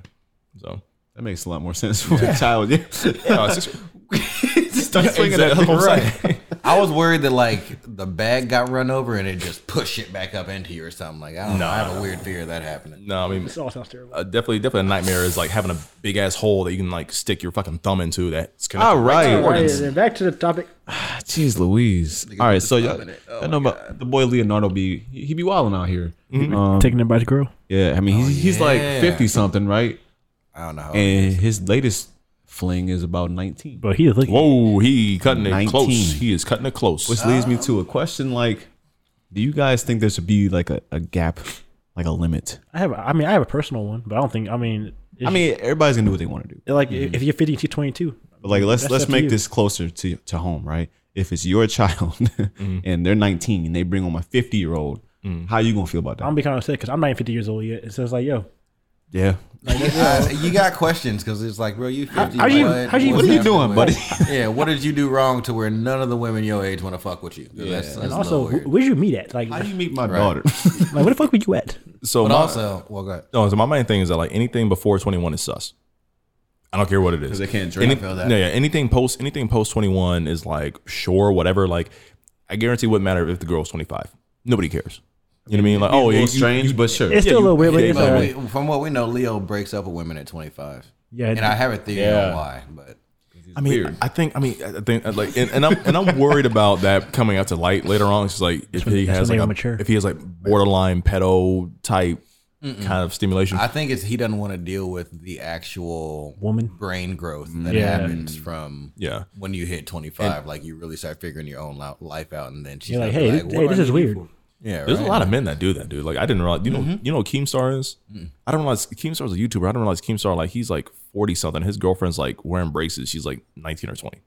so
That makes a lot more sense for a child. Yeah.
No, it's *laughs* just-
Just start swinging that
Exactly
thing,
right. *laughs*
right.
*laughs* I was worried that like the bag got run over and it just pushed it back up into you or something. Like I don't know. I have a weird fear of that happening.
No, I mean,
This all sounds terrible.
uh, definitely, definitely a nightmare is like having a big ass hole that you can like stick your fucking thumb into. That's connected
All
to your
right.
organs.
Yeah, back to the topic.
Ah, Jeez Louise. All right, so y'all,
eh? Oh
I know about the boy Leonardo be he he be wilding out here, Um,
Mhm. Taking it by the girl.
Yeah, I mean he's, he's like
yeah.
fifty something, right?
Oh, I don't know.
and his latest fling is about nineteen.
But he is looking.
Whoa, he cutting it close. He is cutting it close.
Which leads me
Oh.
to a question: like, do you guys think there should be like a, a gap, like a limit?
I have. I mean, I have a personal one, but I don't think. I mean,
I mean, everybody's gonna do what they want to do.
like if
Mm-hmm.
you're 50, to 22.
But like let's
That's
let's
up to
make
you.
this closer to to home, right? If it's your *laughs* child and they're 19 and they bring on a 50 year old, how you gonna feel about
I'm
that?
gonna be kind of sick because I'm not even 50 years old yet. So it's like, yo,
yeah.
Uh, you got questions because it's like, bro, you 50.
how you-
what,
how you-
what's
What are you
happening
doing,
with-
buddy?
yeah, what did you do wrong to where none of the women your age want to fuck with you? Yeah. That's,
and
that's
also,
also,
wh- where'd you meet at? Like, how
you meet my
Right. *laughs* daughter?
*laughs* like, where the fuck were you at?
So
But
my,
also- well, go ahead.
No, so my main thing is that like anything before twenty one is sus. I don't care what it is.
'Cause they can't drink.
Any-
I feel that.
No, yeah. Anything post anything post twenty one is like sure, whatever. Like I guarantee it wouldn't matter if the girl's twenty five. Nobody cares. You know what I mean? Like,
Be a
oh,
little
yeah, you-
strange,
you-
but sure.
It's still a little weird, but it's
yeah,
all
you-
right.
we, from what we know, Leo breaks up with women at 25.
Yeah,
and I have a theory
yeah.
on why, but
I mean, I think. I mean, I think uh, like, and, and I'm and I'm worried about that coming out to light later on. It's like if he
that's
has
when
like
they
a,
mature.
if he has like borderline pedo type kind of stimulation.
I think it's he doesn't want to deal with the actual
Woman?
brain growth that
Yeah.
happens from
Yeah.
when you hit 25. like you really start figuring your own li- life out, and then she's
You're like,
gonna be
hey, this-
what
hey,
do I
this is
need you
weird.
for? Yeah,
There's
right. Mm-hmm. Mm.
a lot of men that do that, dude. Like I didn't realize. You know, you know, what Keemstar is. I don't realize Keemstar's a YouTuber. I don't realize Keemstar like he's like forty something. His girlfriend's like wearing braces. She's like nineteen or twenty,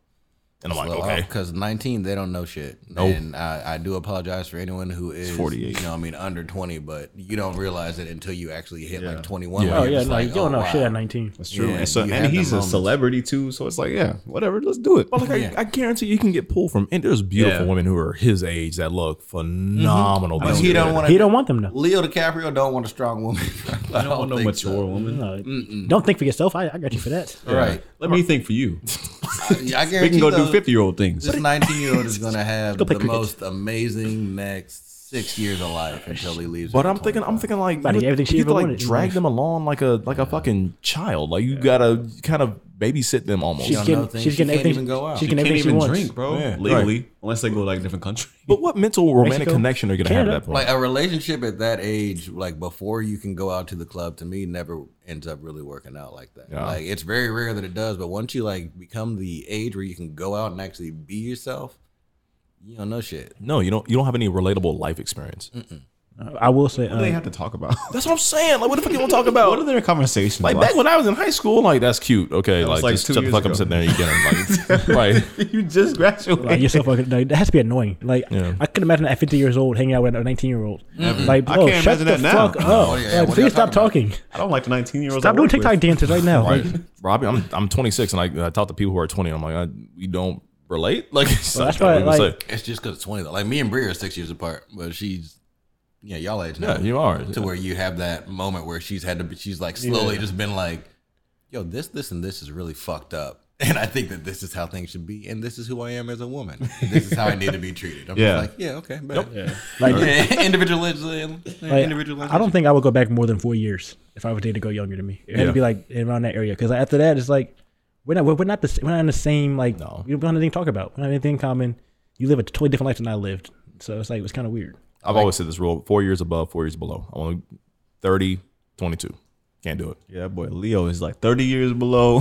and I'm like, okay,
because 19 oh, they don't know shit.
Nope.
And I, I do apologize for anyone who is
48.
You know, what I mean, under 20, but you don't realize it until you actually hit like 21.
Yeah.
where
Oh,
you're
yeah,
just
no,
you don't know shit at 19.
That's true.
Yeah,
and so,
you
and
have
he's a
them moments.
celebrity too, so it's like, yeah, whatever, let's do it.
But like, I, I guarantee
*laughs*
you can get pulled from. And there's beautiful
Yeah.
women who are his age that look phenomenal.
Mm-hmm. But he don't want
He
*laughs*
don't want them to.
Leo DiCaprio don't want a strong woman. *laughs* I don't,
want no
think
mature
uh,
so.
woman.
No, don't think for yourself. I, I got you for that.
All right.
Let me think for you.
I guarantee
we can go do
those-
50 year old things.
This 19 year old is going to have
Go
the
play cricket.
most amazing next six years of life until he leaves.
But I'm thinking, I'm thinking like
About
you,
everything she
you
ever
could, like
wanted in
drag
life.
them along like a like a fucking child. Like you gotta kind of babysit them almost.
She's
don't know
getting,
things.
she's
She
getting
can't
everything.
even go out.
She
She
can
Can't
everything she
even
wants.
drink, bro.
Yeah.
legally, unless they go to like different
*laughs*
country.
but what mental romantic
Mexico,
connection are you gonna have at
Canada.
that point?
like a relationship at that age, like before you can go out to the club, to me never ends up really working out like that.
Yeah.
Like it's very rare that it does. But once you like become the age where you can go out and actually be yourself, you don't know shit.
no, you don't. You don't have any relatable life experience.
I will say,
What do they
uh,
have to talk about?
*laughs* That's what I'm saying. Like, what the fuck you want
*laughs*
to talk about?
what are their conversations like?
Like back when I was in high school, like that's cute. Okay,
was
like,
like
just
two
shut the
years
fuck up,
ago.
sit there, you get it.
*laughs*
Like, right?
you just graduated.
like yourself, like, like, that has to be annoying. Like
Yeah.
I could imagine at 50 years old hanging out with a 19 year old. Like,
I
bro,
can't
shut
imagine
the
that now.
fuck up.
Oh,
Like,
yeah, what are y'all
please stop
talking
talking.
I don't like the 19 year olds.
Stop doing TikTok dances
*laughs*
right now.
Right.
Like,
Robbie, I'm I'm 26, and I, I talk to people who are 20. And I'm like, I, we don't relate. *laughs* Like, so I
that's
don't
why,
even
like-
say.
It's just because it's 20. though. Like me and Brie are six years apart, but she's, yeah, y'all age now.
Yeah, you are,
To
yeah.
where you have that moment where she's had to be, she's like slowly just been like, yo, this, this, and this is really fucked up. *laughs* And I think that this is how things should be. And this is who I am as a woman. This is how I need to be treated. I'm
Yeah.
just like, yeah, okay. bet. Yeah.
*laughs*
uh,
Like-
*laughs* individualism.
like,
individualism.
I don't think I would go back more than four years if I were to go younger than me. It had
Yeah.
to be like around that area because after that, it's like we're not we're, we're not the s- we're not in the same like
No.
we don't have anything to talk about. We don't have anything in common. You live a totally different life than I lived, so it's like it's kind of weird.
I've always said this rule: four years above, four years below. I want 30, 22. Can't do it.
Yeah, that boy Leo is like 30 years
*laughs*
below.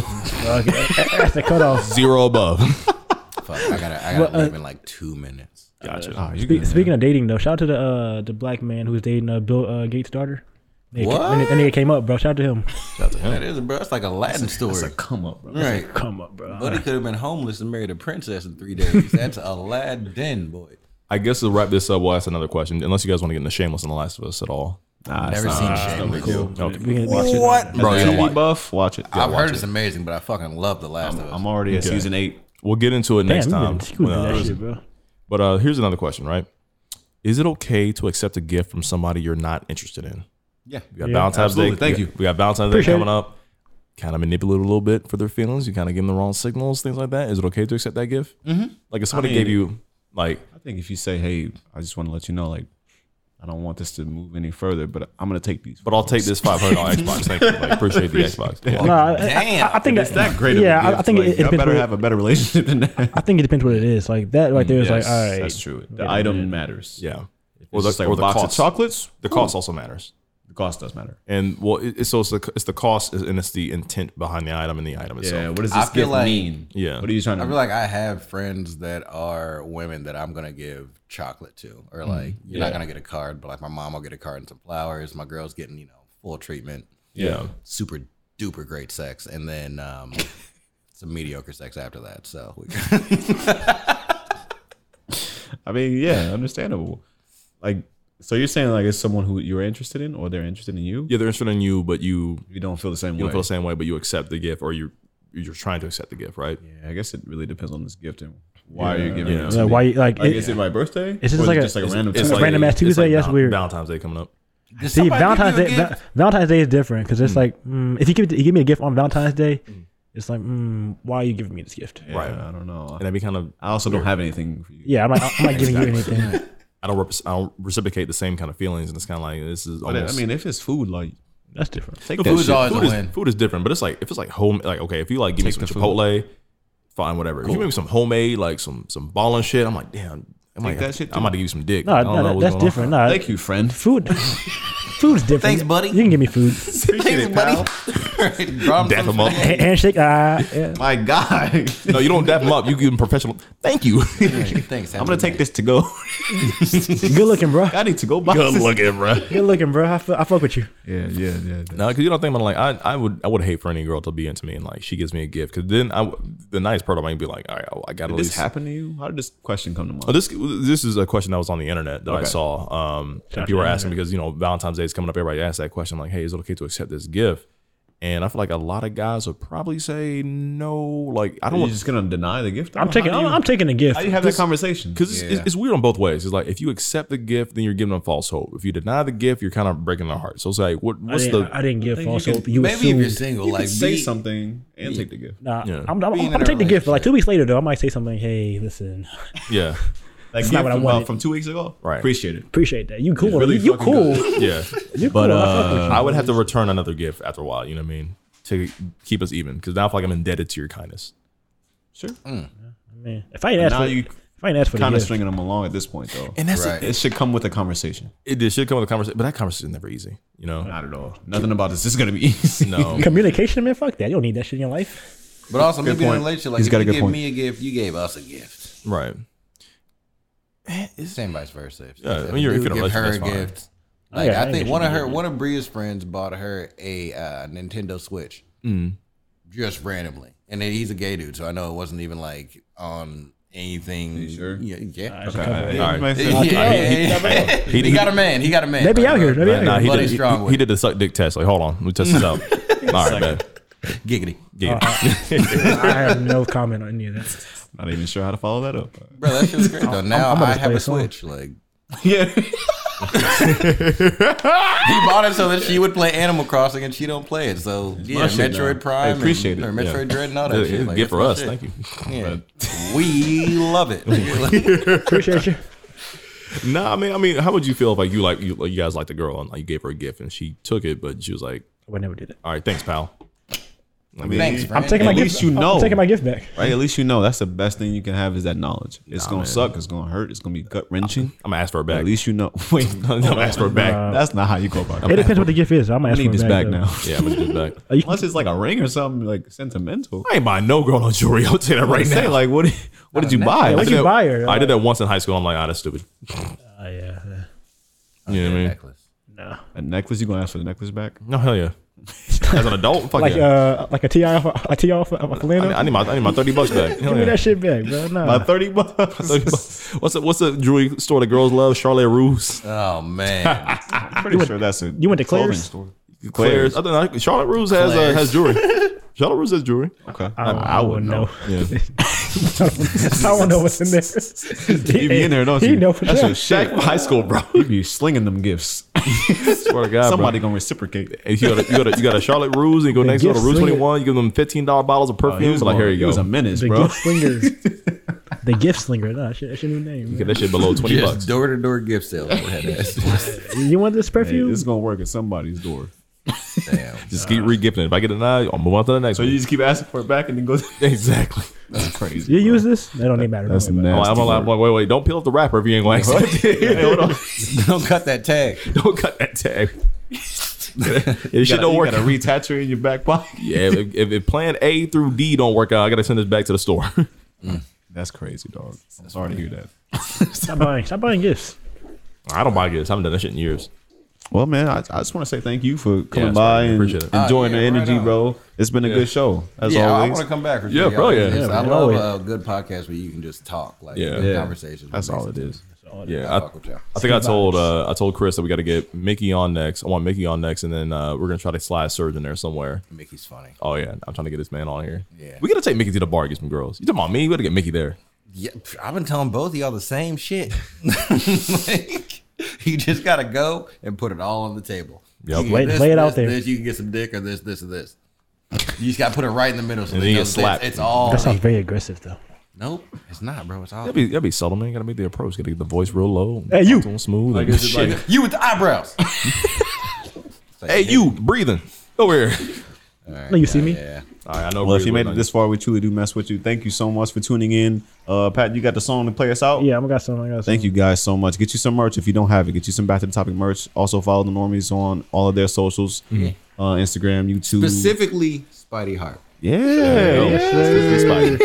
That's the cutoff.
Zero above.
Fuck, I gotta, I gotta
Well, uh,
live in like two minutes.
Gotcha.
Ah,
Spe- speaking of dating though, shout out to the uh, the black man who's dating uh, Bill uh, Gates' daughter. That nigga-
What?
That nigga came up, bro. Shout out to him.
Shout out to him.
That is, bro. That's like a Latin story.
come up, bro.
right.
Come up, bro.
Buddy could have been homeless and married a princess in three days. That's Aladdin, boy.
I guess to wrap this up, we'll ask another question. Unless you guys want to get into Shameless and The Last of Us at all.
Nah,
Never seen Shameless.
Okay.
We gonna watch it.
Bro, you gotta
TV
watch-
buff, watch it.
I've heard it's amazing, but I fucking love The Last of Us.
I'm already at
Okay.
season eight.
We'll get into it
Damn,
next
you
time.
been screwing
when, uh,
that shit, bro.
But uh, here's another question, right? Is it okay to accept a gift from somebody you're not interested in?
Yeah.
We got
Yeah,
Valentine's
absolutely.
Day.
Thank
we
you.
Got, we got Valentine's
Appreciate
Day coming
it.
up. kind of manipulate a little bit for their feelings. You kind of give them the wrong signals, things like that. Is it okay to accept that gift?
Mm-hmm.
Mhm. I
Like if somebody
mean-
gave you like
I think if you say, "Hey, I just want to let you know, like, I don't want this to move any further, but I'm gonna take these."
But I'll take this $500
*laughs*
Xbox. Thank you. Like, appreciate the Xbox.
No, I- I- I- I think
it's
that-
that great. Of
yeah,
yeah,
I- I
I
think
think
it- it
I
depends
better
what-
have a better relationship than that.
I think it depends what it is. Like that right there is
Yes,
like, all right,
that's true. The item matters.
Yeah.
Or
Or
the,
the-
just like
or
a
the
box
cost.
of chocolates.
The cost also matters.
The cost does matter.
And well, it, it's so it's the, it's the cost and it's the intent behind the item and the item itself.
Yeah, what does
I feel like-
Yeah.
I feel like I have friends that are women that I'm gonna give chocolate to, or
Mm-hmm.
Mhm.
like you're
Yeah.
not gonna get a card, but like my mom will get a card and some flowers. My girl's getting you know full treatment.
Yeah.
super duper great sex, and
*laughs*
then um, some mediocre sex after that. So we *laughs*
I mean, yeah, understandable. Like, so you're saying like it's someone who you're interested in, or they're interested in you?
Yeah, they're interested in you, but you
you don't feel the same
you
way.
don't feel the same way, but you accept the gift or you you're trying to accept the gift, right?
Yeah, I guess it really depends on this gift and why you're giving it.
Yeah, why you- like,
Like,
it-
is it my birthday?
It's just
Or is
like
it
a-
just like a
it's-
random.
it's
time?
like- Random ass it's Tuesday, like yes, Val- weird.
Valentine's Day coming up.
See, Valentine's Day, Val- Valentine's Day is different because it's
Hmm.
like mm, if you give it- you give me a gift on Valentine's Day, it's like mm, why are you giving me this gift?
Right.
I don't know. And
that'd be kind of.
I also don't have anything for you.
Yeah, I'm not- I'm not giving you anything.
*laughs* I don't. repres I don't reciprocate the same kind of feelings, and it's kind of like this is.
But I- I
Almost,
mean, if it's food, like
that's different.
Take
Take that
food
shit.
Is,
Food
food,
is-
is, food is different, but it's like if it's like home, like okay, if you like give
Take
me
the
some
food.
Chipotle, fine, whatever. If you
Cool.
give me some homemade, like some some ball and shit, I'm like, damn, I'm,
Take
like,
that shit
I'm
too.
about to give you some dick.
No,
I
no,
don't know
that-
what's
that's
going on.
different. No,
Thank you, friend. *laughs*
Food, food's different.
Thanks, buddy.
You can give me food.
Thanks,
*laughs*
buddy. Drum
Dap
some
him up.
shit.
Ha- Handshake. Uh, yeah.
My God.
no, you don't dap them up. You give them professional. Thank you. *laughs*
Thanks.
I'm gonna take this to go.
Good looking, bro.
I need to go buy. this.
bro.
Good looking, bro. I, fu- I fuck with you.
Yeah, yeah, yeah.
No, because you don't think about it, like I, I would I would hate for any girl to be into me and like she gives me a gift because then I w- the nice part of might be like all right oh, I got
Did
to
this happen to you? How did this question come to mind?
Oh, this this is a question that was on the internet that I
Okay.
saw. Um,
Shout out
and people
to
were
the
asking because you know Valentine's Day is coming up. Everybody asked that question like, "Hey, is it okay to accept this gift?" And I feel like a lot of guys would probably say no. Like, I
You're
don't. want-
just gonna deny the gift?
I'm taking.
How do
I'm,
you-
I'm taking a gift.
How do you have that conversation?
because it's, it's, it's weird on both ways. It's like if you accept the gift, then you're giving them false hope. If you deny the gift, you're kind of breaking their heart. So it's like, what, what's
I
the?
didn't, I didn't give
I think
false
you
hope.
can-
You
maybe if
assumed-
you're single, You like, can say be- something and
Yeah.
take the gift.
Nah,
Yeah.
I'm, I'm,
Being
I'm,
in
I'm
a
take the gift, but like two weeks later though, I might say something. Hey, listen,
yeah,
That
It's
gift
not what I
from,
wanted.
uh, from two weeks ago.
Right.
Appreciate it.
appreciate that. You cool.
really
you you
fucking
cool.
good.
*laughs*
yeah.
You
But
cool. I fuck with
uh,
you.
I would have to return another gift after a while. You know what I mean? To keep us even, because now I feel like I'm indebted to your kindness.
Sure.
Man, if I ain't asked
now
for,
you
if I ain't asked for the
kind of
gift,
stringing them along at this point, though.
And that's the-
it. It should come with a conversation.
It, it should come with a conversation, but that conversation is never easy. You know,
Not at all. Nothing about this. This is gonna be easy. *laughs*
no.
*laughs* communication, man, fuck that. You don't need that shit in your life.
But also, *laughs* me
Good
being in a
point.
relationship, like
He's
if
got
you
a good
give
point.
me a gift, you gave us a gift.
Right.
Same vice versa. If,
Yeah, I mean, you're- if
dude
you're in a
give her a
relationship, that's fine.
gift. Like
Oh, Yeah, I
I
ain't
think
get
one
you
of her,
nothing.
one of Bria's friends bought her a uh, Nintendo Switch
Mm.
just randomly, and then he's a gay dude, so I know it wasn't even like on anything.
sure?
Yeah, yeah.
Okay. All
Yeah,
right.
it makes
*laughs* Yeah,
sense.
yeah, yeah.
*laughs*
He, got a man. He got a man.
Maybe
Like,
out here,
bro,
maybe out
Nah, he,
Bloody
did, he,
strong
he
with
did the suck dick test. Like, hold on, let
*laughs*
me test this out. All right, man.
giggity.
Yeah.
Uh-huh. I have no comment on any of that.
Not even sure how to follow that up.
Bro, that shit was great though.
I'm-
Now
I'm about
i
to
have
play
a
a song.
Switch. Like
*laughs*
*laughs*
Yeah.
he bought it so that she would play Animal Crossing, and she don't play it. So yeah,
shit, though.
Metroid Prime,
I appreciate
and,
it,
or Metroid
yeah.
Dread, and all
*laughs*
Yeah,
that
it's
shit.
a
Like,
gift for
that's
us.
my shit.
Thank you.
Yeah. *laughs* we
*laughs*
love it. Like,
Appreciate you.
nah, I mean, I mean, how would you feel if like you like you, like, you guys like the girl and like you gave her a gift and she took it, but she was like,
I would never do that.
"All right, thanks, pal." I mean,
Thanks,
I'm
friend.
taking my
At
gift.
least you know.
I'm taking my gift back.
Right? At least you know that's the best thing you can have is that knowledge. It's
Nah,
gonna
man.
suck. It's gonna hurt. It's gonna be gut wrenching.
I'm gonna ask for her
At
back.
least you know. *laughs* Wait,
I'm gonna ask for her back.
that's not how you go about
It
it.
depends what the gift is. I'm
I
asking
need this back now.
Yeah, I'm gonna do it back.
*laughs* Are you,
Unless it's like a ring or something like sentimental.
I ain't buying no girl no jewelry. I'll tell you that
Right
right now.
like what? What did you buy?
Yeah,
I
what'd
did
you
that-
buy her?
I did that once in high school. I'm like, ah, that's stupid.
Uh, yeah, yeah.
You know what I mean?
necklace.
No.
A necklace? You gonna ask for the necklace back?
No,
*laughs*
hell yeah. As an adult, fuck
Like
yeah.
uh, like a ti off a ti off of
I need,
Atlanta.
I need my I need my thirty bucks back. Hell
Give me
yeah.
that shit back, bro.
My
*laughs*
Nah.
thirty bucks.
30 bucks. What's the what's the jewelry store the girls love? Charlotte Russe. *laughs*
Oh man,
I'm pretty sure that's a
You went to
clothing
Claire's?
store.
Claire's. Other than that, Charlotte Russe has uh, has
*laughs*
jewelry. Charlotte Russe has jewelry.
Okay,
I don't, I wouldn't know.
Yeah.
*laughs* I don't know what's in there.
*laughs* You be in there, don't
he
you?
know for
That's
sure.
your shit.
Back in high school, bro.
*laughs* You be slinging them gifts.
Swear to God,
Somebody
bro.
gonna reciprocate.
And you got a, you got a, you got a Charlotte Ruse, and you go
The
next door to
gift
Rue
slinger.
Twenty One. You give them fifteen dollar bottles of perfume.
was
like
going-
here you
he
go.
was a menace,
the gift slingers.
*laughs*
the gift slinger. No, that's your that's your new
*laughs*
name.
You
man.
get that shit below twenty
Just
bucks.
Door to door gift sale.
You want this perfume?
It's gonna work at somebody's door.
Just keep re-gifting. it. If I get a nine, I'll move on to the next. So
you just keep asking for it back and then *laughs* go
exactly.
That's crazy.
You use this? That don't even matter.
That's
Don't worry
Oh, I'm,
about it.
I'm, I'm like, wait, wait, don't peel up the wrapper if you ain't going
*laughs*
to accept it. Hey, hold on.
Don't cut that tag.
Don't cut
*laughs*
that tag. It shit don't work.
You gotta retatch it in your back pocket.
*laughs* yeah, if, if, if plan A through D don't work out, I got to send this back to the store. *laughs*
Mm. That's crazy, dog. I'm sorry to hear that.
Stop buying. Stop buying gifts.
I don't buy gifts. I haven't done that shit in years.
Well, man, I, I just want to say thank you for coming
it's
by
fine.
and
Appreciate it.
enjoying
Ah, yeah,
the
right
energy,
on.
bro. It's been a good show, as
yeah, I
always.
want to come back. for
Yeah,
sure,
bro,
y'all.
yeah.
Yes,
Yeah,
I
man,
love
always.
a good podcast where you can just talk, like
Yeah.
yeah,
Yeah.
conversations.
That's all it is.
Yeah,
I
I,
fuck with y'all.
I think I told uh, I told Chris that we got to get Mickey on next. I want Mickey on next, and then uh, we're gonna try to slide Surge in there somewhere.
Mickey's funny.
Oh yeah, I'm trying to get this man on here.
Yeah.
we gotta take Mickey to the bar and get some girls. You talking about me? We gotta get Mickey there.
Yeah, pff, I've been telling both of y'all the same shit. *laughs* like, you just gotta go and put it all on the table.
Yep.
You can
Lay-
this,
lay it
this,
out there.
This, you can get some dick or this, this, or this. You just gotta put it right in the middle. So
And
they
then you
know
get
that
slapped.
It's all.
That sounds very aggressive, though.
nope, it's not, bro. It's all.
That'd be that'd be subtle, man. Gotta make the approach. Gotta get the voice real low.
Hey, you.
talk to him smooth.
Like,
and
is it
shit.
like, you with the
*laughs*
eyebrows.
hey, you breathing over here?
No, you see me?
All right, I know.
Well, if you
Breeze
made it
waiting
this far, we truly do mess with you. Thank you so much for tuning in. Uh, Pat, you got the song to play us out?
Yeah, I'm got some. I got some.
Thank you guys so much. Get you some merch if you don't have it. Get you some Back to the Topic merch. Also follow the Normies on all of their socials,
Mhm.
uh, Instagram, YouTube.
Specifically, Spidey Hart.
Yeah,
There you go.
yeah.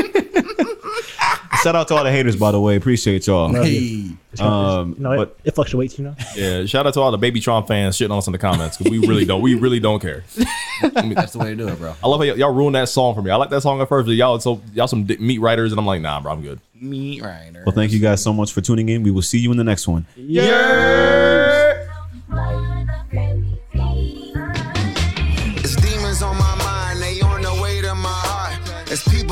Shout out to all the haters, by the way. Appreciate y'all.
Love you.
Um,
No, it, it fluctuates, you know.
Yeah, shout out to all the Baby Tron fans shitting on us in the comments because we really don't, we really don't *laughs* care.
That's the way to do it, bro.
I love how y- y'all ruined that song for me. I like that song at first, but y'all so y'all some dick meat writers, and I'm like, nah, bro, I'm good.
Meat rider.
well, thank you guys so much for tuning in. We will see you in the next one.
It's demons on my mind, they on the way to my heart. It's people